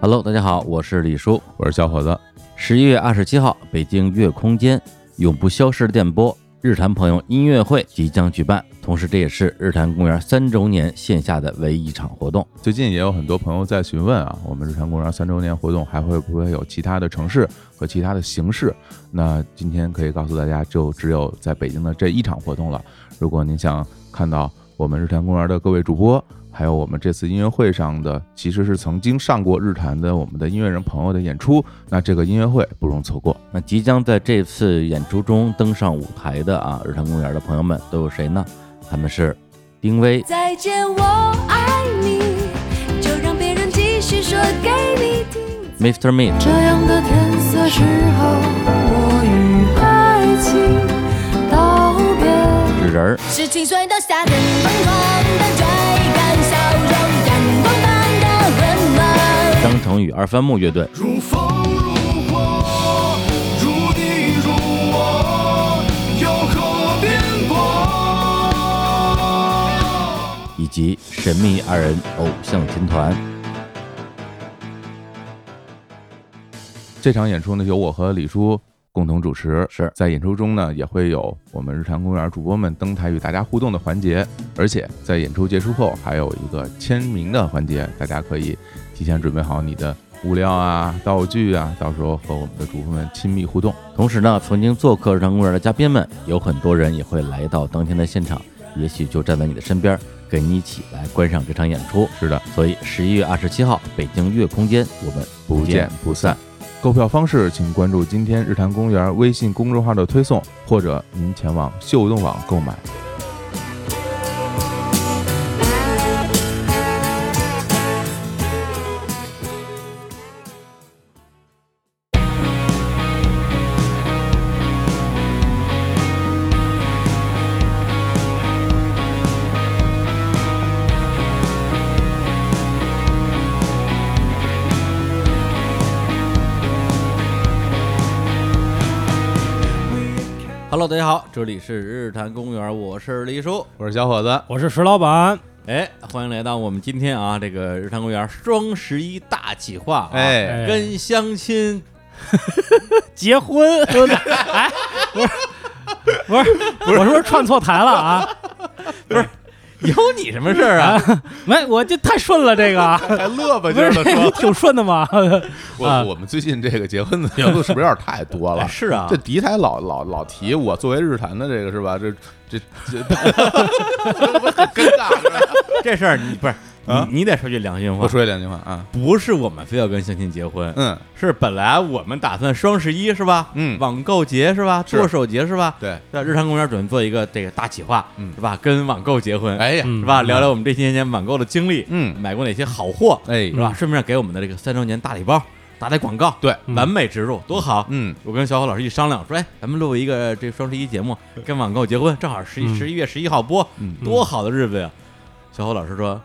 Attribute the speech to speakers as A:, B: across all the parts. A: Hello，大家好，我是李叔。
B: 我是小伙子，
A: 十一月二十七号，北京月空间永不消失的电波日坛朋友音乐会即将举办，同时这也是日坛公园三周年线下的唯一一场活动。
B: 最近也有很多朋友在询问啊，我们日坛公园三周年活动还会不会有其他的城市和其他的形式？那今天可以告诉大家，就只有在北京的这一场活动了。如果您想看到我们日坛公园的各位主播，还有我们这次音乐会上的，其实是曾经上过日坛的我们的音乐人朋友的演出，那这个音乐会不容错过。
A: 那即将在这次演出中登上舞台的啊，日坛公园的朋友们都有谁呢？他们是丁薇、
C: 再见，我爱你，就让别人继续说给你听。
A: Mr. Mitch、
C: 这样的天色时候，我与爱情道别。
A: 纸人儿、
C: 是青春的夏天，疯狂的追赶笑容，阳光般的温暖。
A: 张成宇、二番木乐队、
D: 如风如火，如你如我，有何变过？
A: 以及神秘二人偶像军团。
B: 这场演出呢，由我和李叔共同主持。
A: 是
B: 在演出中呢，也会有我们日坛公园主播们登台与大家互动的环节，而且在演出结束后还有一个签名的环节，大家可以提前准备好你的物料啊、道具啊，到时候和我们的主播们亲密互动。
A: 同时呢，曾经做客日常公园的嘉宾们，有很多人也会来到当天的现场，也许就站在你的身边，跟你一起来观赏这场演出。
B: 是的，
A: 所以十一月二十七号，北京月空间，我们
B: 不见不散。购票方式，请关注今天日坛公园微信公众号的推送，或者您前往秀动网购买。
A: Hello，大家好，这里是日坛公园，我是黎叔。
B: 我是小伙子，
E: 我是石老板，
A: 哎，欢迎来到我们今天啊，这个日坛公园双十一大企划、啊，
B: 哎
A: 跟相亲
E: 结婚，哎，不是，不是，我是不是串错台了啊？
A: 有你什么事儿啊？
B: 哎
E: 没，哎我这太顺了，这个啊
B: 还乐吧
E: 不是
B: 地
E: 挺顺的嘛？
B: 我
E: 啊
B: 我们最近这个结婚的元素是不是有点太多了？
A: 是啊
B: 这敌台老老老提我作为日坛的这个是吧？这这这， 我很尴尬。是吧
A: 这事儿你不是、
B: 啊
A: 你，你得说句良心话
B: 我，说两句话啊，
A: 不是我们非要跟相亲结婚，
B: 嗯，
A: 是本来我们打算双十一是吧？
B: 嗯
A: 网购节是吧？
B: 是
A: 剁手节是吧？
B: 对，
A: 那日常公园准备做一个这个大企划，
B: 嗯
A: 是吧？跟网购结婚，
B: 哎呀，
E: 嗯
A: 是吧？聊聊我们这些年网购的经历，
B: 嗯
A: 买过哪些好货，
B: 哎
A: 是，吧？顺便给我们的这个三周年大礼包打打广告，
B: 对，
E: 嗯
A: 完美植入，多好！
B: 嗯，
A: 我跟小伙老师一商量，说，哎，咱们录一个这双十一节目，跟网购结婚，正好十一
E: 嗯
A: 十一月十一号播
B: 嗯，
A: 多好的日子呀！小伙老师说，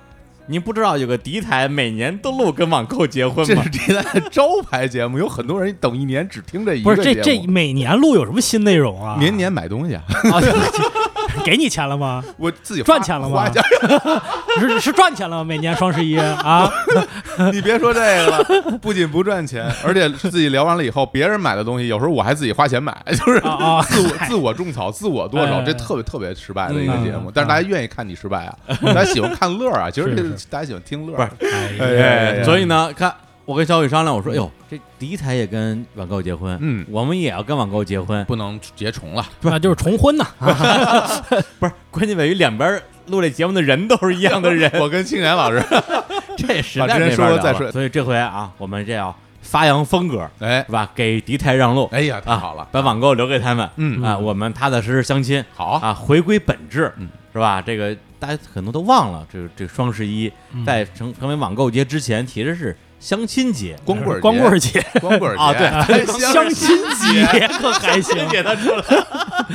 A: 您不知道有个敌台每年都录跟网购结婚
B: 这
A: 吗
B: 是？敌台的招牌节目，有很多人等一年只听这一
E: 不
B: 个
E: 是，这
B: 节
E: 这
B: 目
E: 每年录有什么新内容啊？
B: 年年买东西啊，
E: 啊，给你钱了吗？
B: 我自己花
E: 赚钱了
B: 花
E: 吗
B: 钱
E: 是是赚钱了吗？每年双十一啊，
B: 你别说这个了，不仅不赚钱， 而且自己聊完了以后，别人买的东西，有时候我还自己花钱买， 就是
E: 啊啊
B: 自我自我种草、自我剁手，
E: 哎
B: 这特别特别失败的一个节目。
E: 嗯
B: 但是大家愿意看你失败啊，大家喜欢看乐啊，其实这
E: 是
B: 大家喜欢听乐，
A: 不是
B: 哎
E: 哎，
B: 呀哎呀
A: 所以呢，看我跟小雨商量，我说，哎呦，这敌台也跟网购结婚，
B: 嗯
A: 我们也要跟网购结婚，
B: 不能结重了。
E: 那就是重婚呐，
A: 不是，关键在于两边录这节目的人都是一样的 人，
B: 我跟青年老师，
A: 这实
B: 把
A: 在
B: 之前
A: 没法
B: 说
A: 聊
B: 的再
A: 了
B: 说
A: 所以这回啊，我们这要发扬风格，
B: 哎
A: 是吧？给敌台让路，
B: 哎呀，太
A: 啊，
B: 好了，
A: 把网购留给他们，
B: 嗯
A: 啊，我们踏踏实实相亲，
B: 好
A: 啊，回归本质，
B: 嗯
A: 是吧？这个大家可能都忘了，这个这个双十一
E: 嗯
A: 在成成为网购节之前，其实是相亲节
B: 光棍儿节
E: 光棍儿节、
B: 光棍儿节
A: 啊对
B: 哎
E: 相亲 节可还 行，
A: 节，他出来，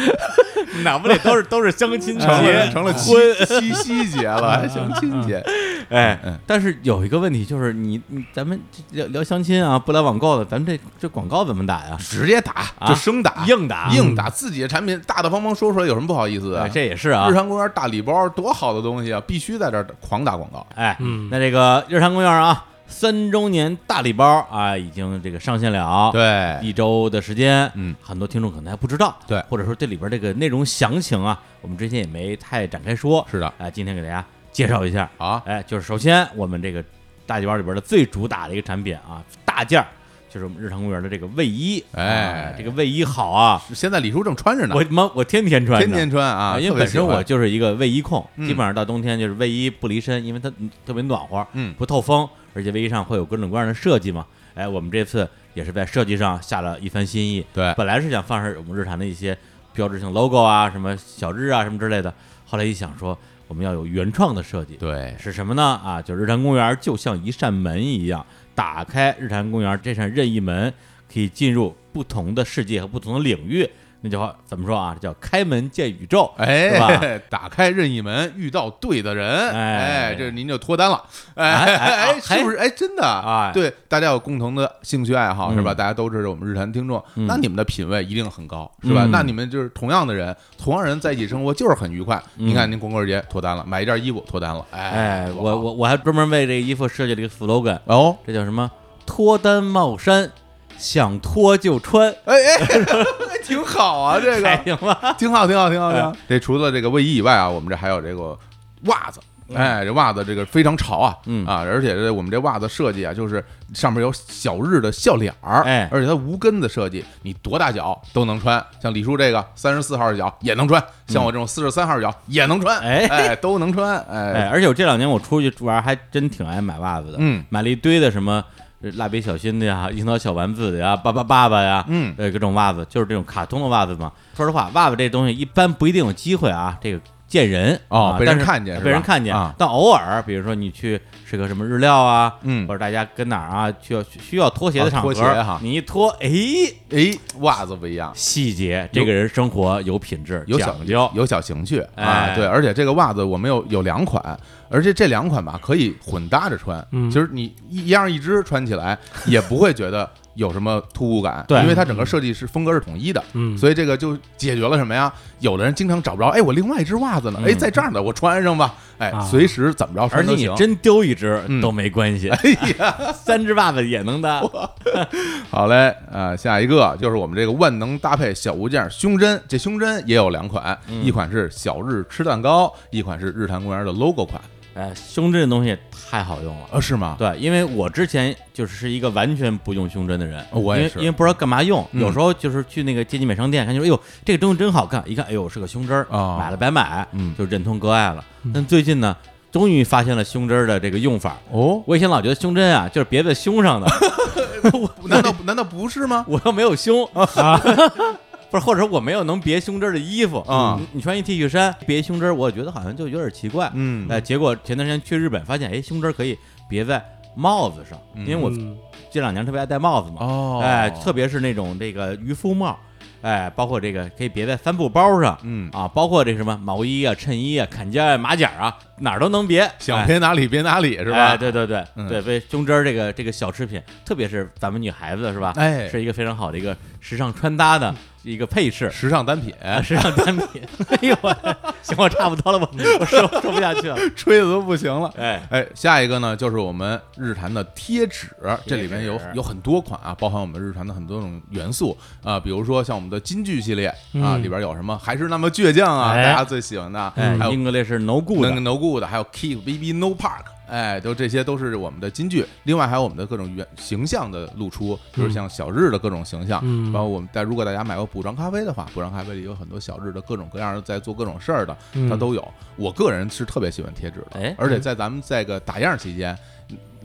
A: 脑子里都是都是相亲
B: 成了
A: 节，
B: 成了七七夕节了，
E: 嗯
B: 还相亲节，
A: 哎
B: 嗯。
A: 但是有一个问题就是你，你咱们这聊聊相亲啊，不聊网购了，咱们这这广告怎么打呀？
B: 直接打
A: 啊
B: 就生打，
A: 硬打，
B: 硬打自己的产品，大大方方说出来有什么不好意思的
A: 哎？这也是啊
B: 日。常公园大礼包多好的东西啊，必须在这儿狂打广告。
A: 哎，
E: 嗯
A: 那这个日坛公园啊，三周年大礼包啊，已经这个上线了。。
B: 对，
A: 一周的时间，
B: 嗯
A: 很多听众可能还不知道，
B: 对
A: 或者说这里边这个内容详情啊，我们之前也没太展开说，
B: 是的啊
A: 哎，今天给大家介绍一下
B: 好
A: 哎，就是首先我们这个大礼包里边的最主打的一个产品啊，大件儿就是我们日常公园的这个卫衣，
B: 哎
A: 啊这个卫衣好啊，
B: 现在李叔正穿着呢，
A: 我妈我天天穿着，
B: 天天穿啊，
A: 因为
B: 特别
A: 本
B: 喜
A: 身
B: 欢
A: 我就是一个卫衣控，
B: 嗯
A: 基本上到冬天就是卫衣不离身，因为它嗯特别暖和，
B: 嗯
A: 不透风，而且卫衣上会有各种各样的设计嘛。哎，我们这次也是在设计上下了一番心意。
B: 对
A: 本来是想放上我们日常的一些标志性 logo 啊，什么小日啊什么之类的，后来一想说我们要有原创的设计，
B: 对
A: 是什么呢？啊，就日坛公园就像一扇门一样，打开日坛公园这扇任意门，可以进入不同的世界和不同的领域。那句话怎么说啊？叫开门见宇宙，是吧？
B: 哎，打开任意门，遇到对的人，
A: 哎
B: 哎，这您就脱单了，
A: 哎
B: 哎
A: 哎
B: 哎，
A: 啊
B: 是不是？哎，真的
A: 哎
B: 对，大家有共同的兴趣爱好
A: 嗯
B: 是吧？大家都是我们日坛听众，
A: 嗯
B: 那你们的品味一定很高，是吧？
A: 嗯
B: 那你们就是同样的人，同样人在一起生活就是很愉快。
A: 嗯
B: 你看，您光棍节脱单了，买一件衣服脱单了，
A: 哎，
B: 多
A: 我
B: 好
A: 我我还专门为这个衣服设计了一个 slogan，
B: 哦，
A: 这叫什么？脱单帽衫，想脱就穿，
B: 哎哎，挺好 啊，这个
A: 还行吧？
B: 挺好，挺好，挺好，
A: 哎
B: 挺好。这除了这个卫衣以外啊，我们这还有这个袜子。哎，这袜子这个非常潮啊，
A: 嗯
B: 啊，而且这我们这袜子设计啊，就是上面有小日的笑脸儿，
A: 哎
B: 而且它无跟的设计，你多大脚都能穿。像李叔这个三十四号脚也能穿，像我这种四十三号脚也能穿，
A: 哎
B: 哎，都能穿，
A: 哎，
B: 哎，
A: 而且我这两年我出去玩还真挺爱买袜子的，
B: 嗯，
A: 买了一堆的什么呃蜡笔小新的呀、樱桃小丸子的呀、巴巴爸爸呀，
B: 嗯
A: 呃，各种袜子，就是这种卡通的袜子嘛。说实话，袜子这东西一般不一定有机会啊，这个见人
B: 哦
A: 啊
B: 被人
A: 但是
B: 看见是吧
A: 被人看见
B: 啊。
A: 但偶尔，比如说你去吃个什么日料啊，
B: 嗯
A: 或者大家跟哪儿啊需要需要脱鞋的
B: 啊
A: 场合，
B: 脱鞋哈
A: 你一脱，哎，
B: 哎，袜子不一样，
A: 细节，这个人生活有品质，
B: 有小
A: 讲究，
B: 有小情趣啊
A: 哎，
B: 对，而且这个袜子我们有有两款，而且这两款吧可以混搭着穿，
E: 嗯
B: 其实你一一样一只穿起 来也不会觉得有什么突兀感，
A: 对
B: 因为它整个设计是风格是统一的，
E: 嗯
B: 所以这个就解决了什么呀？有的人经常找不着，哎，我另外一只袜子呢，哎，
A: 嗯
B: 在这儿呢，我穿上吧，哎
E: 啊，
B: 随时怎么着
A: 而
B: 穿
A: 且
B: 都
A: 你
B: 行。
A: 真丢一只
B: 嗯哎
A: 都没关系， 三只袜子也能搭。
B: 好嘞，呃，下一个就是我们这个万能搭配小物件胸针，这胸针也有两款，
A: 嗯
B: 一款是小日吃蛋糕，一款是日坛公园的 logo 款，
A: 哎，胸针这东西太好用了。
B: 呃，是吗？
A: 对，因为我之前就是是一个完全不用胸针的人，
B: 哦我也是
A: 因为因为不知道干嘛用，
B: 嗯
A: 有时候就是去那个街机美商店，看就说，哎呦，这个东西真好看，一看，哎呦，是个胸针儿，
B: 哦
A: 买了白买，
B: 嗯
A: 就忍痛割爱了。但最近呢，终于发现了胸针儿的这个用法。
B: 哦，
A: 我以前老觉得胸针啊，就是别在胸上的，
B: 难道难道不是吗？
A: 我又没有胸啊， 不是，或者说我没有能别胸针儿的衣服
B: 啊
A: 你你穿一 T 恤衫别胸针儿，我觉得好像就有点奇怪。
B: 嗯
A: 哎，结果前段时间去日本，发现哎，胸针儿可以别在帽子上，因为我
E: 嗯
A: 这两年特别爱戴帽子嘛。
B: 哦
A: 哎，特别是那种这个渔夫帽，哎，包括这个可以别在帆布包上，
B: 嗯
A: 啊，包括这个什么毛衣啊、衬衣啊、坎肩啊、马甲啊，哪儿都能别，
B: 想
A: 哎
B: 别哪里别哪里是吧？
A: 哎，对对对、
B: 嗯
A: 对，为胸针儿这个这个小饰品，特别是咱们女孩子是吧？
B: 哎
A: 是一个非常好的一个时尚穿搭的一个配饰。
B: 时尚单品，
A: 啊，时尚单品，哎呦喂，行，我差不多了，我
E: 嗯
A: 我说说不下去了。
B: 吹的都不行了。
A: 哎，
B: 哎，下一个呢，就是我们日坛的贴纸，这里面有
A: 贴纸
B: 有很多款啊，包含我们日坛的很多种元素啊、比如说像我们的金句系列啊，
E: 嗯
B: 里边有什么还是那么倔强啊，
E: 哎
B: 大家最喜欢的，
A: 哎
B: 还有
A: ，English is no good，
B: No No Good，还有 Keep Baby No Park，哎，都这些都是我们的金句。另外还有我们的各种原形象的露出，比如像小日的各种形象，
E: 嗯
B: 包括我们在如果大家买过补妆咖啡的话，补妆咖啡里有很多小日的各种各样的在做各种事儿的，
E: 嗯
B: 它都有。我个人是特别喜欢贴纸的，
A: 哎
B: 而且在咱们这个打样期间。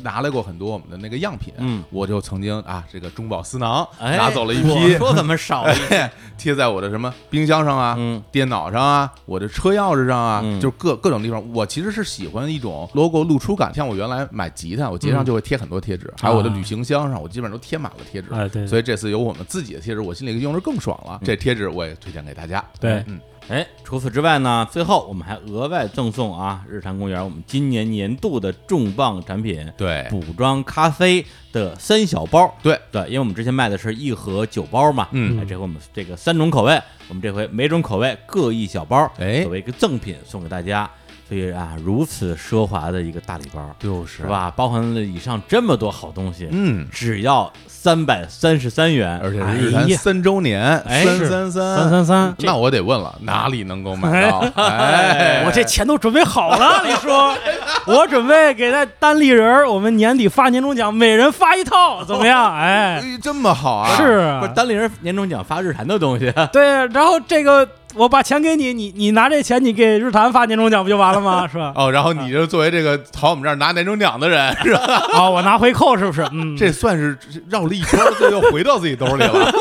B: 拿来过很多我们的那个样品，
A: 嗯
B: 我就曾经啊，这个中饱私囊，
A: 哎，
B: 拿走了一
A: 我
B: 批，
A: 说怎么少了一 批？
B: 贴在我的什么冰箱上啊，
A: 嗯
B: 电脑上啊，我的车钥匙上啊，
A: 嗯
B: 就是各各种地方。我其实是喜欢一种 logo 露出感，像我原来买吉他，我结上就会贴很多贴纸，还有我的旅行箱上，我基本上都贴满了贴纸。
E: 哎对对
B: 所以这次有我们自己的贴纸，我心里用着更爽了。这贴纸我也推荐给大家。
E: 对
B: 嗯，
A: 哎，除此之外呢，最后我们还额外赠送啊，日坛公园我们今年年度的重磅产品
B: 对
A: 补妆咖啡的三小包。
B: 哎对，
A: 对，因为我们之前卖的是一盒九包嘛，
B: 嗯
A: 哎这回我们这个三种口味，我们这回每种口味各一小包，
B: 哎
A: 作为一个赠品送给大家。所以啊，如此奢华的一个大礼包，
B: 就是
A: 是？吧？包含了以上这么多好东西，
B: 嗯，
A: 只要三百三十三元，
B: 而且
A: 哎
B: 是日坛
A: 呀
B: 三周年，
A: 哎
B: 三
A: 是
B: 三
E: 三
B: 三。
E: 三三，
B: 那我得问了，哪里能够买到？哎，
E: 我这钱都准备好了，你说，我准备给那单立人儿，我们年底发年终奖，每人发一套，怎么样？哎，
B: 哎这么好啊？
E: 是
A: 不是
E: 啊，
A: 单立人年终奖发日坛的东西，
E: 对，然后这个我把钱给你，你你拿这钱，你给日坛发年终奖不就完了吗？是 吧？
B: 哦，然后你就作为这个跑我们这儿拿年终奖的人，是吧？
E: 哦，我拿回扣是不是？嗯，
B: 这算是绕了一圈儿，这又回到自己兜里了。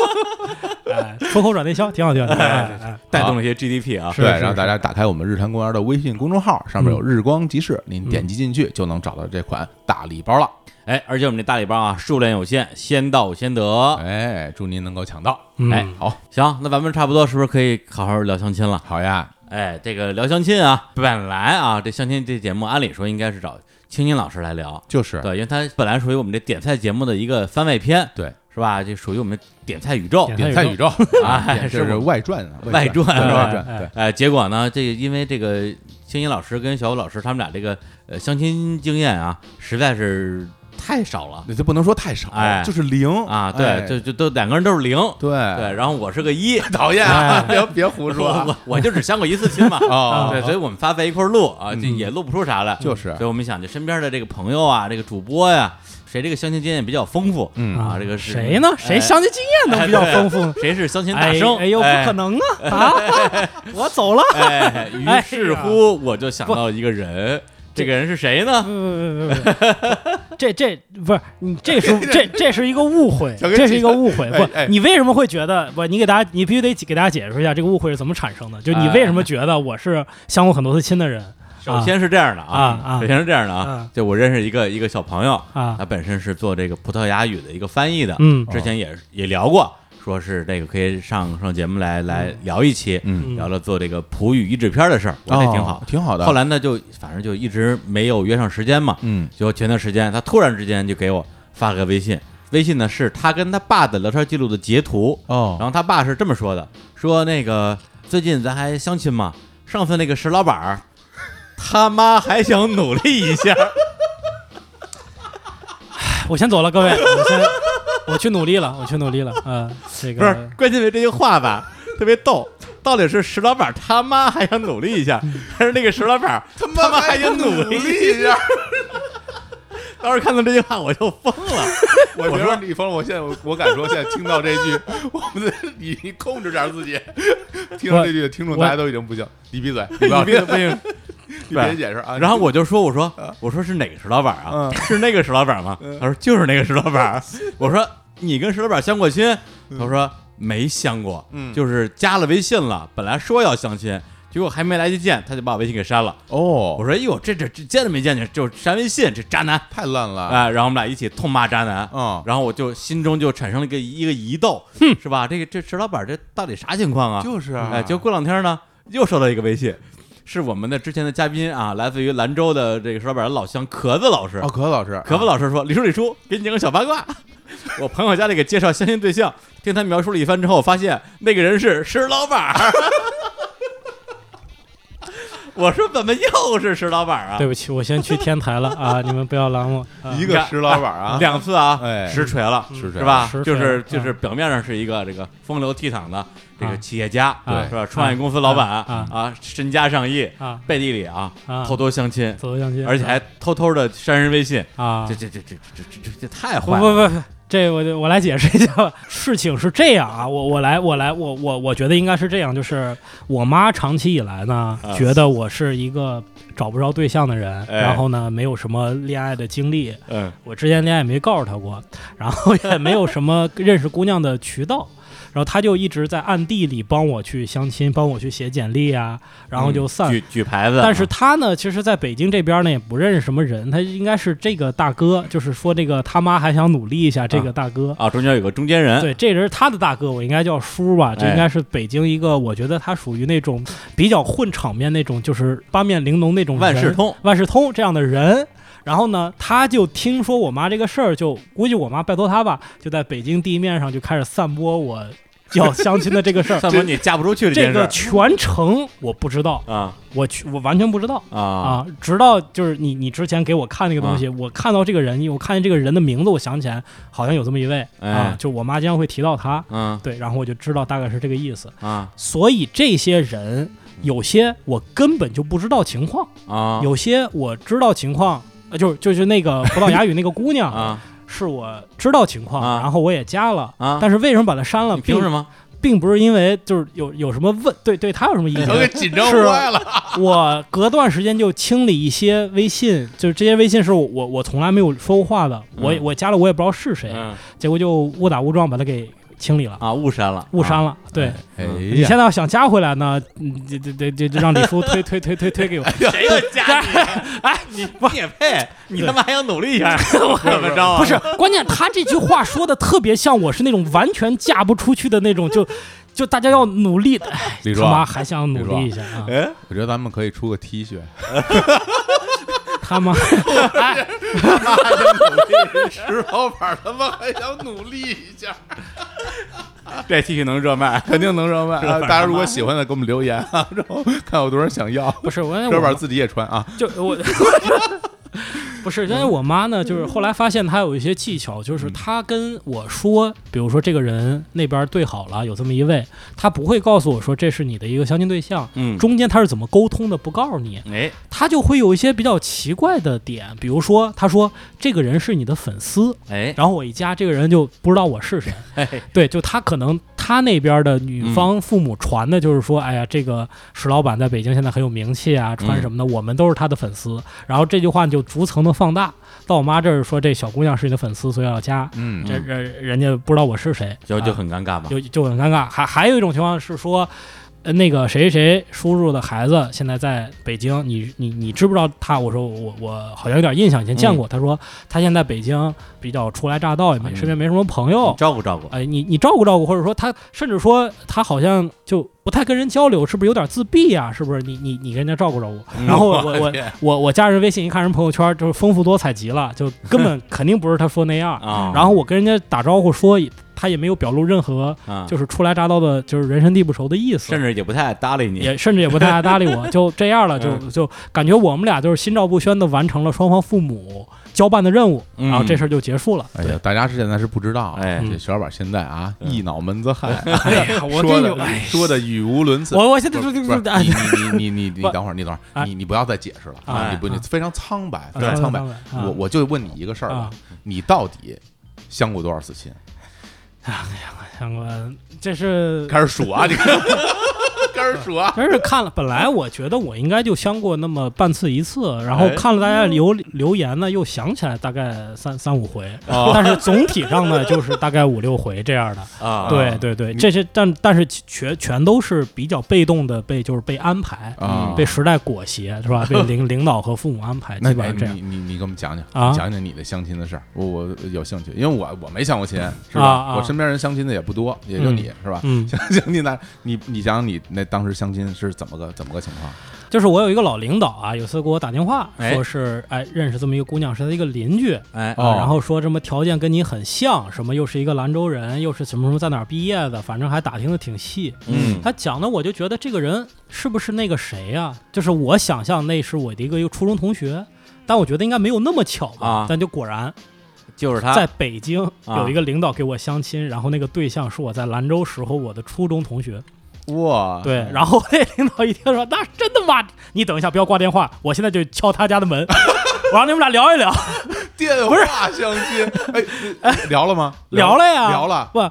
E: 哎出口转内销挺好，挺好。挺好哎哎
A: 带动了一些 GDP 啊。
E: 是
B: 对，然后大家打开我们日坛公园的微信公众号，上面有日光集市，您点击进去就能找到这款大礼包了。
A: 哎，而且我们这大礼包啊，数量有限，先到先得。
B: 哎，祝您能够抢到。
E: 嗯
B: 哎，好，
A: 行，那咱们差不多是不是可以好好聊相亲了？
B: 好呀，
A: 哎，这个聊相亲啊，本来啊，这相亲这节目按理说应该是找青青老师来聊，
B: 就是
A: 对，因为他本来属于我们这点菜节目的一个番外篇，
B: 对，
A: 是吧？这属于我们点菜宇宙
E: 点
B: 点菜宇宙，
A: 哎
B: 这
A: 是
B: 是
A: 我
B: 外传啊，
A: 外
B: 传，
A: 传
B: 对外
E: 哎哎
B: 传，对，
A: 哎，结果呢，这个因为这个青青老师跟小武老师他们俩这个呃相亲经验啊，实在是太少了
B: 你就不能说太少
A: 哎，
B: 就是零
A: 啊，对，
B: 哎
A: 就就都两个人都是零，
B: 对
A: 对，
B: 对，
A: 然后我是个一，
B: 讨厌啊，别别胡
A: 我
B: 说啊，
A: 我我就只相过一次亲嘛啊
B: 哦
A: 对，所以我们仨在一块儿录啊，就
B: 嗯
A: 也录不出啥来，
B: 就是
A: 所以我们想，就身边的这个朋友啊，这个主播呀、谁这个相亲经验比较丰富，
B: 嗯
A: 啊，这个是
E: 谁呢？谁相亲经验能比较 丰富呢？
A: 谁是相亲大
E: 哎
A: 生？
E: 哎呦，不可能啊！啊，我走了。
A: 哎！于是乎，我就想到一个人，这个人是谁
E: 嗯啊
A: 呢？
E: 不不不不不，嗯 这这不是你 这是这这是一个误会，
B: 小哥
E: 这是一个误会。
B: 哎哎
E: 不，你为什么会觉得不？你给大家，你必须得给大家解释一下这个误会是怎么产生的。就你为什么觉得我是相过很多次亲的人
A: 哎首先是这样的
E: 啊啊
A: 首先是这样的啊
E: 啊，
A: 就我认识一个一个小朋友，
E: 啊
A: 他？本身是做这个葡萄牙语的一个翻译的，
E: 嗯
B: 哦
A: 之前也也聊过，说是这个可以上上节目来来聊一期，
B: 嗯，
A: 聊了做这个葡语译制片的事儿，我觉得挺好
B: 哦。挺好的。
A: 后来呢，就反正就一直没有约上时间嘛，
B: 嗯，
A: 结果前段时间他突然之间就给我发个微信，微信呢是他跟他爸的聊天记录的截图，然
B: 哦，
A: 后他爸是这么说的：说那个最近咱还相亲吗？上次那个石老板儿，他妈还想努力一下，
E: 我先走了，各位，我先 我去努力了，我去努力了。嗯，这
A: 不是
E: 个，
A: 关键是这句话吧，特别逗。到底是石老板他妈还想努力一下，还是那个石老板儿他
B: 他
A: 妈还想努
B: 努
A: 力
B: 力一下。
A: 当时看到这句话我就疯了，
B: 我
A: 我
B: 觉
A: 说
B: 得李峰，我现在我我敢说，现在听到这句，我们的你控制点儿自己。听到这句的听众，
E: 我
B: 大家都已经不行，你闭嘴，你不要别
A: 不行。
B: 你别解释啊。
A: 然后我就说：“我说，我说是哪个石老板啊？是那个石老板吗？”他说：“就是那个石老板。”啊我说：“你跟石老板相过亲？”他说：“没相过，
B: 嗯
A: 就是加了微信了，本来说要相亲，结果还没来得及见，他就把我微信给删了。”我
B: 哦，
A: 说：“哎呦，这这这见都没见见就删微信，这渣男
B: 太烂了
A: 啊！”然后我们俩一起痛骂渣男。
B: 嗯
A: 然后我就心中就产生了一个一个疑窦，是吧？这个这石老板这到底啥情况啊？
B: 就是啊
A: 哎，就过两天呢，又收到一个微信，是我们的之前的嘉宾啊，来自于兰州的这个石老板的老乡壳子老师。
B: 哦，可乐老师，
A: 壳子
B: 啊
A: 老师说：“李叔，李叔，给你讲个小八卦。 我朋友家里给介绍相亲对象，听他描述了一番之后，发现那个人是石老板儿。 我说怎么又是石老板儿啊？
E: 对不起，我先去天台了啊！你们不要拦我。啊
B: 一个石老板啊，
A: 两次啊，
B: 哎
A: 实锤了，
B: 实锤
A: 是吧？
E: 实锤
A: 就
E: 了
A: 是
E: 啊
A: 就是表面上是一个这个风流倜傥的这个
E: 啊
A: 企业家，
E: 对
A: 是吧？创业公司老板
E: 啊
A: 啊，身家上亿
E: 啊
A: 背地里啊
E: 啊
A: 偷偷相亲，
E: 走相亲，
A: 而且还偷偷的删人微信，
E: 啊，
A: 这这这这这这这这太
E: 不
A: 坏了，
E: 不不，这我就我来解释一下吧。事情是这样啊，我我来我来我我我觉得应该是这样，就是我妈长期以来呢，
A: 啊
E: 觉得我是一个找不着对象的人，
A: 哎
E: 然后呢没有什么恋爱的经历，
A: 嗯
E: 我之前恋爱也没告诉她过，然后也没有什么认识姑娘的渠道。然后她就一直在暗地里帮我去相亲，帮我去写简历啊，然后就散
A: 举举牌子，
E: 但是他呢，其实在北京这边呢也不认识什么人，他应该是这个大哥，就是说这个他妈还想努力一下这个大哥。
A: 啊，中间有个中间人，
E: 对，这人是他的大哥，我应该叫叔吧？这
A: 哎
E: 应该是北京一个，我觉得他属于那种比较混场面那种，就是八面玲珑那种人
A: 万事通，
E: 万事通这样的人。然后呢，他就听说我妈这个事儿，就估计我妈拜托他吧，就在北京地面上就开始散播我要相亲的这 个事儿，
A: 算不你嫁不出去
E: 这
A: 件事
E: 个
A: 儿
E: 全程我不知道，
A: 啊
E: 我去我完全不知道。
A: 啊
E: 啊，直到就是你你之前给我看那个东西，我看到这个人，我看见这个人的名字，我想起来好像有这么一位、
A: 哎
E: 啊，就我妈经常会提到他，
A: 啊
E: 对，然后我就知道大概是这个意思。
A: 啊
E: 所以这些人有些我根本就不知道情况，
A: 啊
E: 有些我知道情况，呃，就是就是那个葡萄牙语那个姑 娘，
A: 啊
E: 是我知道情况，
A: 啊
E: 然后我也加了，
A: 啊！
E: 但是为什么把她删了？
A: 你凭什
E: 并
A: 么？
E: 并不是因为就是有有什么问对对她有什么意 见，
A: 紧
E: 张
B: 啊
E: 坏
A: 了
E: 我隔段时间就清理一些微信，就是这些微信是我我我从来没有说过话的，我
A: 嗯
E: 我加了我也不知道是谁，结果就误打误撞把他给清理了，
A: 啊，误删了，
E: 误删了。对
B: 哎
A: 嗯
E: 你
B: 呀，
E: 现在要想加回来呢， 嗯，这这这这这让李叔推推推推推给我，
A: 谁要加你？ 哎，你你也配？你他妈还要努力一 下，怎么着啊？
E: 不是，关键他这句话说的特别像我是那种完全嫁不出去的那种，就 就大家要努力的，哎
B: 李叔
E: 他
B: 啊
E: 妈还想
B: 李
E: 努
B: 叔啊
E: 力一下啊，
A: 哎，
B: 我觉得咱们可以出个 T 恤，
E: 他妈哎。
B: 石老板他妈还想努力一下，
A: 这 T 恤能热卖，
B: 肯定能 上万。啊大家如果喜欢的，给我们留言啊，然后看有多少人想要。
E: 不是我，
B: 石老
E: 我
B: 板自己也穿啊，
E: 就我。不是，但是我妈呢，就是后来发现她有一些技巧，就是她跟我说，比如说这个人那边对好了，有这么一位，她不会告诉我说这是你的一个相亲对象，
A: 嗯，
E: 中间她是怎么沟通的，不告诉你，
A: 哎，
E: 她就会有一些比较奇怪的点，比如说她说这个人是你的粉丝，
A: 哎，
E: 然后我一加这个人就不知道我是谁，
A: 哎，
E: 对，就她可能她那边的
A: 嗯
E: 女方父母传的就是说，哎呀，这个石老板在北京现在很有名气
A: 嗯
E: 啊，穿什么的，我们都是他的粉丝。然后这句话就逐层的放大，到我妈这儿说这小姑娘是你的粉丝，所以要加。
B: 嗯
E: 这人人家不知道我是谁，
A: 就就
E: 啊
A: 很尴尬嘛，
E: 就就很尴尬。还还有一种情况是说。呃，那个谁谁叔叔的孩子现在在北京，你你你知不知道他？我说我我好像有点印象，以前见过。他说他现在北京比较初来乍到，也没
A: 嗯
E: 身边没什么朋友
A: 你，照顾照顾，
E: 哎，你你照顾照顾，或者说他，甚至说他好像就不太跟人交流，是不是有点自闭啊？是不是你你你跟人家照顾照顾？
A: 嗯
E: 然后我 我我我加人微信一看人朋友圈，就是丰富多彩极了，就根本肯定不是他说那样。
A: 啊，
E: 然后我跟人家打招呼说，他也没有表露任何
A: 啊，
E: 就是初来乍到的，就是人生地不熟的意思
A: 甚。至也不太搭理你，
E: 也甚至也不太爱搭理我，就这样了，就就感觉我们俩就是心照不宣的完成了双方父母交办的任务，
A: 嗯
E: 然后这事儿就结束了。
B: 哎呀，大家是现在是不知道啊，
A: 哎
B: 这
E: 嗯
B: 石老板现在啊
A: 嗯
B: 一脑门子汗，
E: 呀我
B: 说
E: 真有
B: 的说的语无伦次。
E: 我我现在
B: 嗯不
E: 就是就
B: 不是
E: 就哎
B: 你你你你你
E: 不
B: 你等会儿，你等会儿，
E: 哎
B: 你你不要再解释了
E: 啊
B: 你不你
E: 啊
B: 非常苍白，非
E: 啊
B: 常苍白。
E: 啊
B: 我我就问你一个事儿吧
E: 啊，
B: 你到底相过多少次亲？
E: 看过，哎这是
B: 开始数啊，你 看，开始数啊。
E: 真是看了。本来我觉得我应该就相过那么半次一次，然后
B: 哎
E: 看了大家留留言呢，又想起来大概三三五回，
B: 啊
A: 哦
E: 但是总体上呢，就是大概五六回这 样的。
A: 啊，
E: 对对对，这些但但是全全都是比较被动的被就是被安排，
B: 啊
E: 被时代裹 挟是吧？被领领导和父母安排，
B: 那哎
E: 哎基本上这样
B: 你你你你给我们讲讲，
E: 啊
B: 讲讲你的相亲的事儿，我我有兴趣，因为我我没相过亲，是
E: 啊
B: 吧？
E: 啊
B: 我身边人相亲的也不多，也就你是吧？
E: 嗯，
B: 相 相亲的，你你讲讲你那当时相亲是怎么个怎么个情况？
E: 就是我有一个老领导啊，有次给我打电话
A: 哎
E: 说是哎认识这么一个姑娘，是他一个邻居，
A: 哎，
B: 哦
E: 啊，然后说什么条件跟你很像，什么又是一个兰州人，又是什么什么在哪儿毕业的，反正还打听的挺细。
A: 嗯
E: 他讲的我就觉得这个人是不是那个谁呀、就是我想象那是我的一个一个初中同学，但我觉得应该没有那么巧吧。
A: 啊
E: 但就果然
A: 就是他
E: 在北京
A: 啊
E: 有一个领导给我相亲，然后那个对象是我在兰州时候我的初中同学。
A: 啊
B: 哇，
E: 对，然后那领导一听说那真的吗？你等一下，不要挂电话，我现在就敲他家 的门，我让你们俩聊一聊。
B: 电话相亲，哎，聊了吗？
E: 聊了呀，
B: 聊了。啊
E: 不，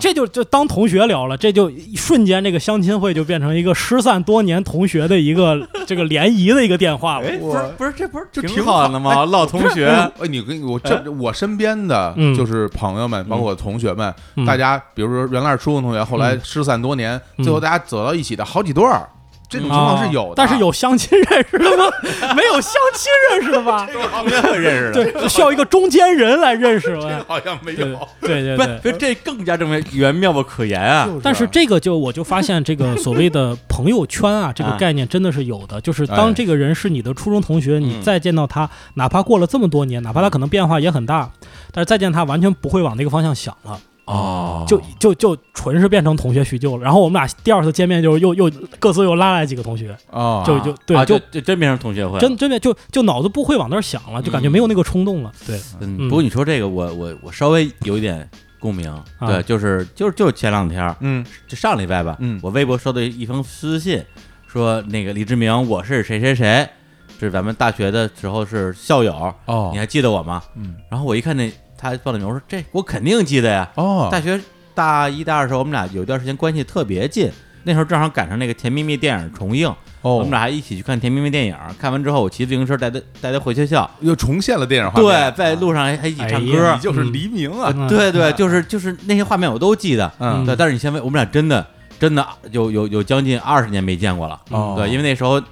E: 这就就当同学聊了，这就瞬间这个相亲会就变成一个失散多年同学的一个这个联谊的一个电话了。
A: 哎，不
B: 我
A: 是不是，这不是
B: 这
A: 挺
B: 挺好
A: 好的吗？唠同学，
B: 哎，你跟我这我身边的
E: 嗯
B: 就是朋友们，包括同学们，
E: 嗯
B: 大家比如说原来是初中同学，后来失散多年，最后大家走到一起的好几对儿，这种情况是有的，
E: 啊但 是有相亲认识的吗？没有相亲认识 的吧？
A: 认识的。
E: 对，需要一个中间人来认识吧。
B: 好像没
E: 对
B: 有。
E: 对对对
A: 不，不，这更加证明缘妙不可言啊！
E: 但是这个就我就发现这个所谓的朋友圈啊， 这个概念真的是有的。就是当这个人是你的初中同学，
A: 嗯
E: 你再见到他，哪怕过了这么多年，哪怕他可能变化也很大，但是再见他完全不会往那个方向想了。
A: 哦，
E: 就就就纯是变成同学叙旧了。然后我们俩第二次见面就是又又各自又拉来几个同学，
B: 哦
E: 就就对
A: 啊
E: 就
A: 就真变成同学会了，
E: 真真的就就脑子不会往那儿想了，就感觉没有那个冲动了。对，
A: 嗯，
E: 嗯
A: 不过你说这个，我我我稍微有一点共鸣，
E: 啊
A: 对，就是就是就是前两天儿，
B: 嗯
A: 就上礼拜吧，
B: 嗯
A: 我微博收到一封私信，说那个李志明，我是谁谁谁，是咱们大学的时候是校友，
B: 哦
A: 你还记得我吗？
B: 嗯
A: 然后我一看那他报的名，我说这我肯定记得呀，
B: 哦
A: 大学大一大二的时候，我们俩有一段时间关系特别近，那时候正好赶上那个《甜蜜蜜》电影重映，我们
B: 哦，
A: 俩还一起去看《甜蜜蜜》电影，看完之后我骑自行车带他带他回学校。
B: 又重现了电影画
A: 对，
B: 面，
A: 在路上还还一起唱
E: 哎
A: 歌，
E: 呀
B: 你就是黎明啊，
E: 嗯
A: 对对，就是就是那些画面我都记得，
B: 嗯
A: 对。但是你先问，我们俩真的真的有有有将近二十年没见过了，
B: 哦
A: 对，因为那时候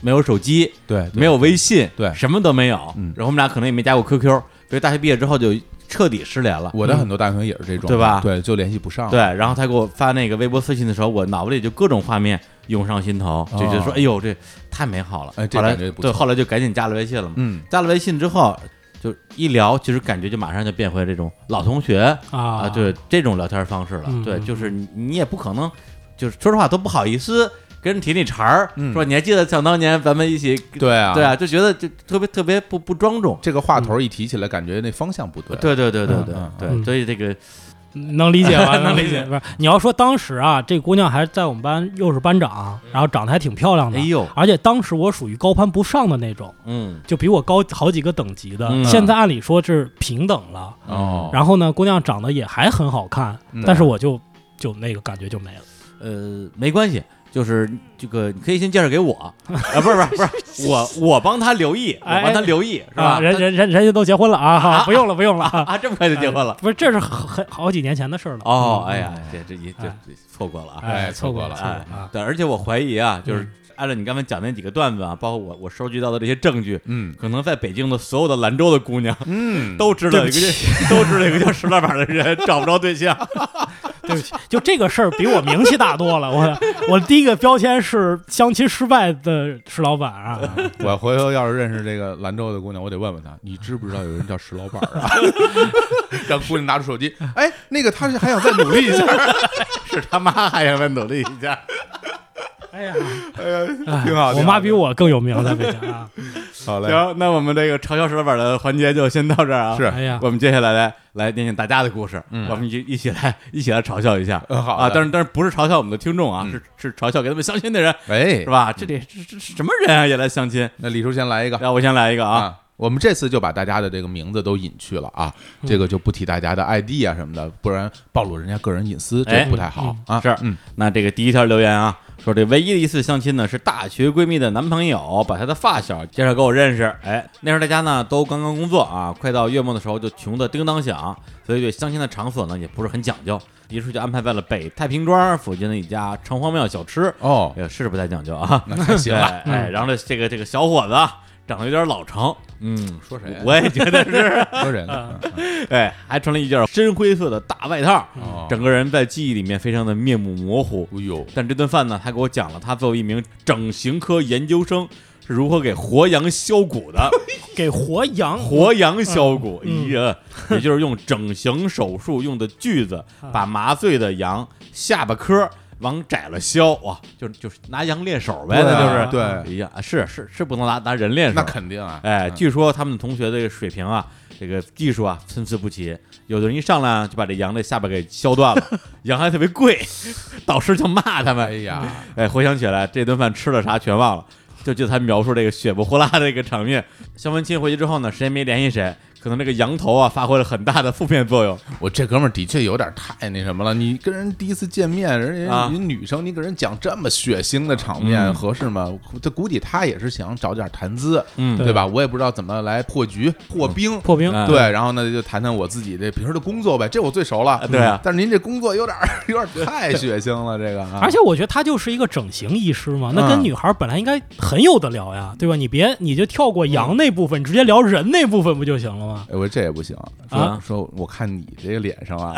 A: 没有手机，
B: 对，对
A: 没有微信，
B: 对
A: 什么都没有，
B: 嗯
A: 然后我们俩可能也没加过 QQ，所以大学毕业之后就彻底失联了。
B: 我的很多大学也是这种，
A: 对吧
B: 对，就联系不上了，
A: 对，然后他给我发那个微博私信的时候，我脑子里就各种画面涌上心头，就觉得说，
B: 哦
A: 哎呦，这太美好了。
B: 哎这
A: 后来
B: 感觉不错
A: 对，后来就赶紧加了微信了嘛。
B: 嗯，
A: 加了微信之后，就一聊，其实感觉就马上就变回这种老同学，
E: 啊
A: 啊，，对这种聊天方式了，
E: 嗯
A: 对，
E: 嗯
A: 就是你你也不可能，就是说实话都不好意思跟人提那茬儿，
B: 嗯
A: 说你还记得想当年咱们一起，
B: 对啊，
A: 对啊，就觉得就特别特别不不庄重，
B: 这个话头一提起来，感觉那方向不对，
A: 对对对对对
B: 嗯嗯
A: 对，
E: 嗯
A: 所以这个
E: 能理解 吧？
A: 能理解
E: 不是，你要说当时啊，这姑娘还在我们班又是班长，然后长得还挺漂亮
A: 嗯
E: 的，
A: 哎呦
E: 而且当时我属于高攀不上的那种，
A: 嗯
E: 就比我高好几个等级的。
A: 嗯
E: 现在按理说是平等了，
B: 哦，
E: 然后呢，姑娘长得也还很好看，
B: 嗯
E: 但是我就就那个感觉就没了。
A: 呃没关系。就是这个，你可以先介绍给 我啊，不是不是不是，我我帮他留意，我帮他
E: 哎哎
A: 留意是
E: 啊
A: 吧？
E: 人人人人家都结婚 了啊，哈，不用了不用了
A: 他
E: 啊，
A: 啊，这么快就结婚了
E: 不是，这是很很好几年前的事儿了。
A: 哦，
E: 嗯
A: 哎呀，这这一这
E: 哎
A: 这错过了啊，
E: 哎，
B: 错
E: 错
B: 过了
E: 错过了
A: 哎
E: 啊，
A: 对，而且我怀疑啊，就是
E: 嗯
A: 按照你刚才讲那几个段子啊，包括我我收集到的这些证据，
B: 嗯
A: 可能在北京的所有的兰州的姑娘
B: 嗯，
A: 都知道有一个都知道有一个叫石老板的人找不着对象，
E: 对不起，就这个事儿比我名气大多了。我 我第一个标签是相亲失败的石老板啊，
B: 我回头要是认识这个兰州的姑娘，我得问问她，你知不知道有人叫石老板啊？ 让姑娘拿出手机，哎，那个她是还想再努力一下，
A: 是他妈还想再努力一下。
E: 哎呀，
B: 哎挺好。
E: 我妈比我更有名在北京啊。
B: 挺好好嘞，
A: 行，那我们这个嘲笑石老板的环节就先到这儿啊。
B: 是
E: 哎呀，
A: 我们接下来来来念念大家的故事，我们一一起来一起来嘲笑一下。
B: 嗯好的
A: 啊，但是但是不是嘲笑我们的听众啊，是是嘲笑给他们相亲的人，
B: 哎
A: 是，吧？ 这得这这这什么人啊也来相 亲？
B: 那李叔先来一个
A: 那我先来一个啊，
B: 啊。我们这次就把大家的这个名字都隐去了啊，
A: 嗯
B: 这个就不提大家的 ID 啊什么的，不然暴露人家个人隐私，这
A: 哎
B: 不太好啊。
A: 是，
B: 嗯，
A: 那这个第一条留言啊，说这唯一的一次相亲呢，是大学闺蜜的男朋友把她的发小介绍给我认识。哎，那时候大家呢都刚刚工作啊，快到月末的时候就穷得叮当响，所以对相亲的场所呢也不是很讲究，于是就安排在了北太平庄附近的一家城隍庙小吃。
B: 哦，嗯
A: 也是不太讲究 啊，
B: 那还行
A: 对，
B: 了。
A: 嗯哎，然后呢这个这个小伙子啊长得有点老成，嗯，
B: 说谁啊
A: 我也觉得 是，
B: 说人呢？嗯嗯
A: 哎，还穿了一件深灰色的大外套，
B: 哦
A: 整个人在记忆里面非常的面目模糊。
B: 哎呦，
A: 但这顿饭呢，他给我讲了他作为一名整形科研究生是如何给活羊削骨 的，
E: 给活羊
A: 活羊削骨，哎
E: 嗯
A: 呀，也就是用整形手术用的锯子，把麻醉的羊下巴颏儿往窄了削，哇，就是就是拿羊练手呗，
B: 对
A: 那
B: 啊
A: 就是，
B: 对，
A: 哎呀，是是是不能拿拿人练手，
B: 那肯定啊。
A: 哎，
B: 嗯
A: 据说他们同学的水平啊，这个技术啊参差不齐，有的人一上来啊就把这羊的下巴给削断了， 羊还特别贵，导师就骂他
B: 哎
A: 们。
B: 呀，
A: 哎，回想起来这顿饭吃了啥全忘了，就记得他描述这个血不呼啦的这个场面。肖文清回去之后呢，谁也没联系谁，可能这个羊头啊发挥了很大的负面作用。
B: 我这哥们儿的确有点太那什么了。你跟人第一次见面，人家
A: 啊
B: 人女生，你给人讲这么血腥的场面
A: 嗯
B: 合适吗？这估计他也是想找点谈资，
A: 嗯
B: 对吧？我也不知道怎么来破局、破冰。
E: 破冰，
A: 哎
B: 对，然后呢，就谈谈我自己这平时的工作呗，这我最熟了。嗯
A: 对啊
B: 但是您这工作有点儿 有点儿太血腥了，这个啊
E: 而且我觉得他就是一个整形医师嘛，那
B: 嗯
E: 跟女孩本来应该很有的聊呀，对吧？你别你就跳过
B: 嗯
E: 羊那部分，直接聊人那部分不就行了吗？
B: 哎，我说这也不行，说、
A: 啊
B: 说我看你这个脸上啊，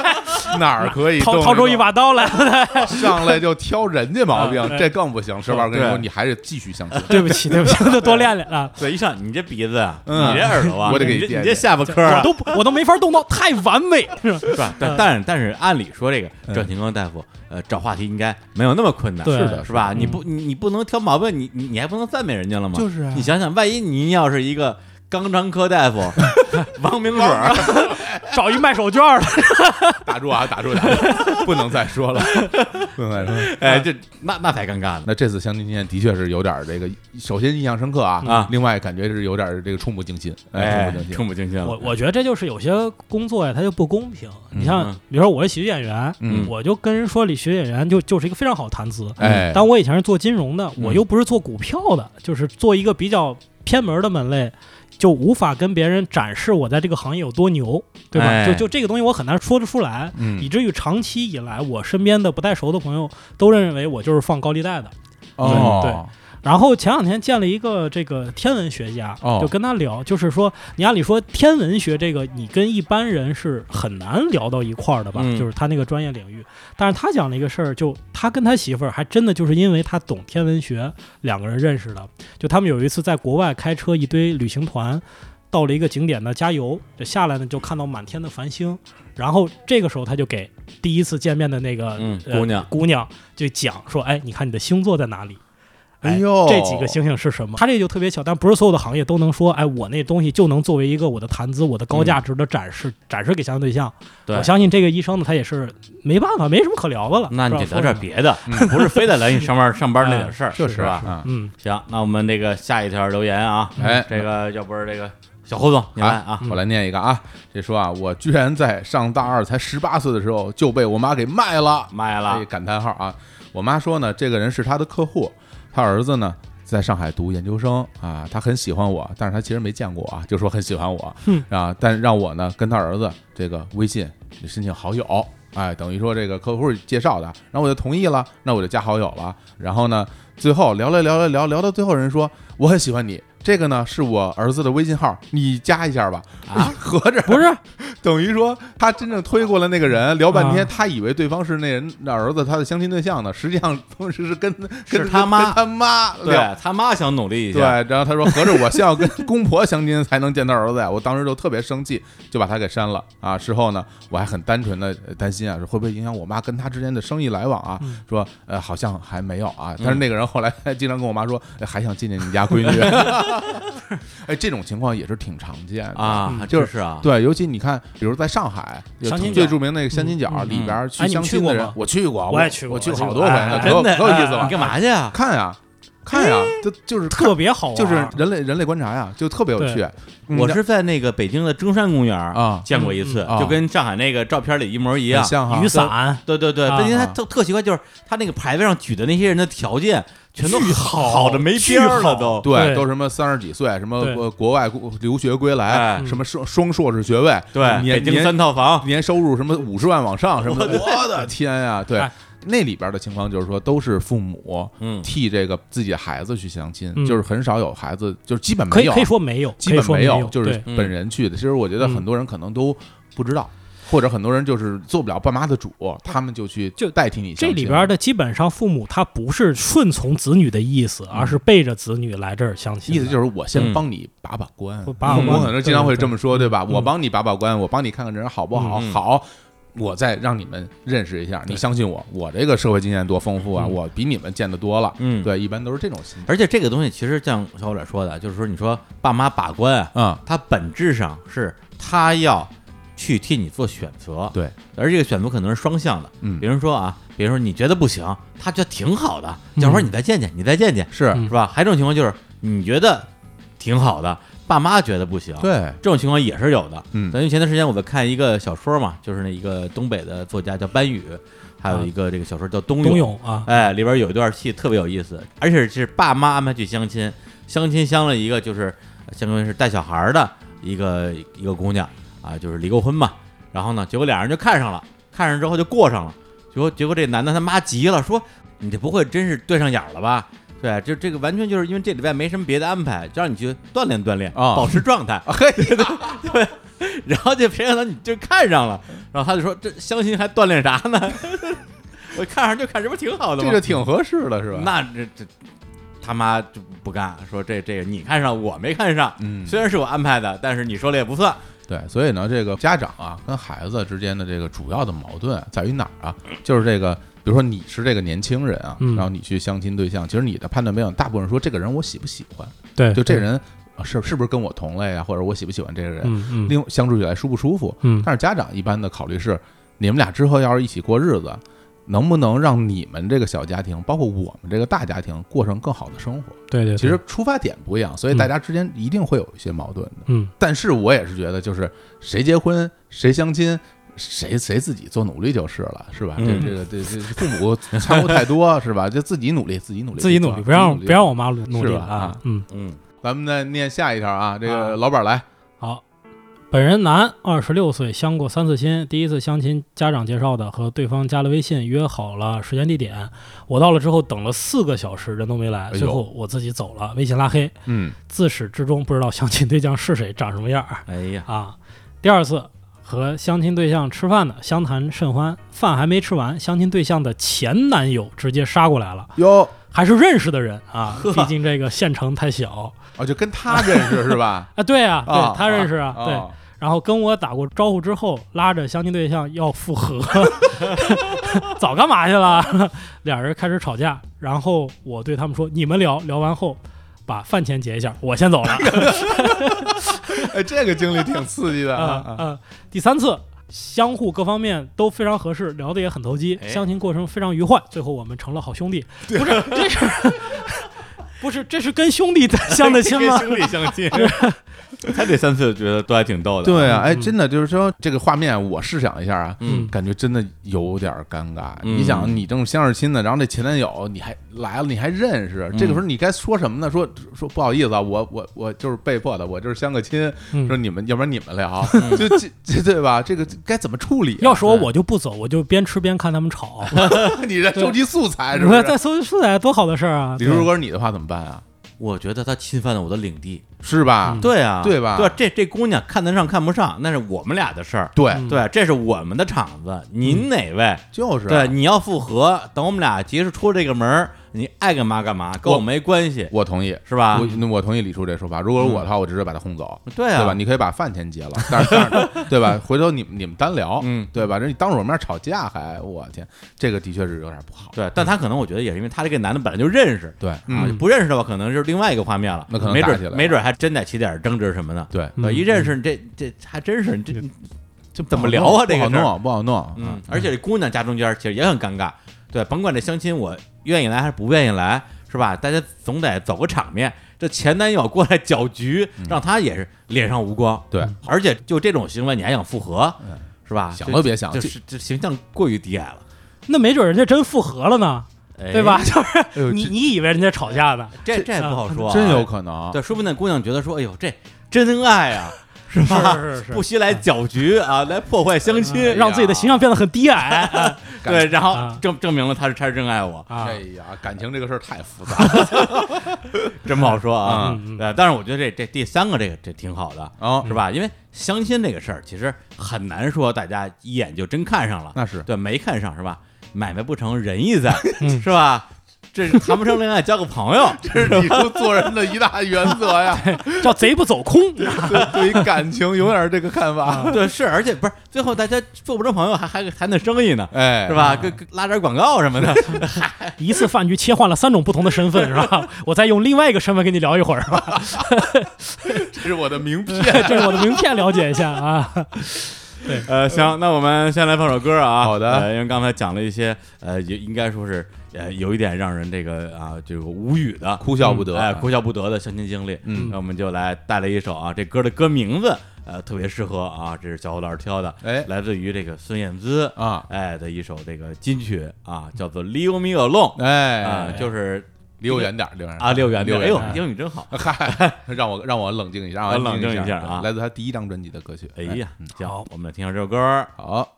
B: 哪儿可以
E: 掏
B: 动
E: 掏出
B: 动
E: 一把刀来，
B: 上来就挑人家毛病
E: 啊，对
B: 这更不行。石老师跟你说，
A: 对
B: 你还是继续相亲。
E: 对 不起，对不起，就多练练啊。
A: 对，一上你这鼻子啊，
B: 嗯
A: 你这耳朵啊，
B: 我得给
A: 你
B: 你
A: 这
B: 垫
A: 你这
B: 垫
A: 下巴颏儿啊
E: 我，都我都没法动刀，太完美了是吧？
A: 是吧？但但是但是，按理说这个赵廷刚大夫，呃，找话题应该没有那么困难，
E: 对是
B: 的
A: 是吧？
E: 嗯
A: 你不你你不能挑毛病，你你你还不能赞美人家了吗？
B: 就是啊
A: 你想想，万一您要是一个肛肠科大夫，王明水儿，
E: 找一卖手绢的，
B: 打住啊，打住，打住，不能再说了，不能再说了。
A: 哎，这那那才尴尬呢。
B: 那这次相亲经验的确是有点儿这个，首先印象深刻啊，
A: 啊
B: 另外感觉是有点儿这个触目惊心，
A: 哎
B: 触目惊，心。
A: 触目惊心了。
E: 我我觉得这就是有些工作呀，它就不公平。你像
A: 嗯，
E: 比如说我是喜剧演员，
B: 嗯
E: 我就跟人说里喜剧演员就就是一个非常好的谈资。
B: 哎，
E: 但我以前是做金融的，
A: 嗯
E: 我又不是做股票的，就是做一个比较偏门的门类，就无法跟别人展示我在这个行业有多牛，对吧？
A: 哎
E: 就就这个东西我很难说得出来，
B: 嗯
E: 以至于长期以来，我身边的不太熟的朋友都认为我就是放高利贷的。
B: 哦，
E: 然后前两天见了一个这个天文学家，
B: 哦
E: 就跟他聊，就是说，你按理说天文学这个，你跟一般人是很难聊到一块儿的吧？
A: 嗯
E: 就是他那个专业领域。但是他讲了一个事儿，就他跟他媳妇儿还真的就是因为他懂天文学，两个人认识的。就他们有一次在国外开车，一堆旅行团到了一个景点呢加油，就下来呢就看到满天的繁星，然后这个时候他就给第一次见面的那个、
A: 嗯
E: 呃
A: 姑娘
E: 姑娘就讲说，哎，你看你的星座在哪里？
B: 哎呦
E: 这几个星星是什么？它这就特别巧，但不是所有的行业都能说，哎，我那东西就能作为一个我的谈资、我的高价值的展
B: 嗯
E: 示，展示给相应对象。
A: 对
E: 我相信这个医生呢，他也是没办法，没什么可聊的了。
A: 那你得
E: 不知道
A: 聊点
E: 说什么。
A: 别的，不是非得来你上班上班那点事儿，
B: 就是是
A: 吧？
B: 啊，
E: 嗯，
A: 行，那我们这个下一条留言啊，
B: 哎，
A: 这个要不是这个小胡总，你来啊，
B: 我来念一个啊，这说啊，我居然在上大二才十八岁的时候就被我妈给卖了，
A: 卖
B: 哎
A: 了，
B: 感叹号啊！我妈说呢，这个人是她的客户，她儿子呢在上海读研究生啊，她很喜欢我，但是她其实没见过我啊，就说很喜欢我，
E: 嗯
B: 啊，但让我呢跟她儿子这个微信申请好友。哎，等于说这个客户介绍的，然后我就同意了，那我就加好友了。然后呢，最后聊了聊了聊聊到最后，人说我很喜欢你，这个呢是我儿子的微信号，你加一下吧。
A: 啊，
B: 合着
E: 不是，
B: 等于说他真正推过了那个人，聊半天，
E: 啊
B: 他以为对方是那人的儿子，他的相亲对象呢，实际上当时是 跟
A: 是
B: 跟
A: 他妈
B: 跟他妈聊
A: 对他妈想努力一
B: 哎对，
A: 下，啊
B: 然后他说合着我先要跟公婆相亲才能见到儿子啊呀，我当时就特别生气，就把他给删了啊。事后呢，我还很单纯的担心啊，说会不会影响我妈跟他之间的生意来往啊？
E: 嗯
B: 说呃好像还没有啊，但是那个人后来经常跟我妈说、哎还想见见你家闺女，哎，这种情况也是挺常见的
A: 啊，
E: 嗯
A: 还
B: 就
A: 真
B: 是
A: 是啊，
B: 对，尤其你看，比如在上海，有
E: 相亲
B: 最
E: 角
B: 著名那个相亲角
E: 嗯
B: 里边儿去
E: 哎你
B: 相
E: 们
B: 亲的
E: 去过
B: 人
E: 吗，
B: 我去过，
E: 我也去
B: 我
E: 过
B: 去
E: 我去
B: 好
E: 过
B: 多回
E: 哎
B: 了，
E: 哎
B: 可有
A: 真的
B: 可有意思
A: 哎
B: 了
A: 你。干嘛去啊？
B: 看呀，看呀，这就是
E: 特别好玩，啊
B: 就是人类人类观察呀，就特别有趣
E: 对。
B: 嗯
A: 我是在那个北京的中山公园儿
B: 啊
A: 见过一次
B: 嗯，啊
A: 就跟上海那个照片里一模一
B: 很
A: 样。
B: 像哈
E: 雨，伞。
A: 对对对，
E: 啊
A: 但因为他
B: 啊
A: 特特奇怪，就是他那个牌位上举的那些人的条件全都
E: 巨
A: 好
E: 好
A: 好的没边儿了都。
B: 对，
E: 对
B: 都什么三十几岁，什么
E: 对嗯
B: 国国外留学归来，
A: 哎
B: 什么双双硕士学位，
A: 对，
B: 年
A: 北京
B: 年
A: 三套房，
B: 年收入什么五十万往上 什么的，我的天呀！对
E: 哎，
B: 那里边的情况就是说，都是父母
A: 嗯
B: 替这个自己的孩子去相亲，
E: 嗯
B: 就是很少有孩子，就是基本
E: 可
B: 没
E: 以
B: 有，啊
E: 可以说没有，
B: 基本
E: 可以说没
B: 有，就是
E: 对嗯
A: 嗯
B: 本人去的。其实我觉得很多人可能都不知道，或者很多人就是做不了爸妈的主，他们就去
E: 就
B: 代替你相
E: 这
B: 亲。
E: 里边的基本上父母他不是顺从子女的意思，而是背着子女来这儿相亲
B: 意
E: 的。
B: 思就是我先
A: 嗯
B: 帮你把把关，
E: 我把把
B: 我
E: 关
B: 可能经常会这么说，对吧？
E: 嗯
B: 我帮你把把关，我帮你看看这人好不好，
A: 嗯嗯
B: 好。我再让你们认识一下，你相信我，我这个社会经验多丰富啊！
E: 嗯
B: 我比你们见的多了，
A: 嗯
B: 对，一般都是这种心态
A: 而且这个东西其实像小伙来说的，就是说你说爸妈把关啊，
B: 啊、
A: 它本质上是他要去替你做选择，
B: 对，
A: 而这个选择可能是双向的，
B: 嗯
A: 比如说啊，比如说你觉得不行，他觉得挺好的，
B: 嗯
A: 要不然你再见见，你再见见，
B: 是，
E: 嗯
A: 是吧？还有一种情况就是你觉得挺好的，爸妈觉得不行，
B: 对，
A: 这种情况也是有的。
B: 嗯
A: 等于前段时间我在看一个小说嘛，就是那一个东北的作家叫班宇，还
B: 啊
A: 有一个这个小说叫冬
E: 冬泳啊，
A: 哎，里边有一段戏特别有意思，而且是爸妈安排去相亲，相亲相了一个就是相当于是带小孩儿的一个一个姑娘啊，就是离过婚嘛。然后呢，结果俩人就看上了，看上之后就过上了。结果结果这男的他妈急了，说你这不会真是对上眼儿了吧？对，就这个完全就是因为这礼拜没什么别的安排，就让你去锻炼锻炼，
B: 啊
A: 保持状态。
B: 嘿，
A: 然后就谁让他你就看上了，然后他就说这相亲还锻炼啥 呢？我看上就看，这不挺好的吗？
B: 这就挺合适的，是吧？
A: 那这这他妈就不干，说这这个你看上我没看上，
B: 嗯
A: 虽然是我安排的，但是你说了也不算。
B: 对，所以呢，这个家长啊跟孩子之间的这个主要的矛盾在于哪儿啊？就是这个，比如说你是这个年轻人啊，
E: 嗯
B: 然后你去相亲对象，其实你的判断标准大部分说这个人我喜不喜欢，
E: 哎对，
B: 就这人啊是是不是跟我同类啊，或者我喜不喜欢这个人，
E: 嗯嗯
B: 另相处起来舒不舒服。
E: 嗯
B: 但是家长一般的考虑是，你们俩之后要是一起过日子，能不能让你们这个小家庭，包括我们这个大家庭，过上更好的生活？
E: 对对，
B: 其实出发点不一样，所以
E: 嗯
B: 大家之间一定会有一些矛盾的。
E: 嗯
B: 但是我也是觉得，就是谁结婚谁相亲。谁谁自己做努力就是了，是吧？这
A: 嗯
B: 这个这这父母掺和太多，是吧？ 就自己努力，自己努力，
E: 自己努力，不让
B: 自己
E: 不让我妈努力
B: 是
E: 了
B: 吧啊
E: 啊，嗯。
A: 嗯，
B: 咱们再念下一条啊，这
E: 啊
B: 个老板来，
E: 好，本人男，二十六岁，相过三次亲。第一次相亲，家长介绍的，和对方加了微信，约好了时间地点。我到了之后，等了四个小时，人都没来，
B: 哎呦
E: 最后我自己走了，微信拉黑。
B: 嗯，
E: 自始至终不知道相亲对象是谁，长什么样儿
A: 哎呀，
E: 啊。第二次和相亲对象吃饭呢，相谈甚欢，饭还没吃完，相亲对象的前男友直接杀过来了，
B: 哟，
E: 还是认识的人 啊，
A: 呵
E: 毕竟这个县城太小？
B: 哦，就跟他认识是吧
E: 啊。对啊，对
B: 啊
E: 他认识啊， 对。
B: 哦
E: 然后跟我打过招呼之后，拉着相亲对象要复合， 早干嘛去了？ 俩人开始吵架，然后我对他们说：“你们聊聊完后，把饭钱结一下，我先走 了。
B: 哎，这个经历挺刺激的
E: 啊
B: 啊
E: 啊！
B: 啊！
E: 第三次，相互各方面都非常合适，聊得也很投机，
A: 哎
E: 相亲过程非常愉快，最后我们成了好兄弟。不 是，这是不是这是跟兄弟相的亲吗？
A: 兄弟相 亲，他这三次觉得都还挺逗的。
B: 对啊，哎，
E: 嗯
B: 真的就是说这个画面，我试想一下啊，
A: 嗯，
B: 感觉真的有点尴尬。
A: 嗯
B: 你想，你正相着亲呢，然后这前男友你还来了，你还认识，
A: 嗯
B: 这个时候你该说什么呢？说说不好意思啊，我我我就是被迫的，我就是相个亲，
E: 嗯
B: 说你们要不然你们聊，
A: 嗯
B: 就这这对吧？这个该怎么处理啊？
E: 要是我我就不走，我就边吃边看他们吵。
B: 你在收集素材是
E: 你
B: 不
E: 说
B: 哎是？
E: 在搜素材多好的事儿啊！
B: 你如果是你的话怎么办啊？
A: 我觉得他侵犯了我的领地。
B: 是
E: 嗯
B: 吧？
A: 对啊，
B: 对吧
A: 对啊，这这姑娘看得上看不上，那是我们俩的事儿。
B: 对，
E: 嗯
A: 对，啊这是我们的场子，您哪位？
B: 就是啊
A: 对，你要复合，等我们俩结束出这个门儿，你爱干嘛干嘛，跟我
B: 我
A: 没关系，
B: 我同意。
A: 是吧
B: 我？那我同意李叔这说法。如果
A: 嗯
B: 是我的话，我直接把他轰走，
A: 对啊，
B: 对吧？你可以把饭钱结了， 但是但是对吧？回头你们你们单聊，
A: 嗯
B: 对吧？这你当着我面吵架还，我天，这个的确是有点不好。
A: 对，但他可能我觉得也是因为他这个男的本来就认识，
B: 对，
A: 啊
B: 嗯，，
A: 不认识的话，可能就是另外一个画面了，
B: 那可能
A: 没
B: 打起来
A: 准
B: 了
A: 没准还真得起点争执什么的。
B: 对，
E: 嗯
A: 对，一认识你这这还真是你这
B: 就
A: 怎么聊啊这个
B: 不
A: 事儿
B: 好弄，不好弄。
A: 嗯，而且这姑娘夹中间其实也很尴尬，对，甭管这相亲我愿意来还是不愿意来，是吧？大家总得走个场面。这前男友过来搅局，让他也是脸上无光。
B: 对，
A: 而且就这种行为，你还想复合，是吧？
B: 嗯想
A: 就
B: 都别想
A: 就是这形象过于低矮了，
E: 那没准人家真复合了呢，
A: 哎
E: 对吧？？ 就是
B: 哎呦
E: 你
B: 这
E: 你以为人家吵架呢？
A: 这这也不好说啊，
B: 真有可能。
A: 对，说不定那姑娘觉得说，哎呦，这真爱 啊，是吧？
E: 是是是嗯
A: 不惜来搅局啊，来破坏相亲，
E: 让自己的形象变得很低矮。
A: 对，然后
E: 啊
A: 证证明了他是他是真爱我，
E: 啊
B: 哎，呀，感情这个事儿 太复杂了
A: 真不好说啊。
E: 嗯嗯嗯
A: 对，但是我觉得这这第三个这个这挺好的，
B: 啊！
A: 是吧？因为相亲这个事儿其实很难说大家一眼就真看上了，
B: 那是
A: 对没看上是吧？买卖不成仁义在，
E: 嗯
A: 是吧？这是谈不上恋爱，交个朋 友，
B: 这是李叔做人的一大原 则呀，
E: 叫贼不走空。
B: 对对于感情永远是这个看法。
A: 对，是，而且不是最后大家做不成朋友，还还谈谈生意呢，
B: 哎，
A: 是？吧？跟跟拉点广告什么 的，
E: 一次饭局切换了三种不同的身份，是吧？我再用另外一个身份跟你聊一会儿吧。
B: 这是我的名片。
E: 这是我的名片，了解一下啊。
A: 呃，行，那我们先来放首歌啊。
B: 好的
A: 呃因为刚才讲了一些，呃，也应该说是，呃，有一点让人这个啊，这个无语的，
B: 哭笑不得
A: 哎，哭笑不得的相亲经历。
B: 嗯
A: 那我们就来带来一首啊，这歌的歌名字，呃，特别适合啊，这是小虎老师挑的，
B: 哎
A: 来自于这个孙燕姿
B: 啊
A: 哎的一首这个金曲啊，叫做《Leave Me Alone》啊，
B: 哎，
A: 就是
B: 离我远点儿，离我远点儿
A: 啊，六元
B: 离
A: 的，
B: 我
A: 哎
B: 远
A: 呦
B: 点儿，
A: 英语真好，
B: 嗨，让我让我冷静一下，让
A: 我冷
B: 静
A: 静一下啊
B: 来自他第一张专辑的歌曲。
A: 哎，呀，行
E: 好，
A: 我们来听下这首歌。
B: 好，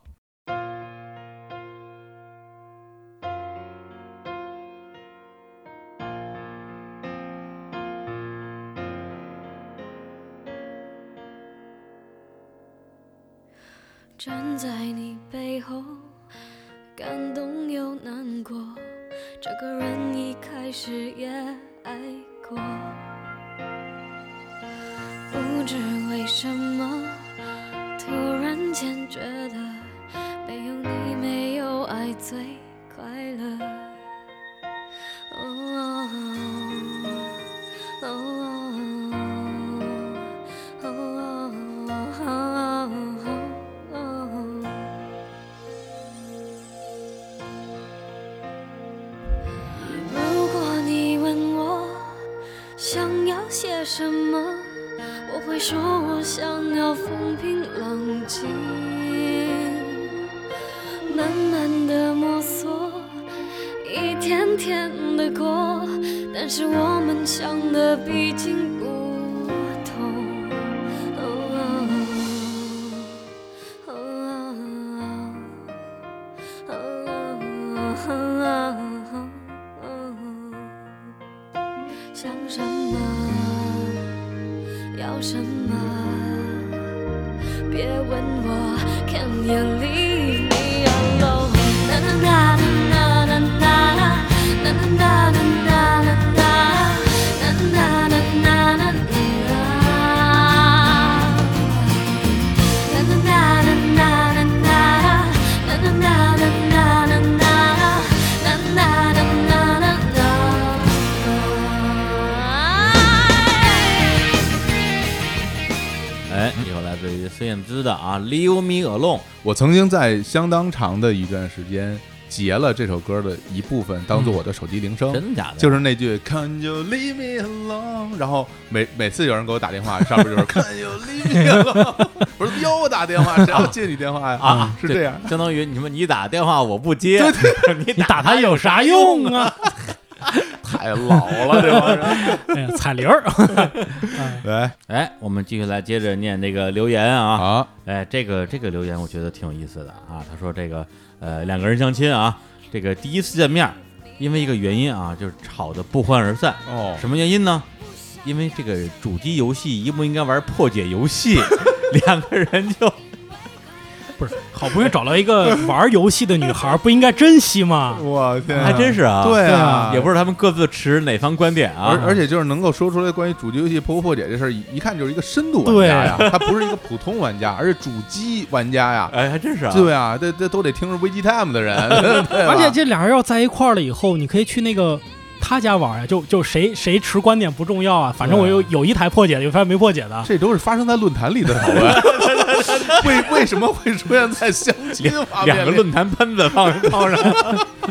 C: 我站在你背后，感动又难过。这个人一开始也爱过，不知为什么，突然间觉得没有你没有爱最快乐。哦哦哦哦哦哦如果你问我想要些什么，我会说我想要风平浪静，慢慢的摸索，一天天的过，但是我们想的毕竟不同。Oh, 哦哦哦哦想什么，要什么，别问我，Can you leave me alone？啦啦啦啦啦啦啦啦啦啦啦啦啦啦啦啦啦啦啦。
A: 哎，
B: 嗯
A: 一首来自于孙燕姿的啊《Leave Me Alone》，
B: 我曾经在相当长的一段时间截了这首歌的一部分，当做我的手机铃声。
A: 嗯真的假的？
B: 就是那句 Can you leave me alone？然后每每次有人给我打电话，上面就是 Can you leave me alone？我 说又打电话，谁要接你电话呀？
A: 啊，
B: 嗯是这样。
A: 相当于你们你打电话我不接，你
E: 你打他有啥用啊？
B: 太老了，这帮人。
E: 哎呀，彩铃儿，
B: 来，
A: 哎，我们继续来接着念这个留言啊。
B: 好，
A: 哎，这个这个留言我觉得挺有意思的啊。他说这个呃两个人相亲啊，这个第一次见面，因为一个原因啊，就是吵得不欢而散。
B: 哦，
A: 什么原因呢？因为这个主机游戏应不应该玩破解游 戏，两个人就
E: 不是好不容易找到一个玩游戏的女孩，不应该珍惜吗？
B: 我天啊，
A: 还真是啊，
B: 对啊，
A: 也不知道他们各自持哪方观点
B: 而
A: 啊。
B: 而且就是能够说出来关于主机游戏破不破解这事儿，一看就是一个深度玩家呀，他不是一个普通玩家，而是主机玩家呀。
A: 哎，还真是啊。
B: 对啊，这这都得听着 VGTime 的 人，而
E: 而
B: 啊
E: 且这俩人要在一块儿了以后，你可以去那个他家玩呀，啊就就谁谁持观点不重要啊，反正我有有一台破解的，有一台没破解的。
B: 这都是发生在论坛里的讨论，为为什么会出现在相亲方面？
A: 两个，论坛喷子 放放上。
E: 哎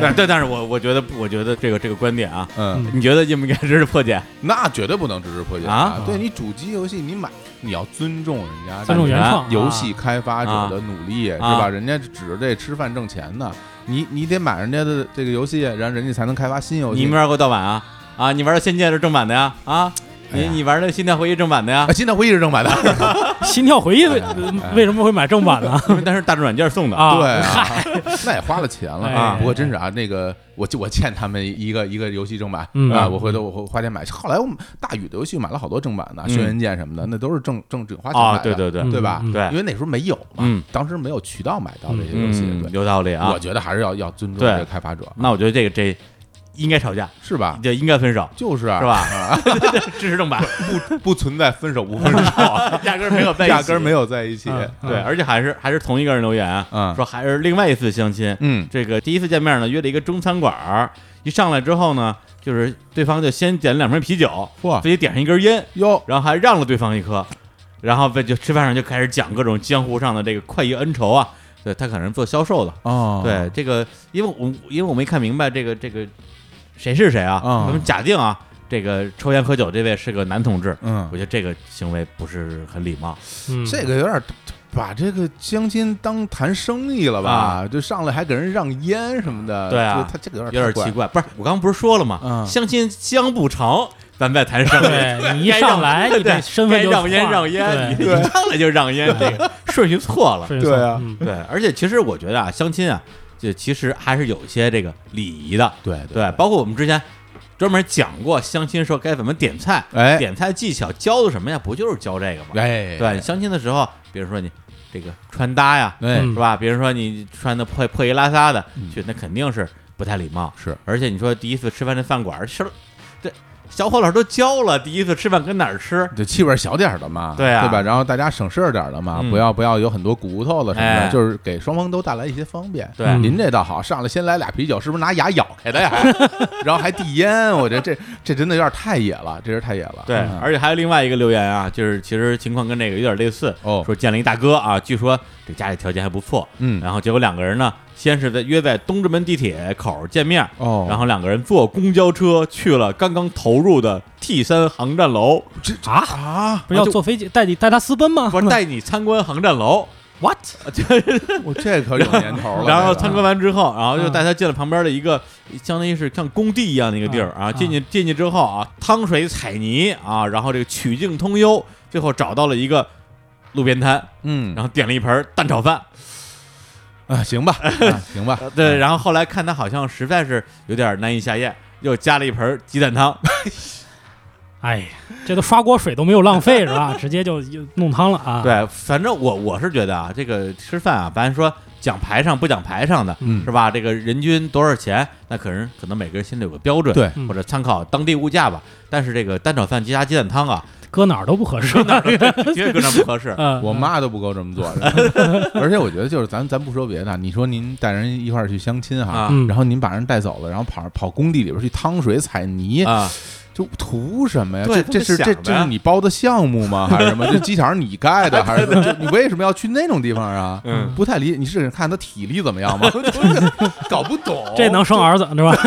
A: 但但但是我我觉得我觉得这个这个观点啊，
B: 嗯，
A: 你觉得应不应该支持破解？
B: 那绝对不能支持破解
A: 啊
B: 对你主机游戏，你买你要尊重人家，
E: 尊重原创啊
B: 游戏开发者的努力，
A: 啊
B: 是吧？人家指着这吃饭挣钱呢，你你得买人家的这个游戏，然后人家才能开发新游戏。
A: 你们玩过盗版啊？啊，你玩的《仙剑》是正版的呀？啊，
B: 哎
A: 你
B: 呀
A: 你玩的《心跳回忆》正版的呀
B: 啊，？新的回忆是正版的，
E: 心跳回忆为
B: 哎
E: 为什么会买正版呢？
A: 但是大众软件送的
E: 啊，
B: 对啊，那也花了钱了啊
E: 哎。
B: 不过真是啊，那个我就我欠他们一个一个游戏正版
E: 嗯
B: 啊，我回头我会花钱买。后来我们大宇的游戏买了好多正版的，《轩辕剑》什么的，那都是正正正花钱买
A: 嗯啊，
B: 的，
A: 对对对
E: 嗯
B: 对吧？
E: 嗯
A: 对
B: 因为那时候没有嘛
A: 嗯，
B: 当时没有渠道买到这些游戏，
A: 嗯，
B: 对。
A: 有道理啊
B: 我。觉得还是要要尊重
A: 对嗯
B: 这个开发者，
A: 那我觉得这个这应该吵架，
B: 是吧？
A: 这应该分手，
B: 就是
A: 嗯是
B: 是？
A: 吧？ 支持正版，
B: 不不存在分手 不分 手，
A: 压根儿没有在一起，
B: 压根儿没有在一起。
E: 嗯
A: 对，而且还是还是同一个人留言啊
B: 嗯
A: 说还是另外一次相亲，
B: 嗯
A: 这个第一次见面呢，约了一个中餐馆儿，一上来之后呢，就是对方就先点了两瓶啤酒，
B: 嚯
A: 自己点上一根烟，
B: 哟，
A: 然后还让了对方一颗，然后被就吃饭上就开始讲各种江湖上的这个快意恩仇啊，对他可能是做销售的，
B: 哦，
A: 对这个，因为我因为我没看明白这个这个谁是谁啊，
B: 啊
A: 咱们假定啊，这个抽烟喝酒这位是个男同志，
B: 嗯
A: 我，觉得这个行为不是很礼貌，
E: 嗯
B: 这个有点儿把这个相亲当谈生意了吧？就上来还给人让烟什么的，
A: 啊对啊
B: 就他这个有
A: 有
B: 点
A: 点
B: 儿
A: 奇。
B: 太
A: 怪，不是我刚刚不是说了吗？
B: 嗯
A: 相亲相不成，咱再谈生意。
E: 对你一
A: 该
E: 上
A: 让
E: 来你
A: 对
E: 这身份
A: 该
E: 就
A: 让烟
E: 换
A: 让烟，
E: 对
A: 你一上来就让 烟，这个顺序错了。
E: 是
B: 对啊
E: 嗯
A: 对，而且其实我觉得啊，相亲啊，就其实还是有一些这个礼仪的。
B: 对
A: 对，包括我们之前专门讲过相亲时候该怎么点菜，
B: 哎
A: 点菜技巧教的什么呀？不就是教这个吗？
B: 哎，
A: 对，相亲的时候，比如说你这个穿搭呀，
B: 哎
E: 嗯
A: 是吧？别人说你穿的破破衣拉撒的，去那肯定是不太礼貌。
B: 嗯是，
A: 而且你说第一次吃饭那饭馆吃了，这小伙老师都教了，第一次吃饭跟哪儿吃？
B: 就气味小点儿的嘛，
A: 对啊
B: 吧？然后大家省事儿点儿的嘛，
A: 嗯
B: 不要不要有很多骨头了什么
A: 哎
B: 的，就是给双方都带来一些方便。嗯
A: 对
B: 您这倒好，上来先来俩啤酒，是不是拿牙咬 开的呀？然后还递烟，我觉得这这真的有点太野了，这是太野了。
A: 对，
B: 嗯
A: 而且还有另外一个留言啊，就是其实情况跟这个有点类似
B: 哦
A: 说见了一大哥啊，据说这家里条件还不错，
B: 嗯
A: 然后结果两个人呢，先是在约在东直门地铁口见面，
B: 哦
A: 然后两个人坐公交车去了刚刚投入的 T 三航站 楼，
E: 啊，
B: 啊，
E: 不是要
A: 就
E: 坐飞机带你带他私奔吗？
A: 不是带你参观航站楼，
E: what？
B: 我这可有年头了。
A: 然后
B: 这个
A: 参观完之后，然后就
E: 嗯
A: 带他进了旁边的一个，相当于是像工地一样的一个地儿
B: 嗯
A: 啊。
E: 啊
A: 进去进去之后啊，汤水采泥啊，然后这个曲径通幽，最后找到了一个路边摊，
B: 嗯
A: 然后点了一盆蛋炒饭。，
B: 啊，行吧，啊行吧
A: 对，然后后来看他好像实在是有点难以下咽，又加了一盆鸡蛋 汤。
E: 哎呀，这都刷锅水都没有浪费是吧？ 直接就就弄汤了啊！，
A: 对，反正我我是觉得啊，这个吃饭啊，咱说讲排上不讲排上的，
B: 嗯
A: 是吧？这个人均多少钱，那可能可能每个人心里有个标准，
B: 对
E: 嗯
A: 或者参考当地物价吧。但是这个蛋炒饭加鸡蛋汤 啊，
E: 搁哪儿都不合适。
A: 绝对跟上不 合适。
E: 嗯，
B: 我妈都不够这 么做的。而且我觉得就是咱咱不说别的，你说您带人一块儿去相亲哈，
A: 啊
E: 嗯
B: 然后您把人带走了，然后跑跑工地里边去趟水采泥，
A: 啊，
B: 就图什么呀？
A: 对他
B: 这这
A: 们
B: 是
A: 想
B: 这
A: 的
B: 这是你包的项目吗？还是什么？这机场是你盖的还是怎么就你为什么要去那种地方啊？
A: 嗯
B: 不太理你是看他体力怎 么样吗？搞不懂，
E: 这能生儿子是吧？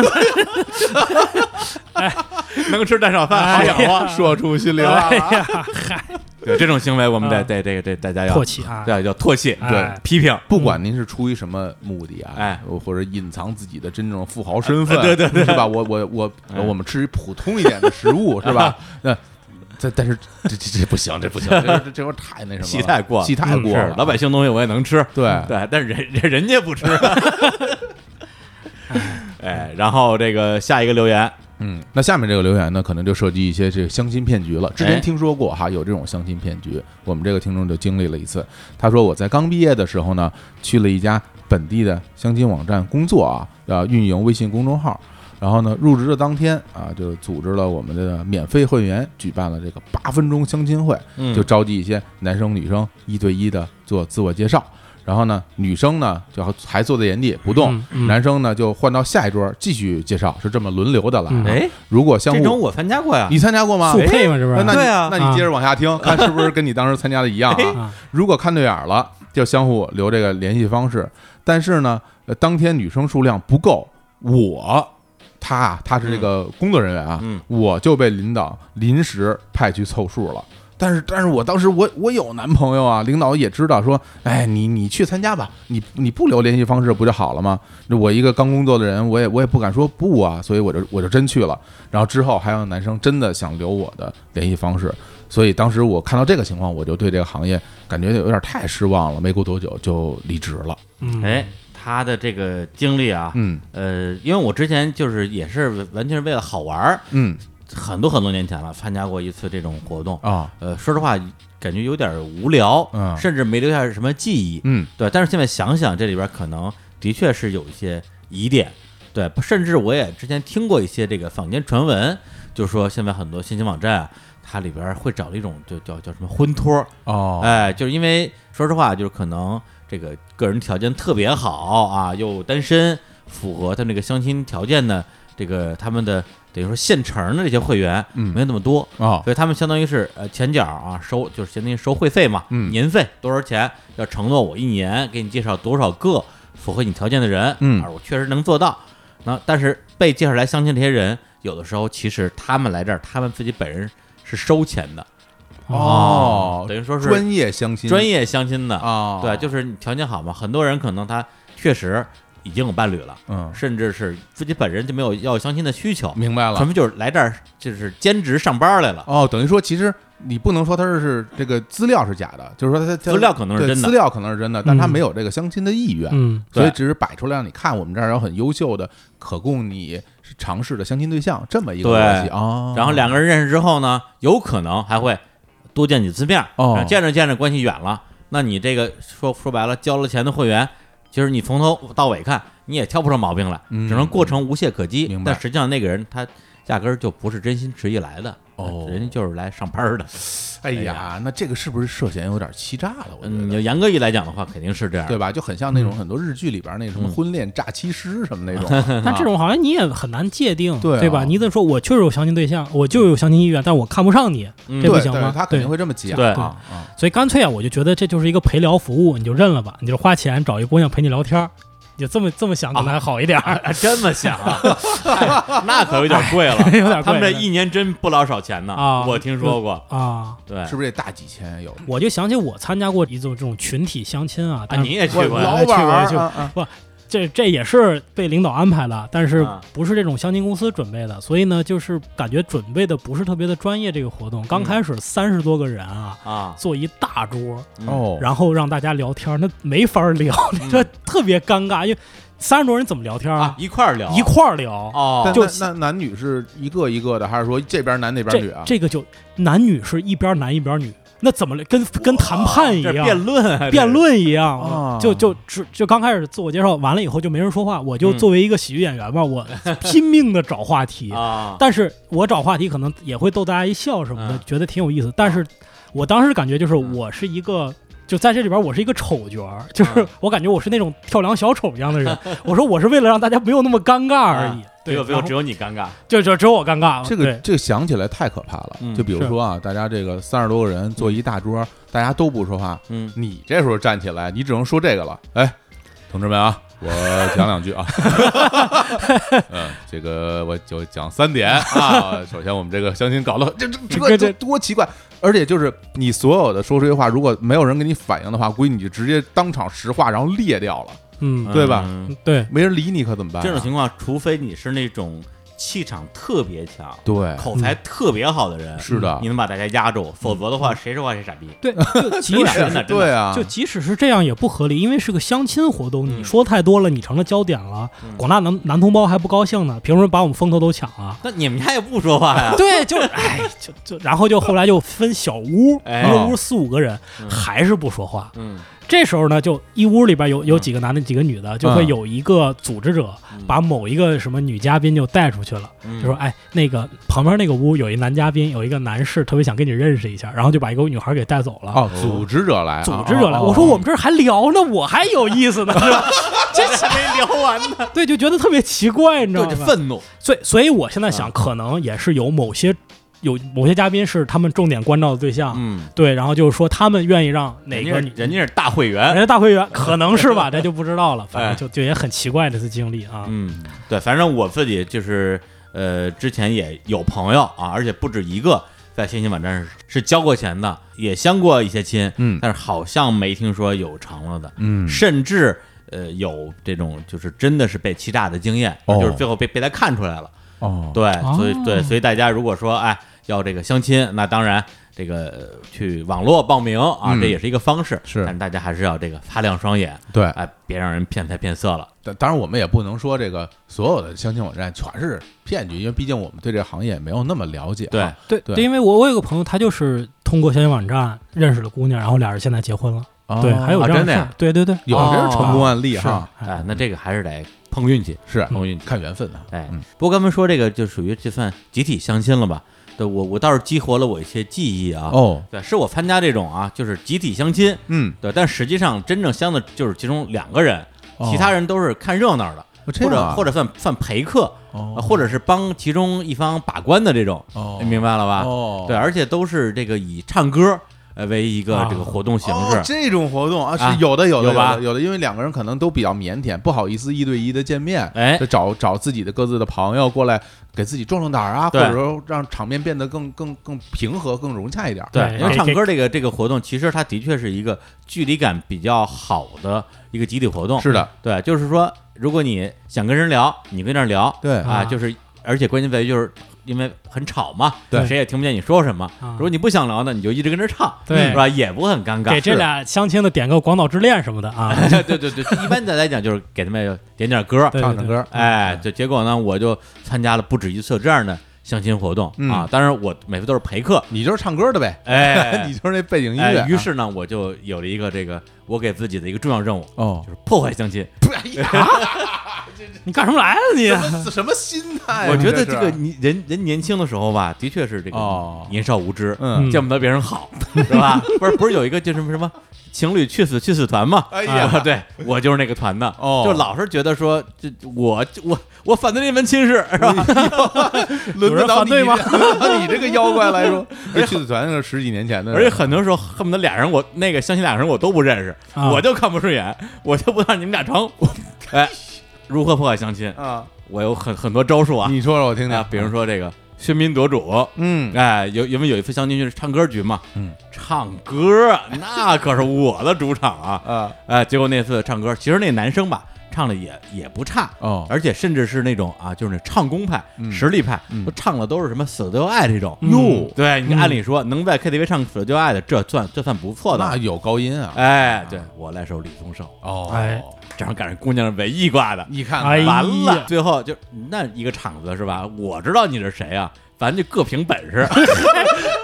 A: 能吃蛋炒饭好
E: 哎
A: 养
E: 呀
A: 活。
B: 说出心里话 啊
E: 哎。呀， 嗨，
A: 对这种行为，我们得
E: 啊
A: 得这个这大家要
E: 唾弃啊！
A: 哎对，要唾弃，
E: 哎
B: 对
A: 批评。
B: 不管您是出于什么目的啊，
A: 哎，
B: 或者隐藏自己的真正富豪身份，
A: 对对对
B: 是吧？我我我
A: 哎
B: 我们吃普通一点的食物，是 吧？那但但是这这这不行，这不行，这这这会儿太那什么了，
A: 戏太过了嗯
B: 戏太过
A: 是
B: 了，
A: 老百姓东西我也能吃，
B: 对
A: 对，但是人人人家不 吃。哎，然后这个下一个留言，
B: 嗯，那下面这个留言呢，可能就涉及一些这个相亲骗局了。之
A: 哎
B: 前听说过哈，有这种相亲骗局，我们这个听众就经历了一次。他说我在刚毕业的时候呢，去了一家本地的相亲网站工作啊，呃，运营微信公众号。然后呢，入职的当天啊，就组织了我们的免费会员举办了这个 八分钟相亲会，
A: 嗯
B: 就召集一些男生女生一对一的做自我介绍。然后呢，女生呢就还坐在原地不动，
E: 嗯嗯
B: 男生呢就换到下一桌继续介绍，是这么轮流的来啊。
E: 嗯
A: 哎，
B: 如果相
A: 这种
B: 互，
A: 我参加过呀，
B: 你参加过吗哎
E: 速？配嘛，是不
B: 那
E: 是？
B: 那
A: 对啊哎
B: 你那你接着往下听，看是不是跟你当时参加的一样啊？
E: 啊，
B: 如果看对眼儿了，就相互留这个联系方式。但是呢，呃当天女生数量不够，我她啊她是这个工作人员啊，
A: 嗯
B: 我就被领导临时派去凑数了。但是，但是我当时我我有男朋友啊，领导也知道说，哎，你你去参加吧，你你不留联系方式不就好了吗？我一个刚工作的人，我也我也不敢说不啊，所以我就我就真去了。然后之后还有男生真的想留我的联系方式，所以当时我看到这个情况，我就对这个行业感觉有点太失望了。没过多久就离职了。
E: 嗯，
A: 哎，他的这个经历啊，
B: 嗯
A: 呃，因为我之前就是也是完全是为了好玩儿，
B: 嗯
A: 很多很多年前了，参加过一次这种活动，
B: 啊
A: 呃，说实话感觉有点无聊，
B: 嗯
A: 甚至没留下什么记忆，
B: 嗯
A: 对。但是现在想想，这里边可能的确是有一些疑点，对，甚至我也之前听过一些这个坊间传闻，就说现在很多新兴网站啊，它里边会找一种就叫叫什么婚托，
B: 哦
A: 哎，就是因为说实话，就是可能这个个人条件特别好啊，又单身，符合他们这个相亲条件的这个他们的等于说现成的这些会员，
B: 嗯
A: 没有那么多，
B: 哦
A: 所以他们相当于是呃前脚啊收就是相当于收会费嘛，
B: 嗯
A: 年费多少钱，要承诺我一年给你介绍多少个符合你条件的人，
B: 嗯
A: 而我确实能做到。那但是被介绍来相亲这些人，有的时候其实他们来这儿，他们自己本人是收钱的，
B: 哦，
A: 等于说是
B: 专业相亲
A: 专业相亲的
B: 啊，
A: 对，就是你条件好嘛，很多人可能他确实已经有伴侣了，
B: 嗯，
A: 甚至是自己本人就没有要相亲的需求，
B: 明白
A: 他
B: 了。
A: 们就是来这儿就是兼职上班来了。
B: 哦，等于说其实你不能说他是这个资料是假的，就是说他他
A: 资料可能是
B: 对
A: 真的
B: 资料可能是真的，但他没有这个相亲的意
A: 啊
B: 愿。
E: 嗯，
A: 对
B: 所以只是摆出来让你看，我们这儿有很优秀的、可供你尝试的相亲对象，这么一个
A: 对
B: 逻辑啊。
A: 然后两个人认识之后呢，有可能还会多见几次面，
B: 哦
A: 然后见着见着关系远了，那你这个说说白了，交了钱的会员，其实你从头到尾看，你也挑不出毛病来，
B: 嗯
A: 只能过程无懈可击。
B: 明白
A: 但实际上那个人他压根儿就不是真心实意来的，
B: 哦
A: 人家就是来上班儿的。
B: 哎
A: 哎
B: 呀
A: 呀，
B: 那这个是不是涉嫌有点欺诈了？我觉
A: 嗯，
B: 得。
A: 要严格一来讲的话，肯定是这样。
B: 对吧？就很像那
E: 嗯
B: 种很多日剧里边那什
A: 嗯
B: 么婚恋诈欺师什么 那种，
A: 啊
E: 但这种好像你也很难界定，
B: 对啊
E: 吧？你怎么说？我确实有相亲对象，我就有相亲意愿，但我看不上你，
A: 嗯
E: 这不
B: 对
E: 行
B: 对
E: 吗？
B: 他肯定会这么讲
A: 对
B: 啊啊！
E: 所以干脆啊，我就觉得这就是一个陪聊服务，你就认了吧，你就花钱找一姑娘陪你聊天儿，你就这么这么想可能还好一点儿。
A: 啊， 这么想啊、哎那可有点贵了，
E: 有点 贵
A: 他们这一年真不老少钱呢，
E: 啊
A: 我听说过。
E: 啊，
A: 对，
B: 是不是得大几千有？
E: 我就想起我参加过一种这种群体相亲啊，
A: 啊，
E: 但
A: 你 也去
B: 我
A: 过呀？
B: 老板儿
E: 去过
B: 啊啊
E: 这这也是被领导安排的，但是
A: 啊
E: 不是这种相亲公司准备的，所以呢，就是感觉准备的不是特别的专业。这个活动
A: 嗯
E: 刚开始三十多个人啊，
A: 啊，
E: 坐一大桌，
A: 嗯，
B: 哦，
E: 然后让大家聊天儿，那没法儿聊， 这特别尴尬，因为三十多人怎么聊天儿
A: 啊，？一块儿聊，
E: 一块儿聊
A: 哦
B: 但
E: 就
B: 那那男女是一个一个的，还是说这边男那边女
E: 这
B: 啊？
E: 这个就男女是一边男一边女，那怎么了？跟跟谈判一
A: 这
E: 样，
A: 辩论啊，
E: 辩论一样，
B: 啊
E: 就就只就刚开始自我介绍完了以后就没人说话，我就
A: 嗯
E: 作为一个喜剧演员吧，我拼命的找话题
A: 这，啊，
E: 但是我找话题可能也会逗大家一笑什么的，
A: 嗯啊
E: 觉得挺有意思。但是我当时感觉就是
A: 嗯
E: 我是一个。就在这里边，我是一个丑角儿，就是
A: 嗯
E: 我感觉我是那种跳梁小丑一样 的人。我说我是为了让大家没有那么尴尬而已
A: 啊，
E: 对，
A: 只有只有
E: 然后
A: 只有你尴尬，
E: 就就只有我尴尬了。
B: 这个
E: 对
B: 这个想起来太可怕了
A: 嗯。
B: 就比如说啊，大家这个三十多个
E: 嗯
B: 人坐一大桌，大家都不说话，
A: 嗯，
B: 你这时候站起来，你只能说这个了。哎，同志们啊，我讲两句 啊。嗯，这个我就讲三点啊。首先，我们这个相亲搞得这这这
E: 这
B: 这多奇怪，而且就是你所有的说这些话，如果没有人给你反应的话，估计你就直接当场石化，然后裂掉了，
E: 嗯，
B: 对吧
A: 嗯
E: 对，
B: 没人理你可怎么办啊、
A: 这种情况，除非你是那种气场特别强、
B: 对，嗯
A: 口才特别好的人，
B: 是啊的
A: 你，能把大家压住，否则的话，谁说话谁傻逼。
E: 对，就即
A: 真
E: 使
A: 的真的
B: 对啊
E: 就，即使是这样也不合理，因为是个相亲活动，
A: 嗯
E: 你说太多了，你成了焦点了
A: 嗯，
E: 广大男男同胞还不高兴呢，凭什么把我们风头都抢啊了？
A: 那你们家也不说话呀？
E: 对，就是哎，就就然后就后来就分小屋，
A: 哎
E: 一个屋四五个人
A: 嗯，
E: 还是不说话。
A: 嗯，
E: 这时候呢，就一屋里边有有几个男的，几个女的，就会有一个组织者
A: 嗯
E: 把某一个什么女嘉宾就带出去了，
A: 嗯
E: 就说哎，那个旁边那个屋有一男嘉宾，有一个男士特别想跟你认识一下，然后就把一个女孩给带走了。
B: 哦，组织者来啊，
E: 组织者来，
B: 哦
E: 我说我们这儿还聊呢，我还有意思呢，是吧？ 这是没聊完呢， 对，就觉得特别奇怪，你知道
A: 对，这
E: 吗？
A: 愤怒，
E: 所以，所以我
B: 嗯
E: 现在想，可能也是有某些有某些嘉宾是他们重点关照的对象，
A: 嗯，
E: 对，然后就是说他们愿意让哪个
A: 人
E: 女
A: 家是人家是大会员
E: 人，家大会
B: 哎
E: 员，可能是吧，这就不知 道了，反
A: 哎
E: 正就就也很奇怪这次经历啊，
A: 嗯，对，反正我自己就是呃，之前也有朋友啊，而且不止一个在相亲网站是是交过钱的，也相过一些亲，
B: 嗯
A: 但是好像没听说有偿了的，
B: 嗯
A: 甚至呃有这种就是真的是被欺诈的经验，
B: 哦
A: 就是最后被被他看出来了，
B: 哦，
A: 对，
E: 哦
A: 所以对，所以大家如果说哎要这个相亲，那当然。这个呃去网络报名啊，
B: 嗯
A: 这也是一个方式，
B: 是
A: 但是大家还是要这个擦亮双眼，
B: 对，
A: 哎，别让人骗财骗色了。
B: 但当然，我们也不能说这个所有的相亲网站全是骗局，因为毕竟我们对这个行业也没有那么了解、
A: 对，
B: 啊。
E: 对
B: 对
E: 因为我我有个朋友，他就是通过相亲网站认识了姑娘，然后俩人现在结婚了，
B: 哦
E: 对，还有
B: 啊
E: 这样
B: 真
E: 的
B: 的
E: 事
B: 呀
E: 儿，对对对，
B: 有
A: 哦
B: 这是成功啊案例
E: 是
B: 哈，
A: 哎，那这个还是得碰运气，
B: 是
A: 碰运气。
B: 看缘分的。
A: 哎
B: 嗯，
A: 不过刚才说这个就属于这算集体相亲了吧？对我我倒是激活了我一些记忆啊。，
B: 哦，
A: 对，是我参加这种啊，就是集体相亲，
B: 嗯，
A: 对，但实际上真正相的就是其中两个人，
B: 哦
A: 其他人都是看热闹的，
B: 哦这
A: 或
B: 样
A: 者
B: 啊
A: 或者算算陪客，
B: 哦
A: 呃或者是帮其中一方把关的这种，
B: 哦
A: 你明白了吧？
B: 哦
A: 啊对，而且都是这个以唱歌呃为一个
E: 啊
A: 这个活动形
B: 哦
A: 式。
B: 这种活动啊，
A: 啊
B: 是有的，有的，
A: 有吧
B: 的有的，因为两个人可能都比较腼腆，不好意思一对一的见面，
A: 哎
B: 就找找自己的各自的朋友过来，给自己壮壮胆儿啊，或
A: 对
B: 者说让场面变得更更更平和、更融洽一点儿。
A: 对，因
E: 哎
A: 为
E: 哎
A: 唱
E: 这
A: 歌这个这个活动，其实它的确是一个距离感比较好的一个集体活动。
B: 是的，
A: 对，就是说，如果你想跟人聊，你跟那儿聊，
B: 对
A: 啊，
E: 啊
A: 就是，而且关键在于就是因为很吵嘛，
B: 对
A: 谁也听不见你说什么。
E: 啊
A: 如果你不想聊呢，你就一直跟这儿唱，
E: 对
A: 是吧？也不会很尴尬。
E: 给这俩相亲的点个《广岛之恋》什么的啊，
A: 是， 对对对，一般的来讲就是给他们点点歌，哎
E: 对
B: 唱唱歌，
A: 哎，就结果呢，我就参加了不止一次这样的相亲活动、
B: 嗯
A: 啊。当然，我每次都是陪 客，
B: 你就是唱歌的呗，，
A: 哎
B: 你就是那背景音乐
A: 哎
B: 啊。
A: 于是呢，我就有了一个这个我给自己的一个重要任务，
B: 哦
A: 就，是破坏相 亲。
B: 哎呀，
E: 你干什么来啊 你？
B: 什么心态啊？
A: 我觉得
B: 是
A: 这个你人人年轻的时候吧，的确是这个
B: 哦
A: 年少无知，
B: 嗯
A: 见不得别人 好，是吧？不是不是有一个就是什么情侣去死去死团嘛？
B: 哎呀
A: 啊对我就是那个团的，
B: 哦
A: 就老是觉得说这我我我反对这门亲事是
B: 哎
A: 吧？
B: 轮得到你
E: 有人反
B: 这轮得 到你这个妖怪来 说，而且去死团是十几年前的，
A: 而且很多时候恨不得俩人我那个相亲俩人我都不认识，
E: 啊
A: 我就看不顺眼， 我就不让你们俩成。 哎，如何破坏相亲？
B: 啊，
A: 我有很很多招数啊，
B: 你说说我听
A: 啊比
B: 听，，
A: 如，说这个喧宾夺主。
B: 嗯，
A: 哎，有因为有一次相亲就是唱歌局嘛，
B: 嗯，
A: 唱歌啊那可是我的主场啊！
B: 啊，
A: 哎，结果那次唱歌，其实那男生吧唱的也也不差，
B: 哦，嗯
A: 而且甚至是那种啊，就是那唱功派、实力派，都唱的都是什么《死都要爱》这种。嗯
E: 哟
A: 对你按理说能在 KTV 唱《死都要爱》的，这算这算不错
B: 那
A: 的。
B: 有高音啊，
A: 哎，对我来首李宗盛，
B: 哦，
E: 哎
A: 正好赶上姑娘唯一挂的，
B: 你看看，
E: 哎呀
A: 完了，最后就那一个场子是吧？我知道你是谁啊，咱就各凭本 事。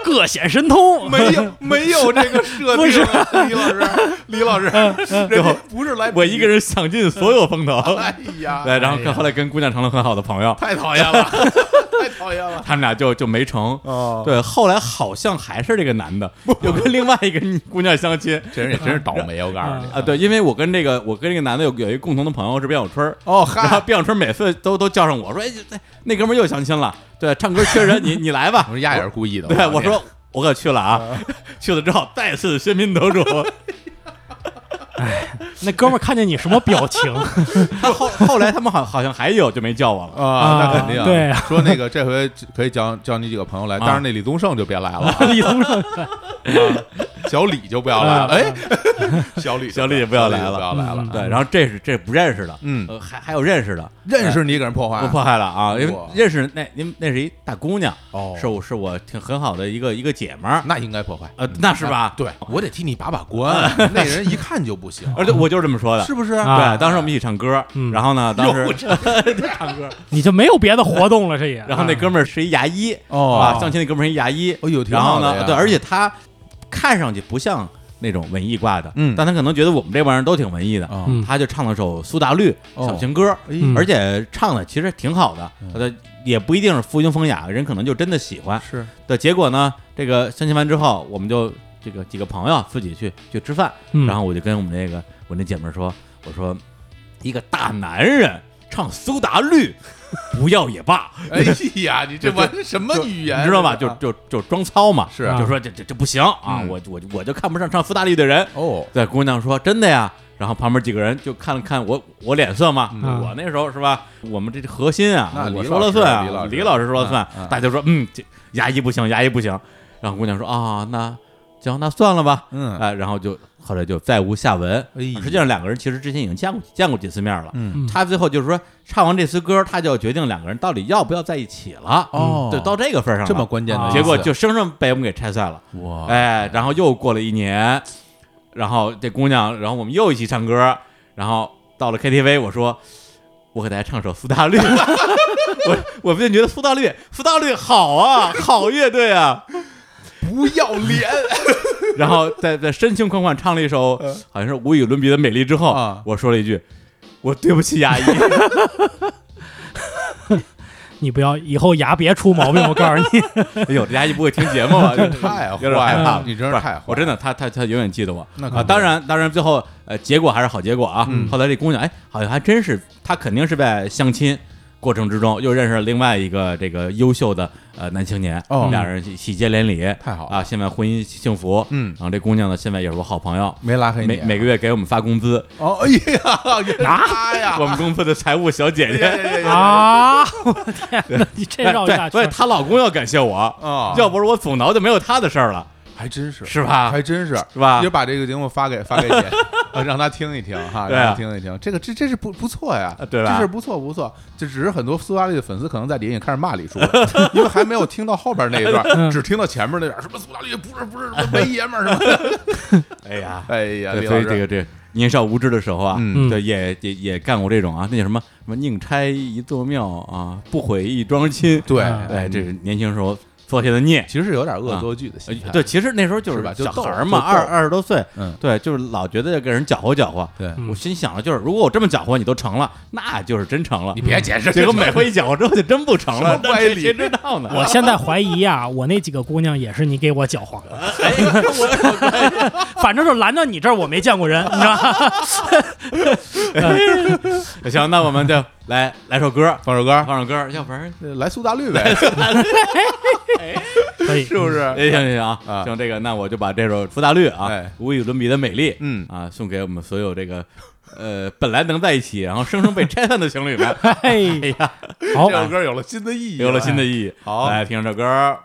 E: 各显神通，
B: 没有没有这个设定，
E: 不是
B: 李老师，李老师，人家不是来
A: 嗯我一个人想尽所有风头。
B: 哎呀，
A: 对，
B: 哎
A: 然后
E: 哎
A: 跟
E: 呀
A: 后来跟姑娘成了很好的朋友，
B: 太讨厌了， 太讨厌了，
A: 他们俩就就没成。
B: 哦，
A: 对，后来好像还是这个男的又跟另外一个女姑娘相亲
B: 真是真是倒霉，我告诉你，
A: 啊。对，因为我跟这个我跟这个男的有有一个共同的朋友是卞小春儿，
B: 哦
A: 然后
B: 嗨，
A: 卞小春每次都都叫上我说，哎，这那哥们儿又相亲了，对，唱歌缺人，你你来吧
B: 我。说丫也是故意 的，
A: 对，
B: 我
A: 我说我可去了啊，
B: 嗯
A: 去了之后再次喧宾夺 主。
E: 那哥们儿看见你什么表 情？
A: 他后后来他们好好像还有就没叫我了。
B: 啊，那肯定，
E: 啊对啊
B: 说那个这回可以叫叫你几个朋
A: 啊
B: 友来，当然那李宗盛就别 来了，啊
E: 李宗盛，
B: 小李就不要来了，
E: 啊
B: 哎， 小李
A: 小李也不要来了
B: 小李就不要来了，
E: 嗯
A: 对，然后这是这是不认识的，
B: 嗯
A: 呃还还有认识的，
B: 认识你给人破坏
A: 我，迫害了啊，因为
B: 哇
A: 认识那您那是一大姑娘，
B: 哦嗯
A: 是我是我挺很好的一个一个姐们儿，
B: 那应该破坏，
A: 呃，那是吧？
B: 对，我得替你把把关， 那人一看就不行，
A: 而且我就是这么说的，
B: 是不是？
E: 啊
A: 对，当 时我们一起唱歌，
E: 嗯
A: 然后呢，当时，
E: 唱歌，你就没有别的活动了，这也。 嗯
A: 然后那哥们儿是一牙医，
B: 嗯哦
A: 啊，相亲那哥们儿是一牙医，
B: 哎呦挺
A: 然
B: 好
A: 后
B: 的呀
A: 呢，对，而且他看上去不像那种文艺挂的，
B: 嗯
A: 但他可能觉得我们这帮人都挺文艺的，
B: 啊，
E: 嗯
A: 他就唱了首苏打绿
B: 哦嗯
A: 小情歌，
E: 嗯
A: 而且唱的其实挺好的，呃，也不一定是附庸风雅，人可能就真的喜欢。
B: 是
A: 的结果呢，这个相亲完之后，我们就这个几个朋友啊自己去去吃饭，
E: 嗯
A: 然后我就跟我们那个我那姐们儿说，我说一个大男人唱苏打 绿，不要也罢，
B: 哎呀，你这玩什么语言？啊
A: 你知道吧？就就就装糙嘛，
B: 是啊
A: 就说这这这不行啊，
B: 嗯
A: 我我我就看不上唱苏打绿的人。
B: 哦，
A: 对，姑娘说真的呀。然后旁边几个人就看了看我我脸色嘛，
E: 嗯
A: 我那时候是吧？我们这核心啊
B: 那，
A: 我
B: 李
A: 说
B: 老
A: 了
B: 师
A: 算啊，
B: 李老师
A: 李老师说了算
B: 嗯嗯，
A: 大家说嗯，这牙医不行，牙医不行。然后姑娘说啊，那行，那算了吧，
B: 嗯
A: 哎，然后就后来就再无下文。
B: 哎呀
A: 实际上两个人其实之前已经见过见过几次面了，
B: 嗯
A: 他最后就是说唱完这次歌，他就要决定两个人到底要不要在一起了。
B: 哦
A: 对，到这个份儿上了
B: 这么啊关键的一次，
A: 结果就生生被我们给拆散了。
B: 哇，
A: 哎，然后又过了一年，然后这姑娘，然后我们又一起唱歌，然后到了 KTV，我说我给大家唱首苏打绿， 我我们就觉得苏打绿，苏打绿好啊，好乐队啊，
B: 不要脸，
A: 然后在在深情款款唱了一首
B: 嗯
A: 好像是无与伦比的美丽之后，
B: 啊
A: 我说了一句。我对不起牙医，
E: 你不要以后牙别出毛病，我告诉你。
A: 哎呦，这牙医不会听节目 啊，这
B: 太
A: 有点
B: 坏
A: 害
B: 了
A: 怕，
B: 你真是
A: 不
B: 太坏了
A: 我真的，他他他永远记得我
B: 那可
A: 啊。
B: 不嗯
A: 当然，当然，最后呃，结果还是好结果啊。后来这姑娘，哎，好像还真是，她肯定是在相亲过程之中又认识了另外一个这个优秀的呃男青年，
B: 哦
A: 俩人喜喜结连理，
B: 太好了
A: 啊，现在婚姻幸福。
B: 嗯
A: 然后这姑娘呢，现在也是我好朋友，
B: 没拉黑你
A: 每
B: 啊，
A: 每个月给我们发工 资，
B: 哦，哎 呀，原来他呀，哎
A: 我们公司的财务小姐姐。
E: 啊！我的天哪，你这绕一
A: 对，
E: 大
A: 所以
E: 圈，
A: 她老公要感谢我，
B: 啊，
A: 要不是我总挠就没有她的事儿了，
B: 还真是
A: 是吧？
B: 还真是
A: 啊是吧
B: 也把这个节目发给发 给姐，啊让她听一听哈，
A: 对啊
B: 让她听一听，这个这这是不不错呀
A: 啊，对吧
B: 这是不错不错，这只是很多苏打绿的粉丝可能在底下也开始骂李叔了，因为还没有听到后边那一段，
E: 嗯
B: 只听到前 面那点儿什么苏打绿不是不是什么没爷们儿什么的，
A: 哎呀，
B: 哎呀，
A: 对
B: 李
A: 所
B: 老
A: 以这
B: 师
A: 个这年少无知的时候啊，
B: 嗯
A: 对，也也也干过这种啊，那叫什么什么宁拆一座庙啊，不毁一桩亲。
B: 对
E: 啊
A: 哎，这是年轻时候做下的孽。
B: 其实是有点恶作剧的心态，嗯
A: 呃对，，其实那时候就是
B: 哎吧就
A: 小
B: 逗
A: 孩儿嘛，
B: 就逗
A: 二二十多岁，
B: 嗯，
A: 对，就是老觉得给人搅和搅和。
B: 对，
E: 嗯
A: 我心想的就是，如果我这么搅和你都成了，那就是真成了
B: 你。别解释，
A: 结果每回一搅和之后就真不成了
B: 什，么
A: 那
B: 歪
A: 谁
B: 理
A: 谁知道呢？
E: 我现在怀疑啊，我那几个姑娘也是你给我搅黄哎的，反正就拦到你这儿，我没见过人，你知道吗？
A: 行，那我们就来来首歌，
B: 放首歌，
A: 放首歌，要不然
B: 来苏打 绿呗，
E: 可以，
B: 是不是？
A: 哎，行行行啊，
B: 啊
A: 行这个，那我就把这首《苏打绿》啊
B: 哎，
A: 无与伦比的美丽，
B: 嗯
A: 啊，送给我们所有这个呃本来能在一起，然后生生被拆散的情侣 们，
E: 哎，
A: 哎呀，
E: 好
B: 这，首歌有了哎新的意义，
A: 有了新的意义。
B: 好
A: 来听这歌。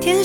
F: 天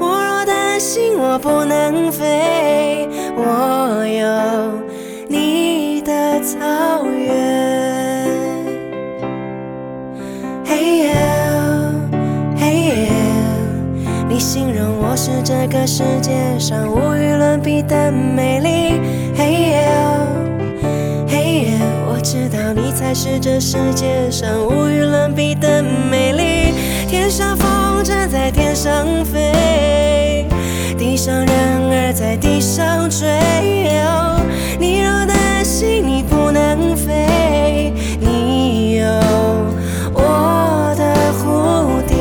F: 我若担心我不能飞，我有你的草原。嘿呦，嘿呦，你形容我是这个世界上无与伦比的美丽。嘿呦。嘿耶，我知道你才是这世界上无与伦比的美丽。天上风筝在天上飞，地上人儿在地上追。哦你若担心你不能飞，你有我的蝴蝶。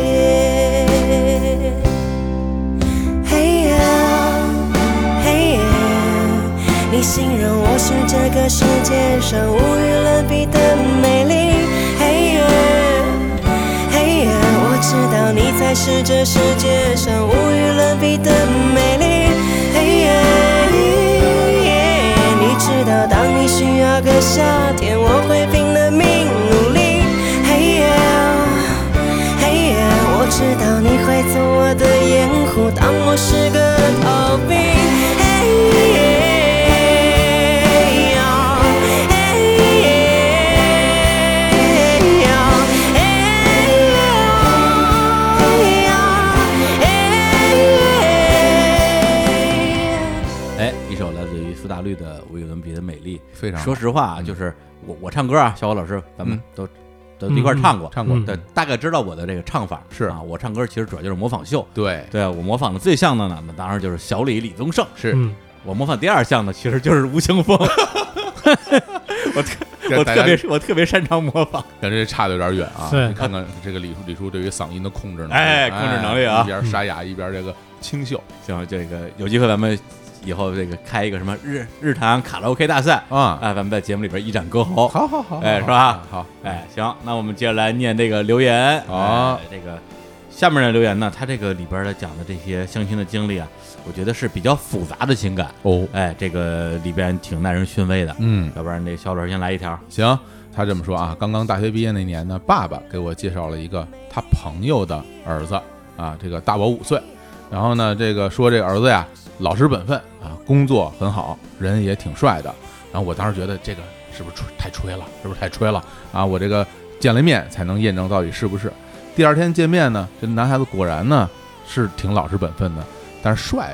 F: 嘿呀，嘿呀，你形容我是这个世界上无与伦比的美丽。嘿呀，嘿呀，我知道你才是这世界上无与伦比的美丽。嘿呀，你知道当你需要个夏天，我会拼了命努力。嘿呀。嘿呀，我知道你会从我的掩护当我是个逃兵。嘿呀，嘿呀，嘿呀，嘿呀。
A: 哎，一首来自于苏打绿的《无与伦比的美丽》。
B: 非常好嗯
A: 说实话啊，就是我我唱歌啊，小伙老师，咱们都都一块儿唱过，
B: 唱过
E: 嗯
A: 对，大概知道我的这个唱法
B: 是
A: 啊。我唱歌其实主要就是模仿秀，
B: 对，
A: 对啊我模仿的最像的呢，那当然就是小李李宗盛。
B: 是
E: 嗯，
A: 我模仿第二项呢，其实就是吴青峰。我特我
B: 大
A: 特
B: 家
A: 别我特别擅长模仿，
B: 感觉差的有点远啊。
E: 对
B: 你看看这个李叔，李叔对于嗓音的控制能力，
A: 哎控制能力啊
B: 一边沙哑一边这个清秀
A: 行，这个有机会咱们以后这个开一个什么日日坛卡拉 OK 大赛啊，
B: 啊。
A: 咱们在节目里边一展歌喉。
B: 好好好，
A: 哎
B: 好
A: 是吧
B: 好，
A: 哎，行，那我们接着来念这个留言
B: 好
A: 哎这个下面的留言呢，它这个里边的讲的这些相亲的经历啊，我觉得是比较复杂的情感，
B: 哦，
A: 哎，这个里边挺耐人寻味的。
B: 嗯，
A: 要不然，这小老师先来一条。
B: 行，他这么说啊，刚刚大学毕业那年呢，爸爸给我介绍了一个他朋友的儿子啊，这个大我五岁。然后呢，这个说这儿子呀，老实本分啊，工作很好，人也挺帅的。然后我当时觉得这个是不是吹太吹了，是不是太吹了啊？我这个见了面才能验证到底是不是。第二天见面呢，这男孩子果然呢是挺老实本分的，但是帅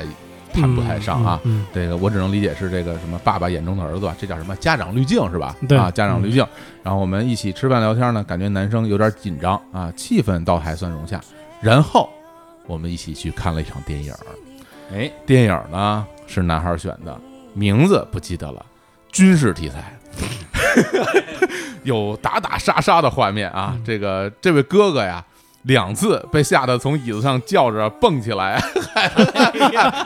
B: 谈不太上啊。
E: 嗯，
B: 这个我只能理解是这个什么爸爸眼中的儿子吧，这叫什么家长滤镜是吧？
E: 对
B: 啊，家长滤镜。然后我们一起吃饭聊天呢，感觉男生有点紧张啊，气氛倒还算融洽。然后我们一起去看了一场电影儿，
A: 哎，
B: 电影儿呢是男孩儿选的，名字不记得了，军事题材。 有打打杀杀的画面啊！这个这位哥哥呀，两次被吓得从椅子上叫着蹦起来，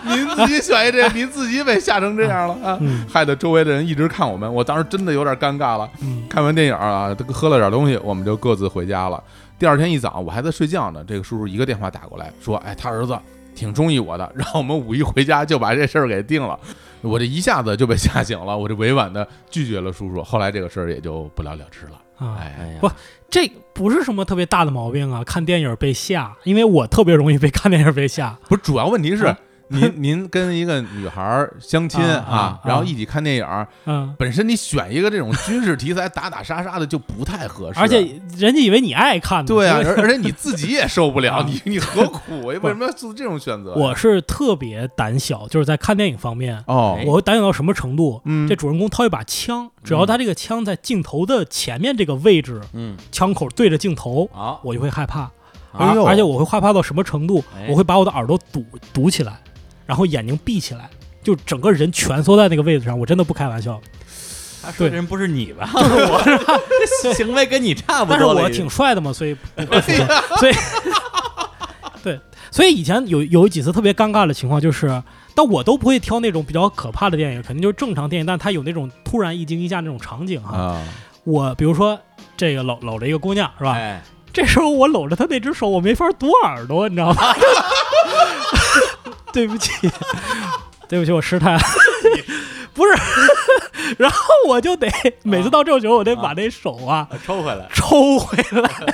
B: 您自己选一这，您自己被吓成这样了啊！
E: 嗯
B: 害得周围的人一直看我们，我当时真的有点尴尬了。
E: 嗯
B: 看完电影啊，喝了点东西，我们就各自回家了。第二天一早，我还在睡觉呢，这个叔叔一个电话打过来，说：“哎，他儿子挺中意我的，让我们五一回家就把这事儿给定了。” 我这一下子就被吓醒了， 我这委婉的拒绝了叔叔。后来这个事儿也就不了了之了。
E: 啊，
B: 哎，
A: 呀
E: 不这不是什么特别大的毛病啊。看电影被吓，因为我特别容易被看电影被吓。
B: 不是，主要问题是
E: 啊
B: 您您跟一个女孩儿相亲
E: 啊啊
B: 啊
E: 啊，
B: 然后一起看电影儿，
E: 嗯，
B: 本身你选一个这种军事题材打打杀杀的就不太合
A: 啊
B: 适，嗯
E: 而且人家以为你爱看呢。
B: 对啊，
E: 结果
B: 而而且你自己也受不了，
E: 啊
B: 你你何苦呀？为什么要做这种选择呀？
E: 我是特别胆小，就是在看电影方面，
B: 哦
A: 哎，
E: 我胆小到什么程度？
B: 嗯
E: 这主人公掏一把枪，只要他这个枪在镜头的前面这个位置，
A: 嗯，
E: 枪口对着镜头，
A: 好，
E: 我就会害怕。
B: 哎呦
E: 而而且我会害怕到什么程度？
A: 啊哎
E: 我会把我的耳朵堵堵起来，然后眼睛闭起来，就整个人蜷缩在那个位子上。我真的不开玩笑，
A: 他说
E: 对
A: 的人不是你吧？我 这行为跟你差不
E: 但是
A: 多了
E: 我
A: 已
E: 挺
A: 经，
E: 帅的嘛，所以不 会浮现所以对，所以以前有有几次特别尴尬的情况就是。但我都不会挑那种比较可怕的电影，肯定就是正常电影，但它有那种突然一惊一乍那种场景
A: 哎
E: 哈。
B: 啊，
E: 我比如说这个搂搂着一个姑娘是吧？
A: 哎，
E: 这时候我搂着她那只手，我没法堵耳朵，你知 道吗？对不起，对不起，我失态了。不是，然后我就
A: 啊
E: 得每次到这种时候，我得把那手啊
A: 我抽回来。
E: 抽回 来，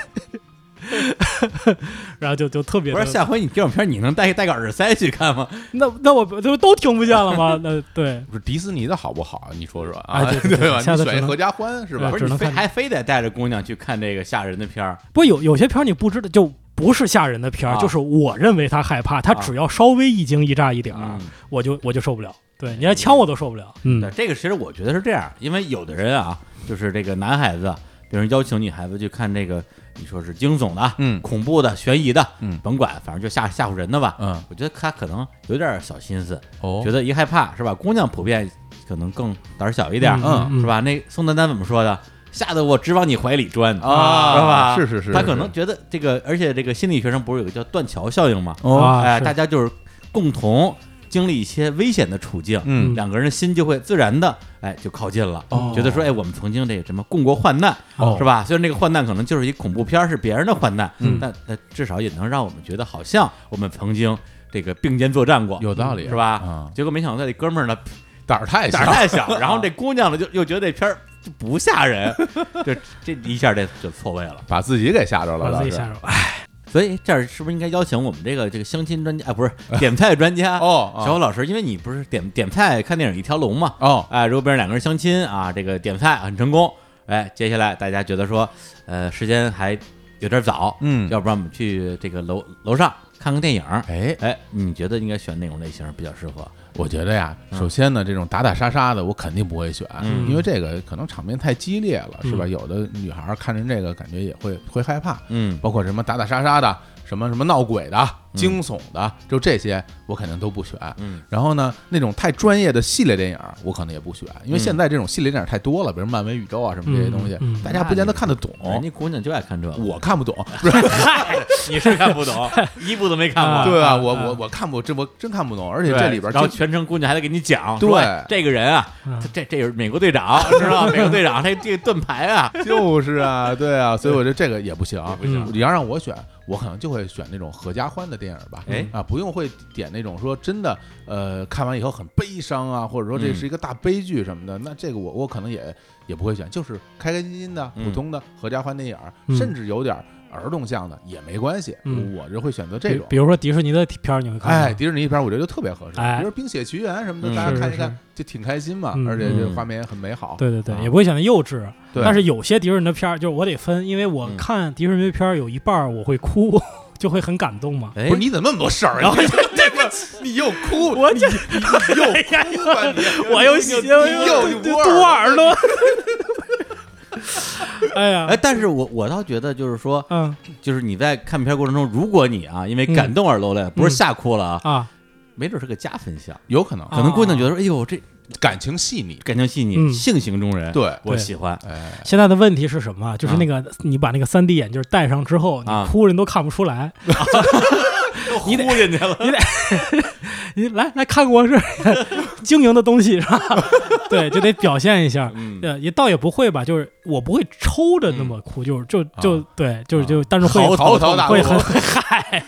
E: 然后就就特别
A: 不
E: 的
A: 是下回你这种片儿你能带带个耳塞去看吗？
E: 那那我就都听不见了吗？那对
B: 不是迪士尼的好不好？你说说啊，
E: 哎对 对对
B: 吧？
E: 下
B: 你
E: 次
B: 选
E: 只
B: 一
E: 能
B: 合家欢是吧
E: 对
A: 不？是
E: 啊只
A: 你
E: 能
A: 非
E: 看
A: 还非得带着姑娘去看这个吓人的片儿，
E: 不过有有些片儿你不知道，就不是吓人的片儿，
A: 啊
E: 就是我认为他害怕，他
A: 啊
E: 只要稍微一惊一乍一点儿
A: 嗯，
E: 我就我就受不了。对，你连枪我都受不了。
A: 对，
E: 嗯
A: 这个其实我觉得是这样，因为有的人啊，就是这个男孩子，比如邀请女孩子去看这个，你说是惊悚的、
B: 嗯
A: 恐怖的、悬疑的，
B: 嗯
A: 甭管，反正就吓吓唬人的吧。
B: 嗯，
A: 我觉得他可能有点小心思，
B: 哦
A: 觉得一害怕是吧？姑娘普遍可能更胆儿小一点，
E: 嗯
A: 是吧？那宋丹丹怎么说的？吓得我直往你怀里钻
B: 啊
A: 是吧？
B: 是是是
A: 他
B: 是
A: 可能觉得这个，而且这个心理学上不是有个叫断桥效应吗？
B: 哦
E: 啊
A: 哎，
E: 是
A: 大家就是共同经历一些危险的处境，
B: 嗯
A: 两个人的心就会自然的，哎，就靠近了，
B: 哦
A: 觉得说，哎，我们曾经这个什么共过患难，
B: 哦
A: 是吧？虽然这个患难可能就是一恐怖片儿，是别人的患难，
E: 嗯
A: 但但至少也能让我们觉得好像我们曾经这个并肩作战过，
B: 有道理
A: 是吧？
B: 啊
A: 结果没想到这哥们儿呢
B: 胆儿太小
A: 胆儿太 小，然后这姑娘呢就又觉得这片儿就不吓 人，就这一下这就错位了。
B: 把自己给吓着了，
E: 把自己
B: 倒是
E: 吓着。哎，
A: 所以这儿是不是应该邀请我们这个这个相亲专家啊， 不是点菜专家
B: 哦啊
A: 小欧老师，因为你不是点点菜看电影一条龙嘛，
B: 哦，
A: 哎，如果别人两个人相亲啊，这个点菜很成功，哎，接下来大家觉得说，呃，时间还有点早，
B: 嗯
A: 要不然我们去这个楼楼上看看电影。
B: 哎，
A: 哎，你觉得应该选哪种类型比较适合？
B: 我觉得呀，首先呢，这种打打杀杀的，我肯定不会选，
A: 嗯
B: 因为这个可能场面太激烈了，是吧？
E: 嗯
B: 有的女孩儿看着这个，感觉也会会害怕，
A: 嗯，
B: 包括什么打打杀杀的，什么什么闹鬼的、惊悚的，就这些，我肯定都不选。
A: 嗯，
B: 然后呢，那种太专业的系列电影儿，我可能也不选，因为现在这种系列电影儿太多了，比如漫威宇宙啊什么这些东西，
E: 嗯嗯
B: 大家不见得看得懂。
A: 哦人家姑娘就爱看这，
B: 我看不懂，不是
A: 你是看不懂，一部都没看过。
B: 对吧？我我我看不这我真看不懂，而且
A: 嗯对
B: 这里边
A: 然后
B: 真
A: 全程姑娘还得给你讲，
B: 对
A: 说哎这个人啊，
E: 嗯
A: 他这这是美国队长，知道吧？美国队长，他这个盾牌啊，
B: 就是啊，对啊，所以我觉得这个也不行，
A: 不行
B: 你要让我选，我可能就会选那种合家欢的电影吧。
A: 哎
B: 啊，不用会点那种说真的，呃，看完以后很悲伤啊，或者说这
A: 嗯
B: 是一个大悲剧什么的，那这个我我可能也也不会选，就是开开心心的
A: 嗯
B: 普通的合家欢电影，
E: 嗯
B: 甚至有点儿童向的也没关系，
E: 嗯
B: 我就会选择这
E: 比
B: 种。
E: 比如说迪士尼的片儿，你会看吗？
B: 哎，迪士尼片儿我觉得就特别合适，
E: 哎
B: 比如《冰雪奇缘》什么
A: 嗯
B: 的，大
E: 是
B: 家
E: 是
B: 看一看
E: 是
B: 就挺开心嘛，
E: 嗯
B: 而且这
A: 嗯
B: 画面也很美好。
E: 对对对
B: 啊，
E: 也不会显得幼稚。
B: 对
E: 但是有些迪士尼的片儿，就是我得分，因为我
A: 嗯
E: 看迪士尼的片儿有一半儿我会哭，就会很感 动嘛。
A: 哎
B: 不是你怎么那么多事儿啊？这个你又哭，
E: 我 这
B: 你又哭吧你，
E: 我又
B: 你
E: 我又
B: 又
E: 堵耳朵。哎呀
A: 哎，，但是我我倒觉得就是说，
E: 嗯
A: 就是你在看片过程中，如果你啊因为感动而落泪，不是吓哭了啊，
E: 啊
A: 没准是个加分项。
B: 有可能
E: 啊
A: 哦可能姑娘觉得说，哎呦，这
B: 感情细腻，
A: 感情细腻，
E: 嗯
A: 性情中人，
B: 对
A: 我
E: 对
A: 喜欢。
B: 哎，
E: 现在的问题是什么啊？就是那个、你把那个三 D 眼镜戴上之后，
A: 啊
E: 你哭人都看不出来。
A: 你得 人家了，
E: 你来来看我是 经营的东西是吧？ 对，就得表现一下。
A: 嗯
E: 呃，也倒也不会吧，就是我不会抽着那么哭，就是就就对，就是就，但是会
A: 嚎
B: 嚎啕大哭
E: 会，很嗨，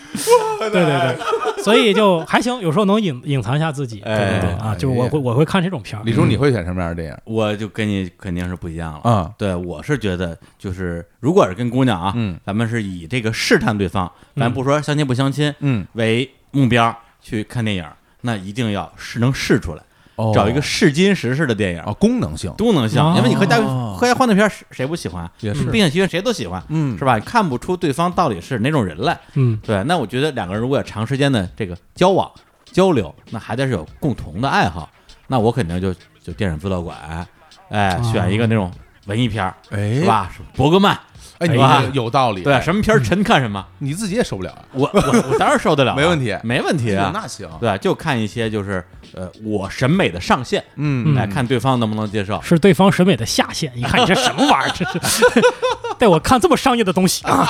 E: 对对对，所以就还行，有时候能隐隐藏一下自己，对对对
A: 哎
E: 啊，就是我会我会看这种片儿嗯
B: 李，叔你会选什么样的电影
A: 我就跟你肯定是不一样了。
B: 啊？
A: 对，我是觉得就是，如果是跟姑娘啊，
B: 嗯
A: 咱们是以这个试探对方，咱
E: 嗯
A: 不说相亲不相亲
B: 嗯，
A: 为目标去看电影，那一定要试能试出来，
B: 哦
A: 找一个试金石式的电影，
B: 啊功能性，
A: 都能像，
E: 哦
A: 因为你和家合家欢的片儿谁谁不喜欢啊？
B: 也是
A: 并且其实谁都喜欢，
B: 嗯
A: 是吧？看不出对方到底是哪种人来。
E: 嗯
A: 对，那我觉得两个人如果有长时间的这个交往交流，那还得是有共同的爱好，那我肯定就就电影资料馆，
B: 哦
A: 哎，选一个那种文艺片儿，
B: 哎
A: 是？吧？是伯格曼，
B: 哎，你
A: 是吧
B: 这个有道理，哎
A: 对，什么片儿陈看什么，
B: 你自己也受不了啊，
A: 我我我当然受得了啊，
B: 没问题
A: 没问题
B: 哎呦
A: 啊。
B: 那行，
A: 对，就看一些就是呃我审美的上限，
B: 嗯
A: 哎，看对方能不能接 受。
E: 是对方审美的下限。你看你这什么玩意儿，这是 带我看这么商业的东西啊！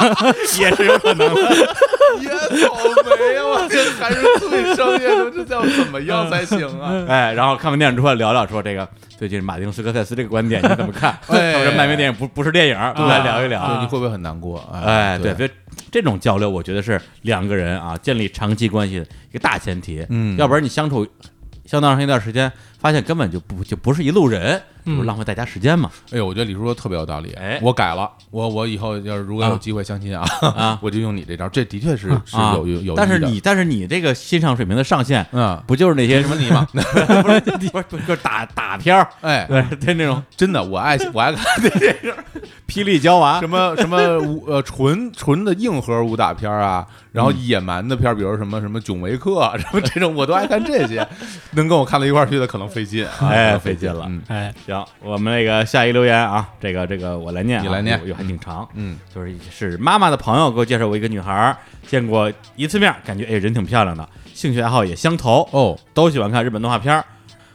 A: 也是有可能的。
B: 也倒霉啊！我这还是最商业的，这叫怎么样才行啊？
A: 哎，然后看完电影之后聊聊说这个最近马丁斯科塞斯这个观点你怎么看？
B: 哎啊
A: 或者漫威电影不不是电影，都来聊一聊。
B: 对，你会不会很难过？
A: 哎，对，所
B: 对，
A: 以这种交流，我觉得是两个人啊建立长期关系的一个大前提。
B: 嗯
A: 要不然你相处相当长一段时间，发现根本就不就不是一路人，这不是
E: 嗯
A: 浪费大家时间嘛？
B: 哎呦，我觉得李叔说特别有道理。
A: 哎
B: 我改了，我我以后要是如果有
A: 啊
B: 机会相亲啊，
A: 啊
B: 我就用你这招。这的确是是
A: 啊
B: 有有有益的，
A: 但是你啊但是你这个欣赏水平的上限，
B: 嗯，
A: 不就是那些什么 你吗？不是不是不是就是打打片儿，
B: 哎，
A: 对，对那种
B: 真的，我爱我爱看
A: 霹雳娇娃
B: 什么什么武呃纯纯的硬核武打片儿啊，然后
A: 嗯
B: 野蛮的片儿，比如什么什么囧维克啊什 么这种，我都爱看 这些。能跟我看到一块儿去的可能费劲啊，
A: 哎，
B: 可能
A: 费劲了。
B: 嗯
E: 哎，
A: 行，我们那个下一留言啊，这个这个我来念啊、
B: 你来念
A: 有有还挺长，
B: 嗯，
A: 就是是妈妈的朋友给我介绍过一个女孩儿，见过一次面，感觉哎人挺漂亮的，兴趣爱好也相投，
B: 哦，
A: 都喜欢看日本动画片儿，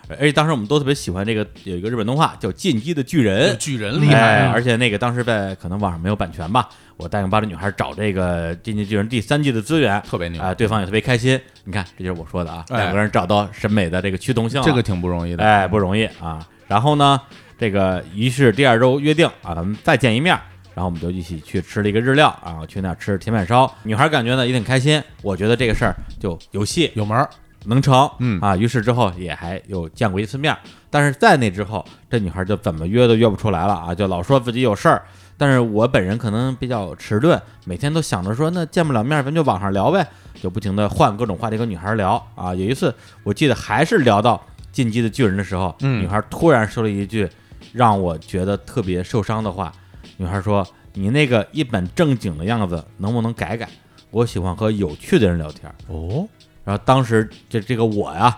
A: 而且当时我们都特别喜欢这个有一个日本动画叫《进击的巨人》，
B: 巨人
E: 厉害
A: 哎
B: 嗯
E: 啊
A: 而且那个当时在可能网上没有版权吧，我带领八的女孩找这个《进击的巨人》第三季的资源，
B: 特别牛
A: 啊、对方也特别开心。你看，这就是我说的啊，
B: 哎
A: 两个人找到审美的这个趋同性了，
B: 这个挺不容易的。
A: 哎，不容易啊。然后呢，这个于是第二周约定啊，咱们再见一面儿。然后我们就一起去吃了一个日料啊，去那儿吃铁板烧。女孩感觉呢也挺开心，我觉得这个事儿就有戏
B: 有门儿，
A: 能成，
B: 嗯
A: 啊。于是之后也还有见过一次面儿，但是在那之后，这女孩就怎么约都约不出来了啊，就老说自己有事儿。但是我本人可能比较迟钝，每天都想着说，那见不了面儿，咱就网上聊呗，就不停的换各种话题跟女孩聊啊。有一次我记得还是聊到进击的巨人的时候，
B: 嗯
A: 女孩突然说了一句让我觉得特别受伤的话，女孩说：“你那个一本正经的样子能不能改改？我喜欢和有趣的人聊天。”
B: 哦，
A: 然后当时这这个我呀，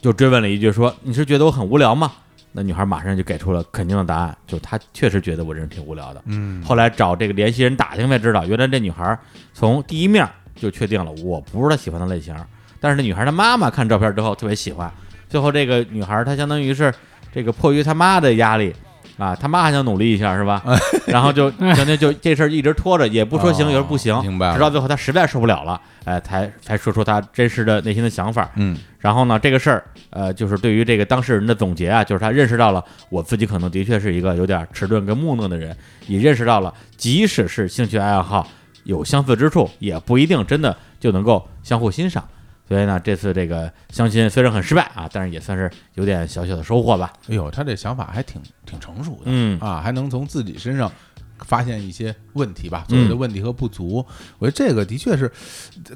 A: 就追问了一句说：“你是觉得我很无聊吗？”那女孩马上就给出了肯定的答案，就她确实觉得我这人挺无聊的。
B: 嗯，
A: 后来找这个联系人打听才知道，原来这女孩从第一面就确定了我不是她喜欢的类型。但是这女孩她妈妈看照片之后特别喜欢，最后这个女孩她相当于是这个迫于她妈的压力啊，她妈还想努力一下是吧？然后就相当于就这事儿一直拖着，也不说行，
B: 哦
A: 也是不行，
B: 明白了
A: 直到最后她实在受不了了，哎，才才说出她真实的内心的想法。
B: 嗯，
A: 然后呢，这个事儿，呃，就是对于这个当事人的总结啊，就是他认识到了我自己可能的确是一个有点迟钝跟木讷的人，也认识到了，即使是兴趣爱好有相似之处，也不一定真的就能够相互欣赏。所以呢，这次这个相亲虽然很失败啊，但是也算是有点小小的收获吧。
B: 哎呦，他这想法还挺挺成熟的，
A: 嗯
B: 啊，还能从自己身上发现一些问题吧，所谓
E: 嗯
B: 的问题和不足。我觉得这个的确是，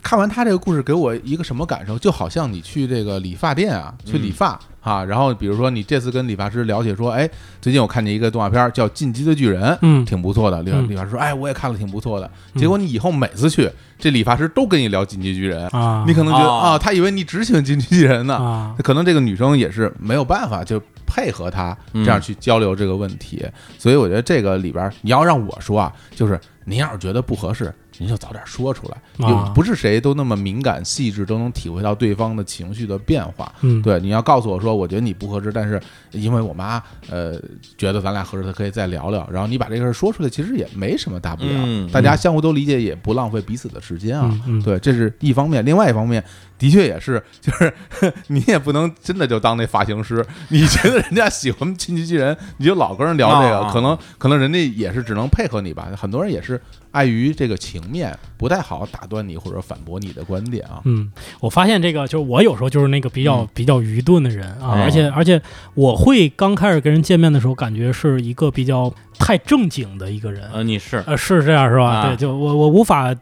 B: 看完他这个故事给我一个什么感受？就好像你去这个理发店啊，去
E: 嗯
B: 理发、啊，然后比如说你这次跟理发师了解说，哎，最近我看见一个动画片儿叫《进击的巨人》，
E: 嗯
B: 挺不错的。理发
E: 嗯
B: 理发师说，哎，我也看了，挺不错的。结果你以后每次去，这理发师都跟你聊《进击巨人》
E: 啊
B: 你可能觉得
A: 哦
B: 啊，他以为你只喜欢进击巨人呢，
E: 啊
B: 可能这个女生也是没有办法就配合他这样去交流这个问题，所以我觉得这个里边儿你要让我说啊，就是您要是觉得不合适，人就早点说出来，
E: 啊
B: 有不是谁都那么敏感细致，都能体会到对方的情绪的变化。
E: 嗯，
B: 对，你要告诉我说，我觉得你不合适，但是因为我妈呃觉得咱俩合适，她可以再聊聊。然后你把这个事儿说出来，其实也没什么大不了，
A: 嗯
B: 大家相互都理解，也不浪费彼此的时间啊。
E: 嗯嗯
B: 对，这是一方面，另外一方面，的确也是，就是 你也不能真的就当那发型师，你觉得人家喜欢亲戚巨人，你就老跟人聊这个，
A: 啊
B: 可能可能人家也是只能配合你吧。很多人也是碍于这个情面，不太好打断你或者反驳你的观点啊。
E: 嗯，我发现这个就是我有时候就是那个比
B: 嗯
E: 较、比较愚钝的人啊，
A: 哎
E: 而且而且我会刚开始跟人见面的时候，感觉是一个比较太正经的一个人，
B: 嗯
A: 呃，你是
E: 呃，是这样是吧？
A: 啊
E: 对，就我我无法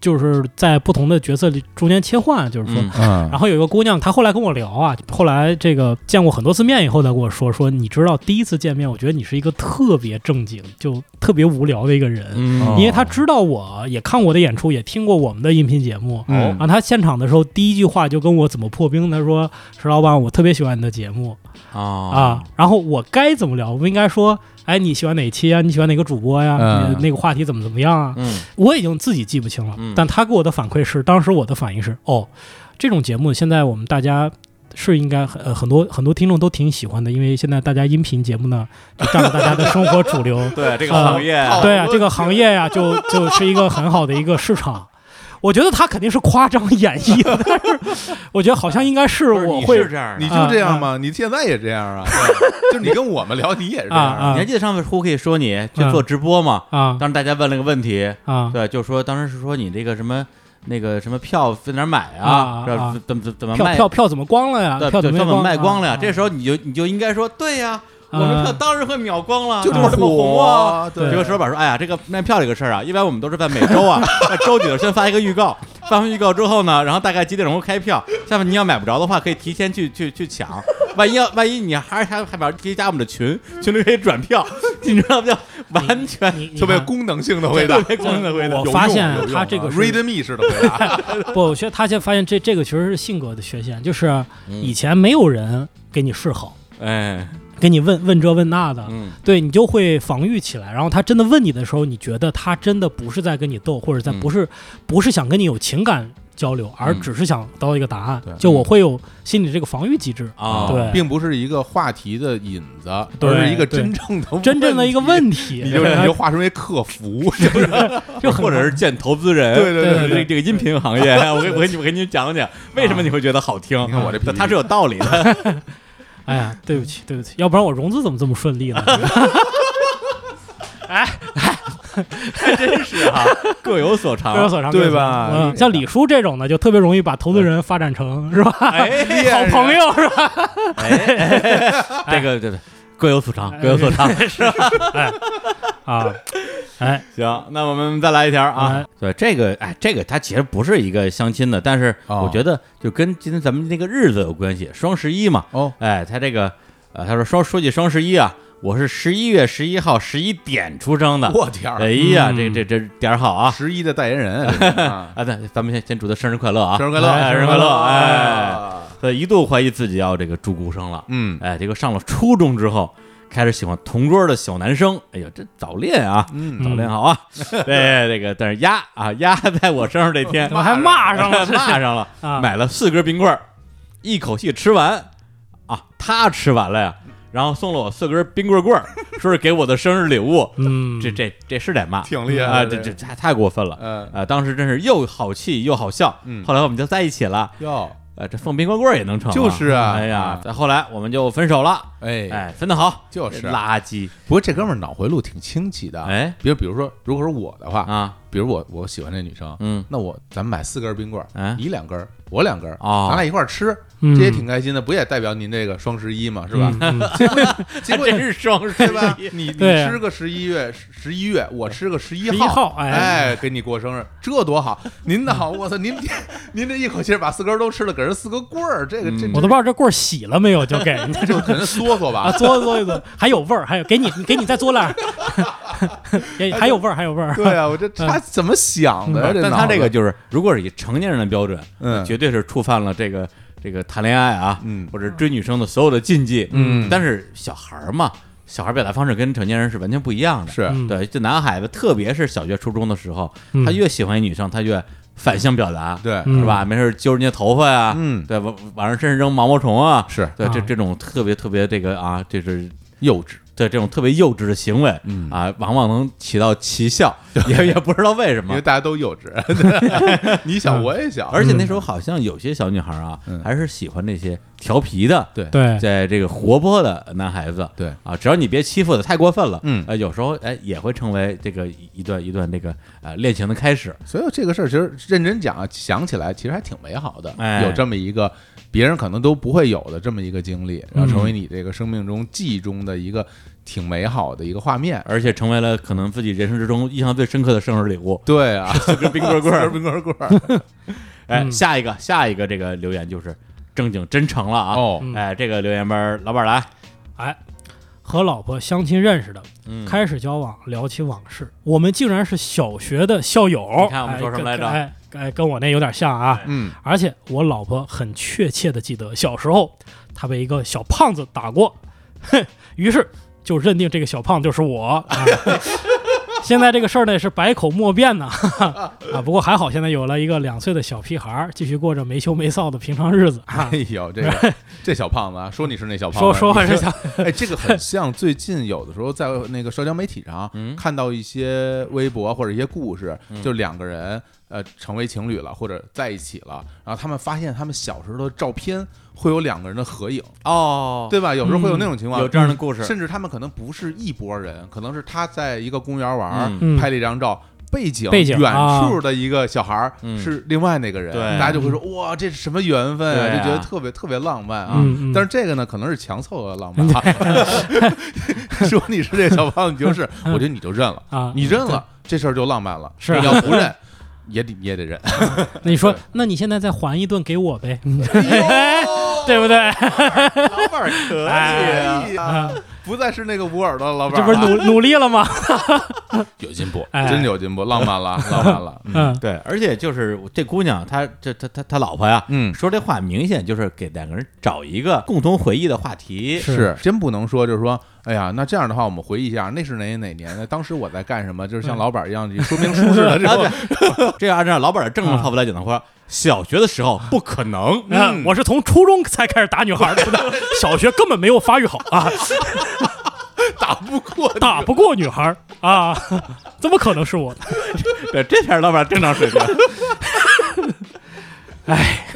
E: 就是在不同的角色里中间切换，就是说。
A: 嗯
B: 嗯
E: 然后有一个姑娘，她后来跟我聊啊，后来这个见过很多次面以后，她跟我说说，你知道第一次见面，我觉得你是一个特别正经，就特别无聊的一个人，
A: 嗯
E: 因为她知道我也看我的演出，也听过我们的音频节目，
A: 嗯
E: 然后他现场的时候，第一句话就跟我怎么破冰，他说：“石老板，我特别喜欢你的节目啊
A: 啊，
E: 然后我该怎么聊？我应该说，哎，你喜欢哪期啊？你喜欢哪个主播呀、
B: 嗯
E: 你的那个话题怎么怎么样啊？
A: 嗯
E: 我已经自己记不清了，
A: 嗯
E: 但他给我的反馈是，当时我的反应是，哦，这种节目现在我们大家。是应该很呃很多很多听众都挺喜欢的，因为现在大家音频节目呢，就占了大家的生活主流。
A: 对这
E: 个行
A: 业
E: 对啊，这个行业呀、就就是一个很好的一个市场。我觉得他肯定是夸张演绎的，但是我觉得好像应该是我会
A: 这样
B: 你
A: 的。
B: 就这样吗？你现在也这样啊？ 就是你跟我们聊，你也是这
E: 啊
B: 样啊。
E: 啊
A: 你还记得上次胡可以说你去做直播吗？
E: 啊
A: 当时大家问了个问题，
E: 啊
A: 对，就说当时是说你这个什么那个什么票在哪儿买
E: 啊
A: 啊？是吧
E: 啊
A: 怎么怎么怎么
E: 票
A: 卖？
E: 票票怎么光了呀？
A: 对
E: 票
A: 对，
E: 怎
A: 票
E: 么
A: 怎么卖光了呀？
E: 啊
A: 这时候你就你就应该说，对呀，我们票当然会秒光了，
B: 就
A: 这
B: 这么
A: 么红啊！
B: 对
A: 结果石老板说：“哎呀，这个卖票这个事儿啊，一般我们都是在每周啊， 在周几的先发一个预告，发完预告之后呢，然后大概几点钟开票。下面你要买不着的话，可以提前去去去抢。万一要万一你还是还还把可以加我们的群，群里可以转票，你知道不？就完全
E: 你你
B: 特别
E: 看
B: 功能性的回答，
A: 特别功能的回答
E: 我发现他这个是
B: read me 啊式的回答，
E: 不，我觉得他现在发现这这个其实是性格的缺陷，就是
A: 嗯
E: 以前没有人给你示好，
A: 哎，
E: 给你问问这问那的，
A: 嗯
E: 对你就会防御起来。然后他真的问你的时候，你觉得他真的不是在跟你斗，或者在
A: 嗯
E: 不是、不是想跟你有情感交流，而
A: 嗯
E: 只是想得到一个答案。
B: 对
E: 就我会有心理这个防御机制。
A: 啊，
E: 对
B: 并不是一个话题的引子，
E: 对
B: 而是一个真正的
E: 真正的一个
B: 题，
E: 问题，
B: 你就
E: 对
B: 你就化身为客服，就是
E: 就很
A: 或者是见投资人，
B: 对对
E: 对对
A: 这个这个音频行 业，我给我给你我给你讲讲，为什么你会觉得好听？嗯
B: 你看我这脾气
A: 它是有道理 的。
E: 哎呀，对不起，对不起，要不然我融资怎么这么顺 利
A: 啊
E: 呢？
A: 还真是啊，各有所长，
E: 各有所长，
B: 对
E: 各有所
B: 吧
E: 长嗯，像李叔这种的，就特别容易把投资人发展成是吧？
A: 哎
E: 嗯 好朋友是吧？
A: 哎这个对对，各有所长，
E: 哎
A: 各有所 长。
E: 啊，哎，
A: 行，那我们再来一条啊
E: 哎。
A: 对，这个哎，这个它其实不是一个相亲的，但是
B: 哦
A: 我觉得就跟今天咱们那个日子有关系，双十一嘛。
B: 哦，
A: 哎，他这个呃，他说说说起双十一啊，我是十一月十一号十一点出生的。
B: 我天
A: 哎
B: 儿，
A: 呀，
E: 嗯
A: 这这这点儿好啊！
B: 十一的代言人， 啊
A: 啊，对，咱们先先祝他生日快乐啊！
B: 生日快乐，
A: 哎生日快乐！哎，
B: 啊，
A: 他一度怀疑自己要这个住孤生了，
B: 嗯
A: 哎，结果上了初中之后，开始喜欢同桌的小男生，哎呀，这早恋啊！
B: 嗯，
A: 早
E: 嗯
A: 恋好啊， 对这个，但是丫啊丫在我生日那天
E: 怎么还骂上了？
A: 骂上了，
E: 啊
A: 买了四根冰棍儿，一口气吃完啊，他吃完了呀，然后送了我四根冰棍棍儿，说是给我的生日礼物，
E: 嗯，
A: 这这这是得骂，
B: 挺厉害
A: 啊，
B: 的
A: 这这太太过分了，
B: 嗯
A: 啊，当时真是又好气又好笑，
B: 嗯
A: 后来我们就在一起了，
B: 哟，
A: 呃，这送冰棍棍儿也能成啊，
B: 就是啊
A: 哎呀
B: 啊，
A: 再后来我们就分手了，
B: 哎，
A: 哎，分的好，
B: 就是啊
A: 垃圾，
B: 不过这哥们儿脑回路挺清奇的，啊
A: 哎
B: 比如比如说，如果是我的话，
A: 啊，
B: 比如我我喜欢这女生，
A: 嗯
B: 那我咱们买四根冰棍儿，
A: 哎
B: 你两根儿，我两根儿，
A: 哦
B: 咱俩一块儿吃，
E: 嗯
B: 这也挺开心的，不也代表您这个双十一嘛，是吧？
E: 嗯 嗯
B: 结果
A: 真是 双十
B: 对吧？
A: 一，
B: 你你
E: 对
B: 吃个十一月十一月，我吃个十一
E: 11号哎嗯
B: 哎，给你过生日，这多好！您的好，我操，您 您这一口气儿把四根儿都吃了，给人四个棍儿，这个这
E: 我都不知道这棍儿洗了没有，就给人家
B: 就可能嗦嗦
E: 啊，
B: 吧。
E: 嘬嘬一嘬，还有味儿，还有给你，给你再嘬 两儿，也还有味儿，还有味儿。
B: 对啊，我这
E: 嗯
B: 他怎么想的呀？
A: 但
B: 脑
A: 他
B: 子
A: 这个就是，如果是以成年人的标准，
B: 嗯
A: 绝对是触犯了这个这个谈恋爱啊，
B: 嗯
A: 或者追女生的所有的禁忌，
B: 嗯
A: 但是小孩儿嘛，小孩表达方式跟成年人是完全不一样的。
B: 是
E: 嗯
A: 对，就男孩子，特别是小学、初中的时候，
E: 嗯
A: 他越喜欢一女生，他越反向表达，
B: 对，
E: 嗯
A: 是吧？没事儿揪人家头发呀，
B: 嗯
A: 对，晚晚上甚至扔毛毛虫啊，
B: 是
A: 对这
E: 啊
A: 这种特别特别这个啊，这是
B: 幼稚，
A: 对这种特别幼稚的行为，
B: 嗯
A: 啊，往往能起到奇效， 也也不知道为什
B: 因
A: 么
B: 为。大家都幼稚， 你
E: 嗯
B: 小我也小，
A: 而且那时候好像有些小女孩啊，
B: 嗯
A: 还是喜欢那些调皮的，
B: 对
E: 对，
A: 在这个活泼的男孩子，
B: 对
A: 啊，只要你别欺负的太过分了，
B: 嗯
A: 呃，有时候哎也会成为这个一一段一段这个呃恋情的开始，
B: 所以这个事儿其实认真讲啊，想起来其实还挺美好的，
A: 哎
B: 有这么一个别人可能都不会有的这么一个经历，然后成为你这个生命中记忆中的一个挺美好的一个 画面。
A: 而且成为了可能自己人生之中印象最深刻的生日礼物。
B: 对啊，
A: 跟冰棍棍
B: 棍
A: 儿
B: 儿，冰棍儿棍儿，
A: 哎，
E: 嗯
A: 下一个下一个这个留言就是正经真诚了啊！
B: 哦
E: 嗯
A: 哎，这个留言班儿老板来，
E: 哎，和老婆相亲认识的，
A: 嗯，
E: 开始交往，聊起往事，我们竟然是小学的校友。
A: 你看我们说什么来着
E: 哎，跟哎，跟我那有点像啊。
B: 嗯，
E: 而且我老婆很确切的记得，小时候她被一个小胖子打过，哼，于是就认定这个小胖就是我。 啊现在这个事儿呢是百口莫辩呢， 哈哈啊，不过还好现在有了一个两岁的小屁孩儿，继续过着没羞没臊的平常日子啊
B: 哎。呦，这个这小胖子啊，说你是那小胖子，
E: 说说话
B: 你
E: 是
B: 是
E: 小，
B: 哎，这个很像最近有的时候在那个社交媒体上
A: 嗯
B: 看到一些微博或者一些故事，就两个人呃成为情侣了或者在一起了，然后他们发现他们小时候的照片会有两个人的合影，
A: 哦，
B: 对吧？有时候会有那种情况，
A: 有这样的故事，
B: 甚至他们可能不是一拨人，可能是他在一个公园玩、
E: 嗯
B: 拍了一张照。背景
E: 背景
B: 远
E: 啊
B: 处的一个小孩儿
A: 嗯
B: 是另外那个人，
A: 对
B: 大家就会说哇，这是什么缘分啊？
A: 对啊
B: 就觉得特别特别浪漫啊。
E: 嗯嗯
B: 但是这个呢，可能是强凑的浪漫啊。
E: 嗯
B: 说你是这小胖子，你 就是，我觉得你就认了，
E: 啊，
B: 你认了，这事儿就浪漫了。
E: 是啊
B: 你要不认， 也得你也得认。
E: 那你说
B: 对，
E: 那你现在再还一顿给我呗，
B: 老
E: 对不对？
B: 板可
E: 哎
B: 以啊， 不再是那个捂耳朵的老板
E: 这
B: 了，
E: 不是努努力了吗？
B: 有进步，
E: 哎
B: 真有进步，浪漫了， 浪漫了。嗯
E: 嗯，
A: 对，而且就是这姑娘，她这她她她老婆呀，
B: 嗯
A: 说这话明显就是给两个人找一个共同回忆的话题，
E: 是
B: 是真不能说，就是说，哎呀，那这样的话，我们回忆一下，那是哪哪年的？当时我在干什么？就是像
A: 嗯
B: 老板一样，说明书似的，这种
A: 这要按照老板的正常套路来讲的话，小学的时候不可能，
E: 嗯，我是从初中才开始打女孩的， 小学根本没有发育好啊，
B: 打不过。
E: 打不过女孩啊， 怎么可能是我？
A: 对，这才是老板正常水平。哎，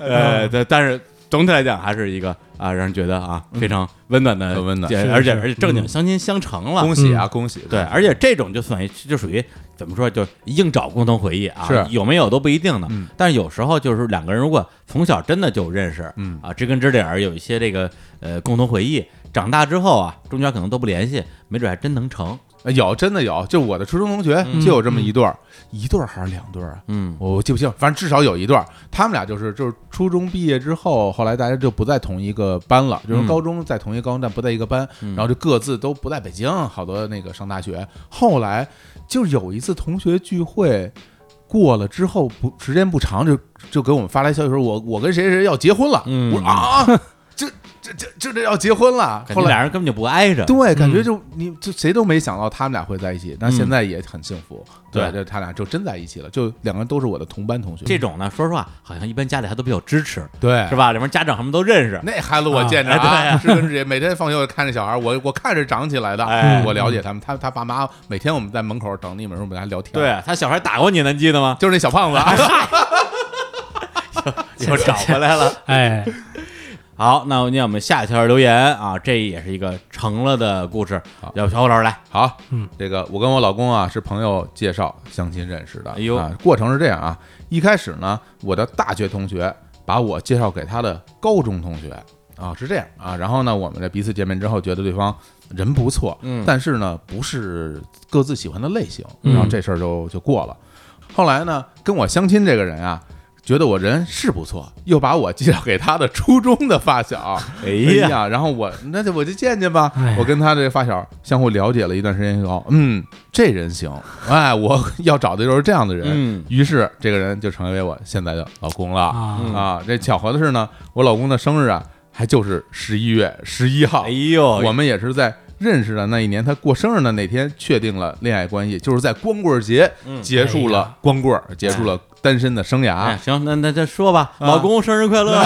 A: 呃，但但是总体来讲还是一个啊，让人觉得啊非常温暖的，
B: 很温暖
A: 也
E: 是
A: 而且
E: 是
A: 而且正经相亲相成了。
B: 恭喜啊，恭喜！
A: 嗯对，而且这种就算就属于怎么说，就硬找共同回忆啊，
B: 是
A: 有没有都不一定呢。
B: 嗯
A: 但是有时候就是两个人如果从小真的就认识，
B: 嗯
A: 啊，知根知底儿有一些这个呃共同回忆，长大之后啊，中间可能都不联系，没准还真能成。
B: 呃有真的有，就我的初中同学
A: 嗯
B: 就有这么一对儿，一对儿还是两对儿啊？
A: 嗯，
B: 我记不清，反正至少有一段儿，他们俩就是就是初中毕业之后，后来大家就不在同一个班了，就是
A: 嗯
B: 高中在同一个高中，但不在一个班，
A: 嗯
B: 然后就各自都不在北京，好多那个上大学。后来就有一次同学聚会。过了之后不时间不长，就就给我们发来消息说，我我跟谁谁谁要结婚了。
A: 嗯
B: 我说啊， 这这这这这要结婚了。
A: 感
B: 后
A: 觉
B: 来
A: 俩人根本嗯就不挨着。
B: 对，感觉就你就谁都没想到他们俩会在一起，但现在也很幸福。
A: 嗯对
B: 对，就他俩就真在一起了，就两个人都是我的同班同学。
A: 这种呢，说实话，好像一般家里还都比较支持，
B: 对
A: 是？吧？里面家长什么都认识。
B: 哎 那孩子我见着
A: 啊哎对
B: 啊，
A: 啊
B: 知根知底，每天放学我看着小孩，我我看着长起来的，
A: 哎
B: 我了解他们，他他爸妈每天我们在门口等你们，我们俩聊天，，
A: 对他小孩打过你呢，你记得 吗？
B: 就是那小胖子啊，
A: 又找回来了。
E: 哎，
A: 好，那我念我们下一条留言啊，这也是一个成了的故事
B: 好，
A: 要小虎老师来。
B: 好，
E: 嗯，
B: 这个我跟我老公啊是朋友介绍相亲认识的，
A: 哎呦
B: 啊，过程是这样啊，一开始呢，我的大学同学把我介绍给他的高中同学啊，是这样啊，然后呢，我们在彼此见面之后觉得对方人不错，
A: 嗯
B: 但是呢不是各自喜欢的类型，
E: 嗯
B: 然后这事儿就就过了。后来呢，跟我相亲这个人啊。觉得我人是不错，又把我介绍给他的初中的发小，
A: 哎
B: 哎
A: 呀，
B: 呀，然后我那就我就见见吧
E: 哎呀。
B: 我跟他这个发小相互了解了一段时间以后，嗯，这人行，哎，我 要找的就是这样的人。
A: 嗯
B: 于是这个人就成为我现在的老公了
E: 啊
B: 啊这巧合的是呢，我老公的生日啊，还就是十一月十一号。
A: 哎呦，
B: 我们也是在认识的那一年，他过生日的那天确定了恋爱关系，就是在光棍节结束
E: 哎
B: 了
E: 呀
B: 光棍儿，结束了单身的生涯
A: 嗯哎，。行，那那再说吧，老公生日快乐！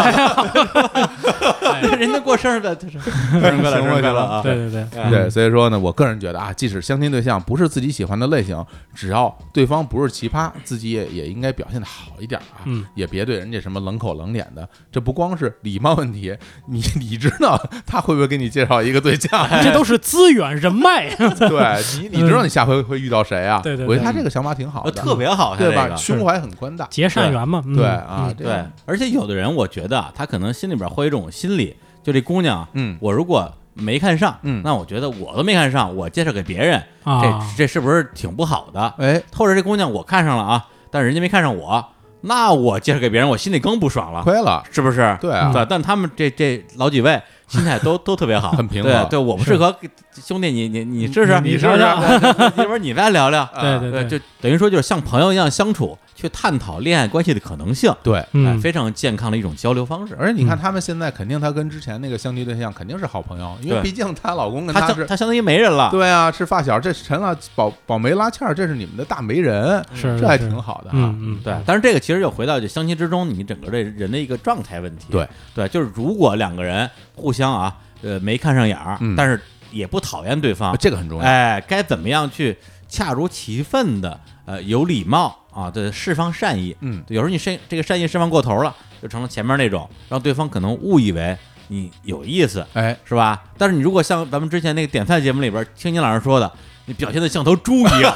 A: 人家过生日的，他说生日快乐，生日快乐啊！
E: 对对对，
B: 对，所以说呢，我个人觉得啊，即使相亲对象不是自己喜欢的类型，只要对方不是奇葩，自己也也应该表现的好一点啊，
E: 嗯
B: 也别对人家什么冷口冷脸的。这不光是礼貌问题，你你知道他会不会给你介绍一个对象？啊
E: 这都是资源人脉，
B: 对你，你知道你下回会遇到谁啊？
E: 对对对
B: 我觉得他这个想法挺好
A: 呃
B: 的，
A: 特别好，他
B: 对
A: 这
B: 吧？
A: 个
B: 胸怀很宽大，
E: 结善缘嘛。嗯
B: 对啊
E: 嗯，
B: 这
A: 对
B: 个，
A: 而且有的人，我觉得啊，他可能心里边会有一种心理，就这姑娘啊，
B: 嗯
A: 我如果没看上，
B: 嗯
A: 那我觉得我都没看上，我介绍给别人，
E: 啊
A: 这这是不是挺不好的？
B: 哎，
A: 或者这姑娘我看上了啊，但人家没看上我，那我介绍给别人，我心里更不爽了，
B: 亏了，
A: 是不是？
B: 对
E: 嗯
B: 啊
A: 对，但他们这这老几位心态 都都特别好，
B: 很平和
A: 对，对，我不适合，兄弟，你你你试试，
E: 你你
A: 试试，
E: 试试
B: 啊
A: 要不然你再聊 聊。啊
E: 对对
A: 对，就等于说就是像朋友一样相处，去探讨恋爱关系的可能性，
B: 对。
A: 哎，
E: 嗯，
A: 非常健康的一种交流方式。
B: 而且你看，他们现在肯定，他跟之前那个相亲对象肯定是好朋友，因为
A: 对
B: 毕竟她老公跟
A: 他
B: 她是
A: 相他相当于没人了，
B: 对啊，是发小，这是陈老宝宝梅拉纤儿，这是你们的大媒人，
E: 是
B: 这还
E: 是
B: 挺好的啊哈。
E: 嗯嗯，
A: 对，但是这个其实又回到就相亲之中，你整个这人的一个状态问题。
B: 对
A: 对，就是如果两个人互相啊，呃，没看上眼儿，
B: 嗯
A: 但是也不讨厌对方，
B: 啊这个很重要。
A: 哎，该怎么样去恰如其分的，呃，有礼貌啊，对，释放善意。
B: 嗯
A: 对有时候你善这个善意释放过头了，就成了前面那种让对方可能误以为你有意思，
B: 哎，
A: 是吧？但是你如果像咱们之前那个点菜节目里边，青年老师说的，你表现的像头猪一 样，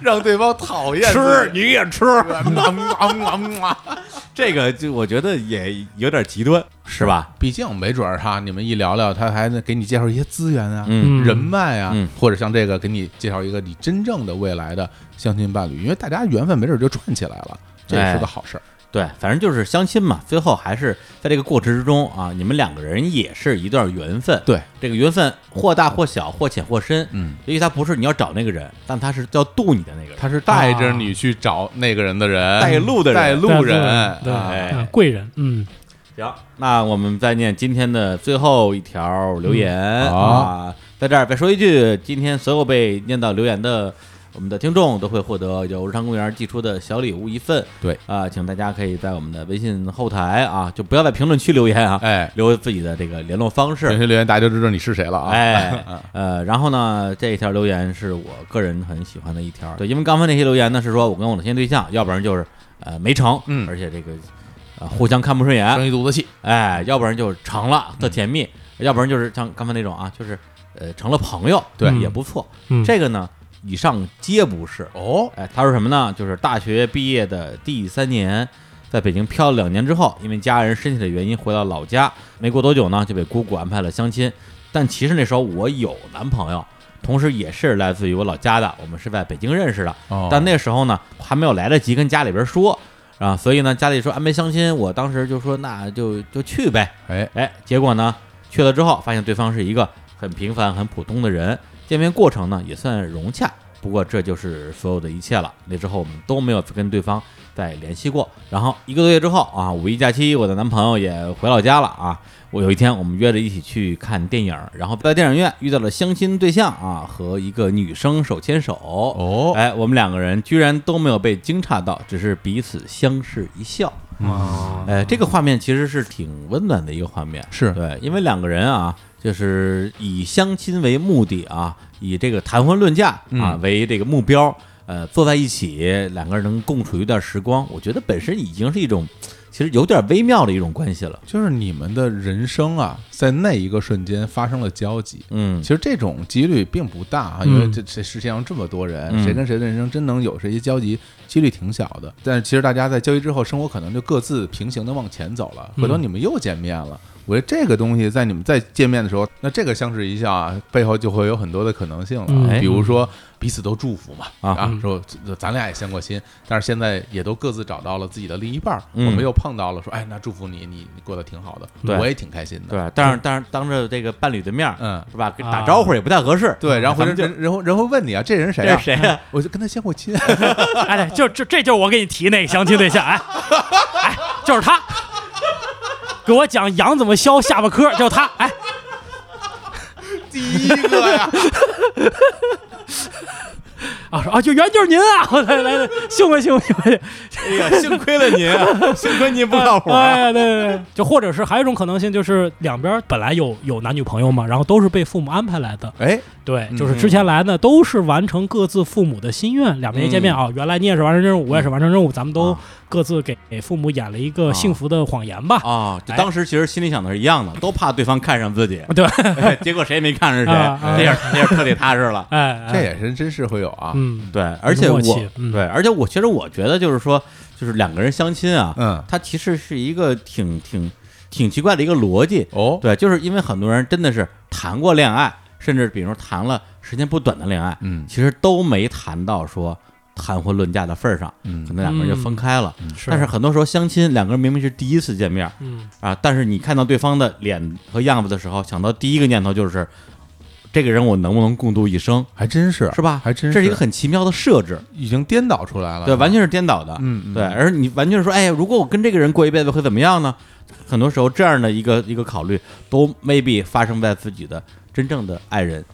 B: 让对方讨厌
A: 吃
B: 你也吃，嗯
A: 这个就我觉得也有点极端，是吧？
B: 毕竟没准儿哈，你们一聊聊，他还能给你介绍一些资源啊、
A: 嗯
B: 人脉啊
A: 嗯，
B: 或者像这个给你介绍一个你真正的未来的相亲伴侣，因为大家缘分没准儿就串起来了，这也
A: 哎
B: 是个好事儿。
A: 对，反正就是相亲嘛，最后还是在这个过程之中啊，你们两个人也是一段缘分。
B: 对，
A: 这个缘分或大或小，或浅或深。
B: 嗯，
A: 也许他不是你要找那个人，但他是要渡你的那个人。
B: 他是带着你去找那个人的人，
A: 带路的人
B: 带
E: 对
B: 路人，
E: 对
B: 啊
A: 哎
E: 嗯贵人，嗯，
A: 行，那我们再念今天的最后一条留言、
B: 好
A: 啊，在这儿再说一句，今天所有被念到留言的我们的听众都会获得由日常公园寄出的小礼物一份。
B: 对
A: 啊、请大家可以在我们的微信后台啊，就不要在评论区留言啊，
B: 哎，
A: 留自己的这个联络方式
B: 评。论留言大家就知道你是谁了啊。
A: 哎，呃，然后呢，这一条留言是我个人很喜欢的一条。对，因为刚才那些留言呢是说我跟我的现对象，要不然就是呃没成，
B: 嗯
A: 而且这个呃互相看不顺眼，
B: 生一肚子气，
A: 哎，要不然就是成了
B: 嗯
A: 特甜蜜，要不然就是像刚才那种啊，就是呃成了朋友，
B: 对
A: 也不错。
E: 嗯
A: 这个呢，以上皆不是。
B: 哦，
A: 哎，他说什么呢？就是大学毕业的第三年，在北京漂了两年之后，因为家人身体的原因回到老家，没过多久呢，就被姑姑安排了相亲。但其实那时候我有男朋友，同时也是来自于我老家的，我们是在北京认识的。
B: 哦
A: 但那时候呢，还没有来得及跟家里边说啊，所以呢，家里说安排相亲，我当时就说那就就去呗。
B: 哎，
A: 哎，结果呢，去了之后发现对方是一个很平凡、很普通的人，见面过程呢也算融洽。不过这就是所有的一切了。那之后我们都没有跟对方再联系过。然后一个多月之后啊，五一假期，我的男朋友也回老家了啊。我有一天我们约着一起去看电影，然后在电影院遇到了相亲对象啊，和一个女生手牵手。
B: 哦
A: 哎，我们两个人居然都没有被惊诧到，只是彼此相视一笑。
B: 嗯
E: 哦
A: 哎，这个画面其实是挺温暖的一个画面，
B: 是
A: 对，因为两个人啊，就是以相亲为目的啊，以这个谈婚论嫁啊、
B: 嗯
A: 为这个目标，呃，坐在一起，两个人能共处一段时光，我觉得本身已经是一种，其实有点微妙的一种关系了。
B: 就是你们的人生啊，在那一个瞬间发生了交集。
A: 嗯
B: 其，实这种几率并不大啊，
E: 嗯
B: 因为这这世界上这么多人，
A: 嗯
B: 谁跟谁的人生真能有谁交集，几率挺小的。但是其实大家在交集之后，生活可能就各自平行的往前走了。
E: 嗯
B: 回头你们又见面了，我觉得这个东西在你们再见面的时候，那这个相视一笑啊，背后就会有很多的可能性了啊。
E: 嗯
B: 比如说彼此都祝福嘛，
A: 哎啊
B: 啊，说咱俩也相过亲，但是现在也都各自找到了自己的另一半儿，
A: 嗯
B: 我们又碰到了，说哎，那祝福你，你你过得挺好
A: 对
B: 的，我也挺开心的。
A: 对，但是但是当着这个伴侣的面儿，
B: 嗯
A: 是吧？跟
E: 啊
A: 打招呼也不太合适。
B: 对，然后
A: 啊咱们
B: 回头
A: 就
B: 人人会人会问你啊，这人谁
A: 这
B: 啊？
A: 是谁 呀、
B: 我就跟他相 过亲，
E: 哎，对就这这就是我给你提那个相亲对 象，哎，哎，就是他，给我讲羊怎么削下巴颏，就是他，哎，
B: 第一个呀，
E: 啊说啊，就原就是您啊， 来来来，幸会幸会幸会，
A: 哎呀，幸亏了您 啊，幸亏您不靠谱啊。
E: 哎，对对对，就或者是还有一种可能性，就是两边本来有有男女朋友嘛，然后都是被父母安排来的，
B: 哎，
E: 对，
A: 嗯
E: 就是之前来呢都是完成各自父母的心愿，两边一见面啊，原来你也是完成任务，我也是完成任务，咱们都
A: 啊
E: 各自给给父母演了一个幸福的谎言吧，
A: 啊，就当时其实心里想的是一样的，都怕对方看上自 己，
E: 对，
A: 哎结果谁也没看上
E: 啊
A: 谁，
E: 啊
A: 这样这样彻底踏实了。
E: 哎，
B: 这
E: 哎
B: 也是真是会有啊，
E: 嗯，
A: 对，而且我
E: 默契嗯
A: 对，而且我其实我觉得就是说，就是两个人相亲啊，
B: 嗯
A: 它其实是一个挺挺挺奇怪的一个逻辑。
B: 哦，
A: 对，就是因为很多人真的是谈过恋爱，甚至比如说谈了时间不短的恋爱，
B: 嗯
A: 其实都没谈到说谈婚论嫁的份儿上，
B: 嗯
A: 可能两个人就分开了。
E: 嗯是
A: 但是很多时候相亲，两个人明明是第一次见面，
E: 嗯
A: 啊，但是你看到对方的脸和样子的时候，想到第一个念头就是，这个人我能不能共度一生，
B: 还真是
A: 是吧？
B: 还真
A: 这是一个很奇妙的设置，
B: 已经颠倒出来了，
A: 对，完全是颠倒的，
B: 嗯嗯
A: 对。而你完全是说，哎，如果我跟这个人过一辈子会怎么样呢？很多时候这样的一个一个考虑，都 maybe 发生在自己的真正的爱人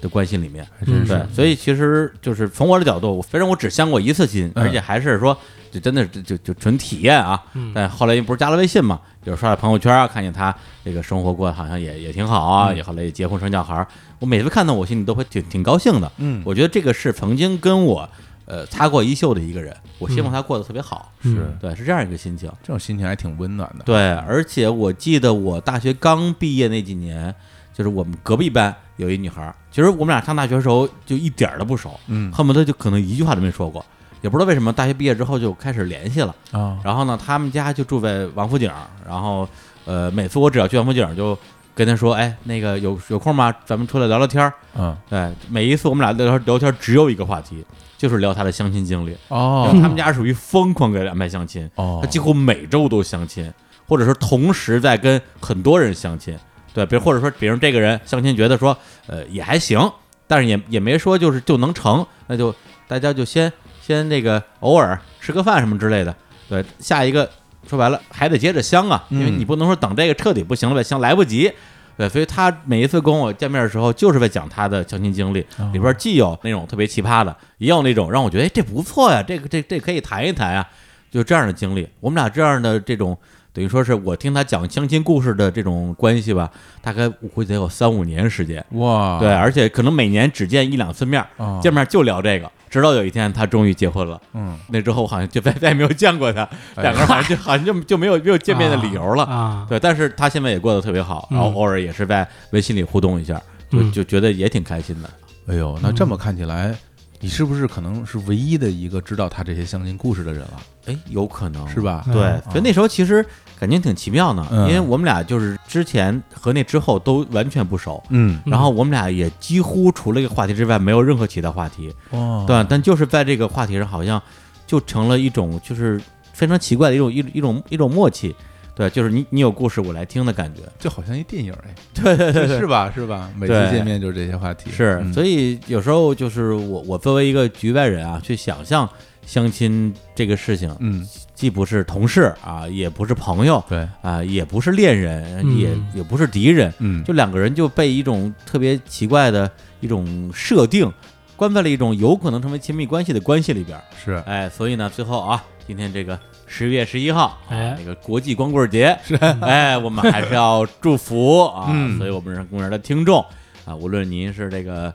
A: 的关系里面，
B: 还真是
A: 嗯对，所以其实就是从我的角度，我虽然我只相过一次亲，
B: 嗯
A: 而且还是说就真的是就就就纯体验啊。
B: 嗯
A: 但后来因为不是加了微信嘛，有时候刷朋友圈啊，看见他这个生活过得好像也也挺好
B: 嗯
A: 啊，也后来也结婚生小孩儿，我每次看到我心里都会挺挺高兴的。
B: 嗯
A: 我觉得这个是曾经跟我呃擦过一袖的一个人，我希
B: 嗯
A: 望他过得特别好，
E: 是
A: 对，是这样一个心情。
B: 这种心情还挺温暖的，
A: 对，而且我记得我大学刚毕业那几年，就是我们隔壁班有一女孩儿，其实我们俩上大学的时候就一点儿都不熟，
B: 嗯
A: 恨不得就可能一句话都没说过，也不知道为什么大学毕业之后就开始联系了。
B: 啊，
A: 然后呢，他们家就住在王府井，然后呃，每次我只要去王府井，就跟他说，哎，那个有有空吗？咱们出来聊聊天儿。
B: 嗯
A: 对，每一次我们俩聊天聊天只有一个话题，就是聊他的相亲经历。
B: 哦
A: 然后他们家属于疯狂给安排相亲，
B: 哦
A: 他几乎每周都相亲，或者说同时在跟很多人相亲。对，比如或者说，比如这个人相亲觉得说，呃，也还行，但是也也没说就是就能成，那就大家就先先那个偶尔吃个饭什么之类的。对，下一个说白了还得接着相啊，因为
B: 嗯
A: 你不能说等这个彻底不行了呗，相来不及。对，所以他每一次跟我见面的时候，就是在讲他的相亲经历，里边既有那种特别奇葩的，也有那种让我觉得哎这不错呀，这个这这可以谈一谈啊，就这样的经历。我们俩这样的这种，等于说是我听他讲相亲故事的这种关系吧，大概我估计得有三五年时间。
B: 哇，
A: 对，而且可能每年只见一两次面儿，
B: 啊
A: 见面就聊这个，直到有一天他终于结婚了。
B: 嗯，
A: 那之后好像就再再也没有见过他，
B: 哎
A: 两个人好像就好像就就没有没有见面的理 由了。
E: 啊，
A: 对，但是他现在也过得特别好，然后
E: 嗯
A: 偶尔也是在微信里互动一下，就
E: 嗯
A: 就觉得也挺开心的。
B: 哎呦，那
A: 嗯
B: 这么看起来，你是不是可能是唯一的一个知道他这些相亲故事的人了，
A: 哎，有可能
B: 是？吧？
E: 嗯
A: 对，所以那时候其实感情挺奇妙呢，
B: 嗯
A: 因为我们俩就是之前和那之后都完全不熟，
B: 嗯，
A: 然后我们俩也几乎除了一个话题之外，没有任何其他话题。
B: 哇，
A: 对，但就是在这个话题上，好像就成了一种就是非常奇怪的一种一一种一种默契。对，就是你你有故事我来听的感觉。
B: 就好像一电影哎，对对对，是吧？是吧？每次
A: 对
B: 见面就是这些话题，
A: 是，
B: 嗯
A: 所以有时候就是我我作为一个局外人啊，去想象相亲这个事情，
B: 嗯，
A: 既不是同事啊，也不是朋友
B: 对，
A: 啊，也不是恋人，
E: 嗯
A: 也也不是敌人，
B: 嗯，
A: 就两个人就被一种特别奇怪的一种设定关在了一种有可能成为亲密关系的关系里边儿。
B: 是
A: 哎，所以呢，最后啊，今天这个十月十一号，
E: 哎
A: 那个国际光棍节，是，哎，我们还是要祝 福啊，
B: 嗯
A: 所以我们是公园的听众啊，无论您是这个。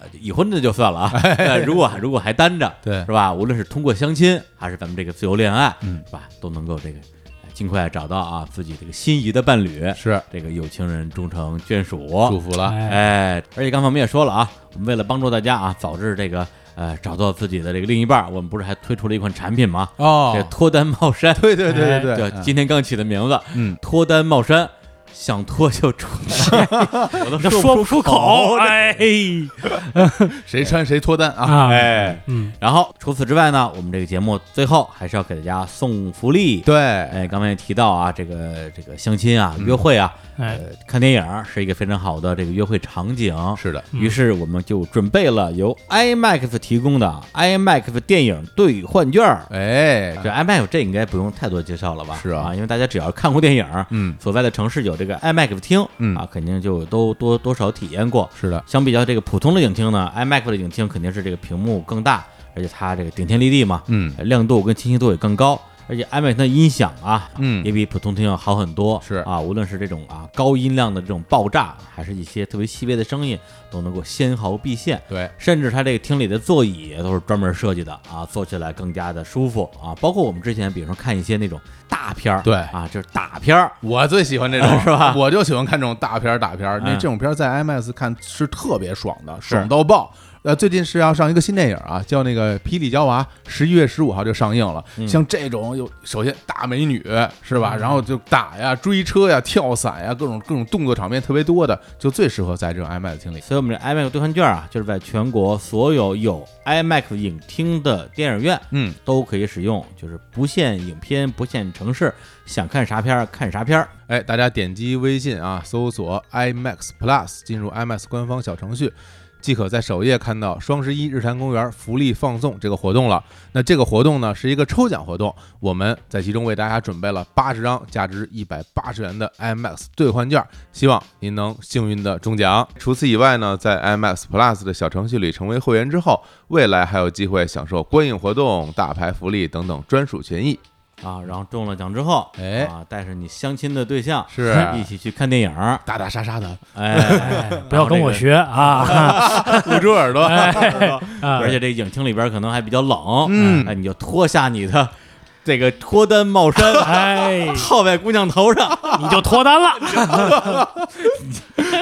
A: 呃已婚的就算了啊，呃如果如果还单着，
B: 哎对
A: 是吧？无论是通过相亲，还是咱们这个自由恋爱，
B: 嗯
A: 是吧？都能够这个呃尽快找到啊自己这个心仪的伴侣，
B: 是，
A: 这个有情人终成眷属，
B: 祝福了，
E: 哎
A: 哦哎，而且刚才我们也说了啊，我们为了帮助大家啊，早日这个呃找到自己的这个另一半儿，我们不是还推出了一款产品吗？
B: 哦
A: 这，脱单帽衫，
B: 对对对
E: 哎
B: 对嗯对，
A: 对，今天刚起的名字，
B: 嗯，
A: 脱单帽衫，想脱就出， 我都
E: 这
A: 说
E: 说不出口，哎
B: 谁穿谁脱单啊，
E: 啊，
A: 哎，
E: 嗯，
A: 然后除此之外呢，我们这个节目最后还是要给大家送福利。，
B: 对，
A: 哎，刚才也提到啊，这个这个相亲啊，约会啊，
E: 哎，
A: 呃，看电影儿是一个非常好的这个约会场景。
B: 是的，
A: 于是我们就准备了由 IMAX 提供的 IMAX 电影兑换券儿。
B: 哎，
A: 这 IMAX 这应该不用太多介绍了吧？
B: 是啊
A: 因为大家只要看过电影，
B: 嗯
A: 所在的城市有这个 IMAX 厅，
B: 嗯
A: 啊，肯定就都多多少体验过。
B: 是的，
A: 相比较这个普通的影厅呢，IMAX 的影厅肯定是这个屏幕更大，而且它这个顶天立地嘛，
B: 嗯
A: 呃亮度跟清晰度也更高，而且 IMAX 的音响啊，
B: 嗯
A: 也比普通听要好很多。
B: 是
A: 啊，无论是这种啊高音量的这种爆炸，还是一些特别细微的声音，都能够纤毫毕现。
B: 对，
A: 甚至它这个厅里的座椅都是专门设计的啊，坐起来更加的舒服啊。包括我们之前，比如说看一些那种大片儿，
B: 对
A: 啊，就是大片儿，
B: 我最喜欢这种
A: 是吧
B: 我就喜欢看这种大片儿大片儿，那
A: 嗯
B: 这种片儿在 IMAX 看是特别爽的，爽到爆。呃，最近是要上一个新电影啊，叫那个《霹雳娇娃》，十一月十五号就上映了。
A: 嗯
B: 像这种有首先大美女是吧，然后就打呀、追车呀、跳伞呀，各种各种动作场面特别多的，就最适合在这种 IMAX 厅里。
A: 所以我们这 IMAX 兑换券啊，就是在全国所有有 IMAX 影厅的电影院
B: 嗯，
A: 都可以使用，就是不限影片、不限城市，想看啥片儿看啥片儿。
B: 哎，大家点击微信啊，搜索 IMAX Plus，进入 IMAX 官方小程序，即可在首页看到双十一日坛公园福利放送这个活动了。那这个活动呢是一个抽奖活动，我们在其中为大家准备了八十张价值一百八十元的 IMAX 兑换券，希望您能幸运的中奖。除此以外呢，在 IMAX Plus 的小程序里成为会员之后，未来还有机会享受观影活动、大牌福利等等专属权益。
A: 啊，然后中了奖之后，
B: 哎
A: 啊，带上你相亲的对象
B: 是
A: 一起去看电影儿，
B: 打打杀杀的
A: 哎，
E: 哎，不要跟我学啊！
B: 捂住耳朵，
A: 哎
B: 哎
A: 而且这影厅里边可能还比较冷，
B: 嗯
A: 哎，你就脱下你的这个脱单帽衫，
E: 哎，
A: 套在姑娘头上，
E: 你就脱单了，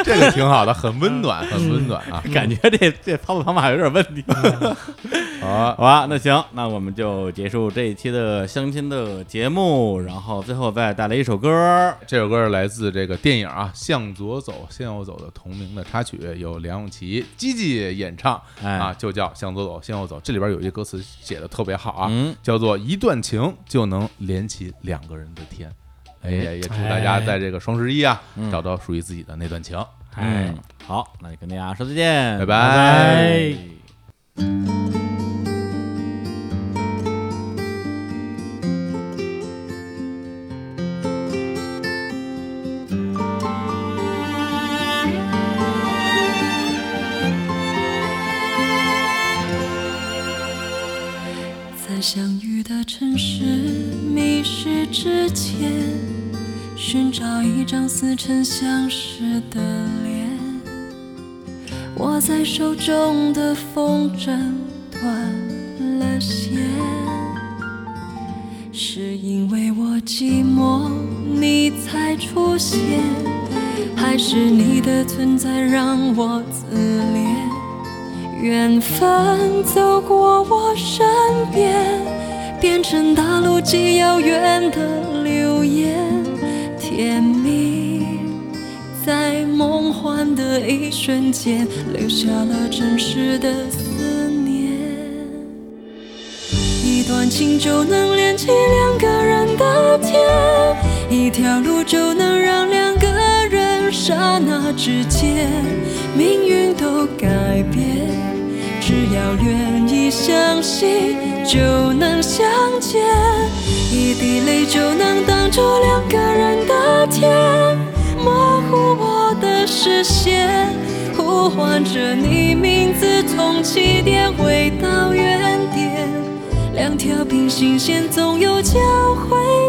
B: 这个挺好的，很温暖，很温暖啊！
A: 嗯感觉这这操作方法有点问题。
B: 好，
A: 好吧，那行，那我们就结束这一期的相亲的节目，然后最后再带来一首歌儿，
B: 这首歌是来自这个电影啊《向左走，向右走》的同名的插曲，由梁咏琪、吉吉演唱，
A: 哎
B: 啊，就叫《向左走，向右走》。这里边有一些歌词写的特别好啊，
A: 嗯
B: 叫做“一段情就能连起两个人的天”。哎，也祝大家在这个双十一啊，找到属于自己的那段情。
E: 哎
A: 嗯，好，那就跟大家说再见，
B: 拜拜
E: 拜拜
F: 在相遇的城市迷失之前，寻找一张似曾相识的脸。我在手中的风筝断了线，是因为我寂寞你才出现，还是你的存在让我自恋？缘分走过我身边，变成大陆极遥远的流言，甜蜜在梦幻的一瞬间，留下了真实的思念。一段情就能连起两个人的天，一条路就能让两个人刹那之间，命运都改变。只要愿意相信，就能相见。一滴泪就能挡住两个人的天，模糊我的视线，呼唤着你名字，从起点回到原点。两条平行线总有交汇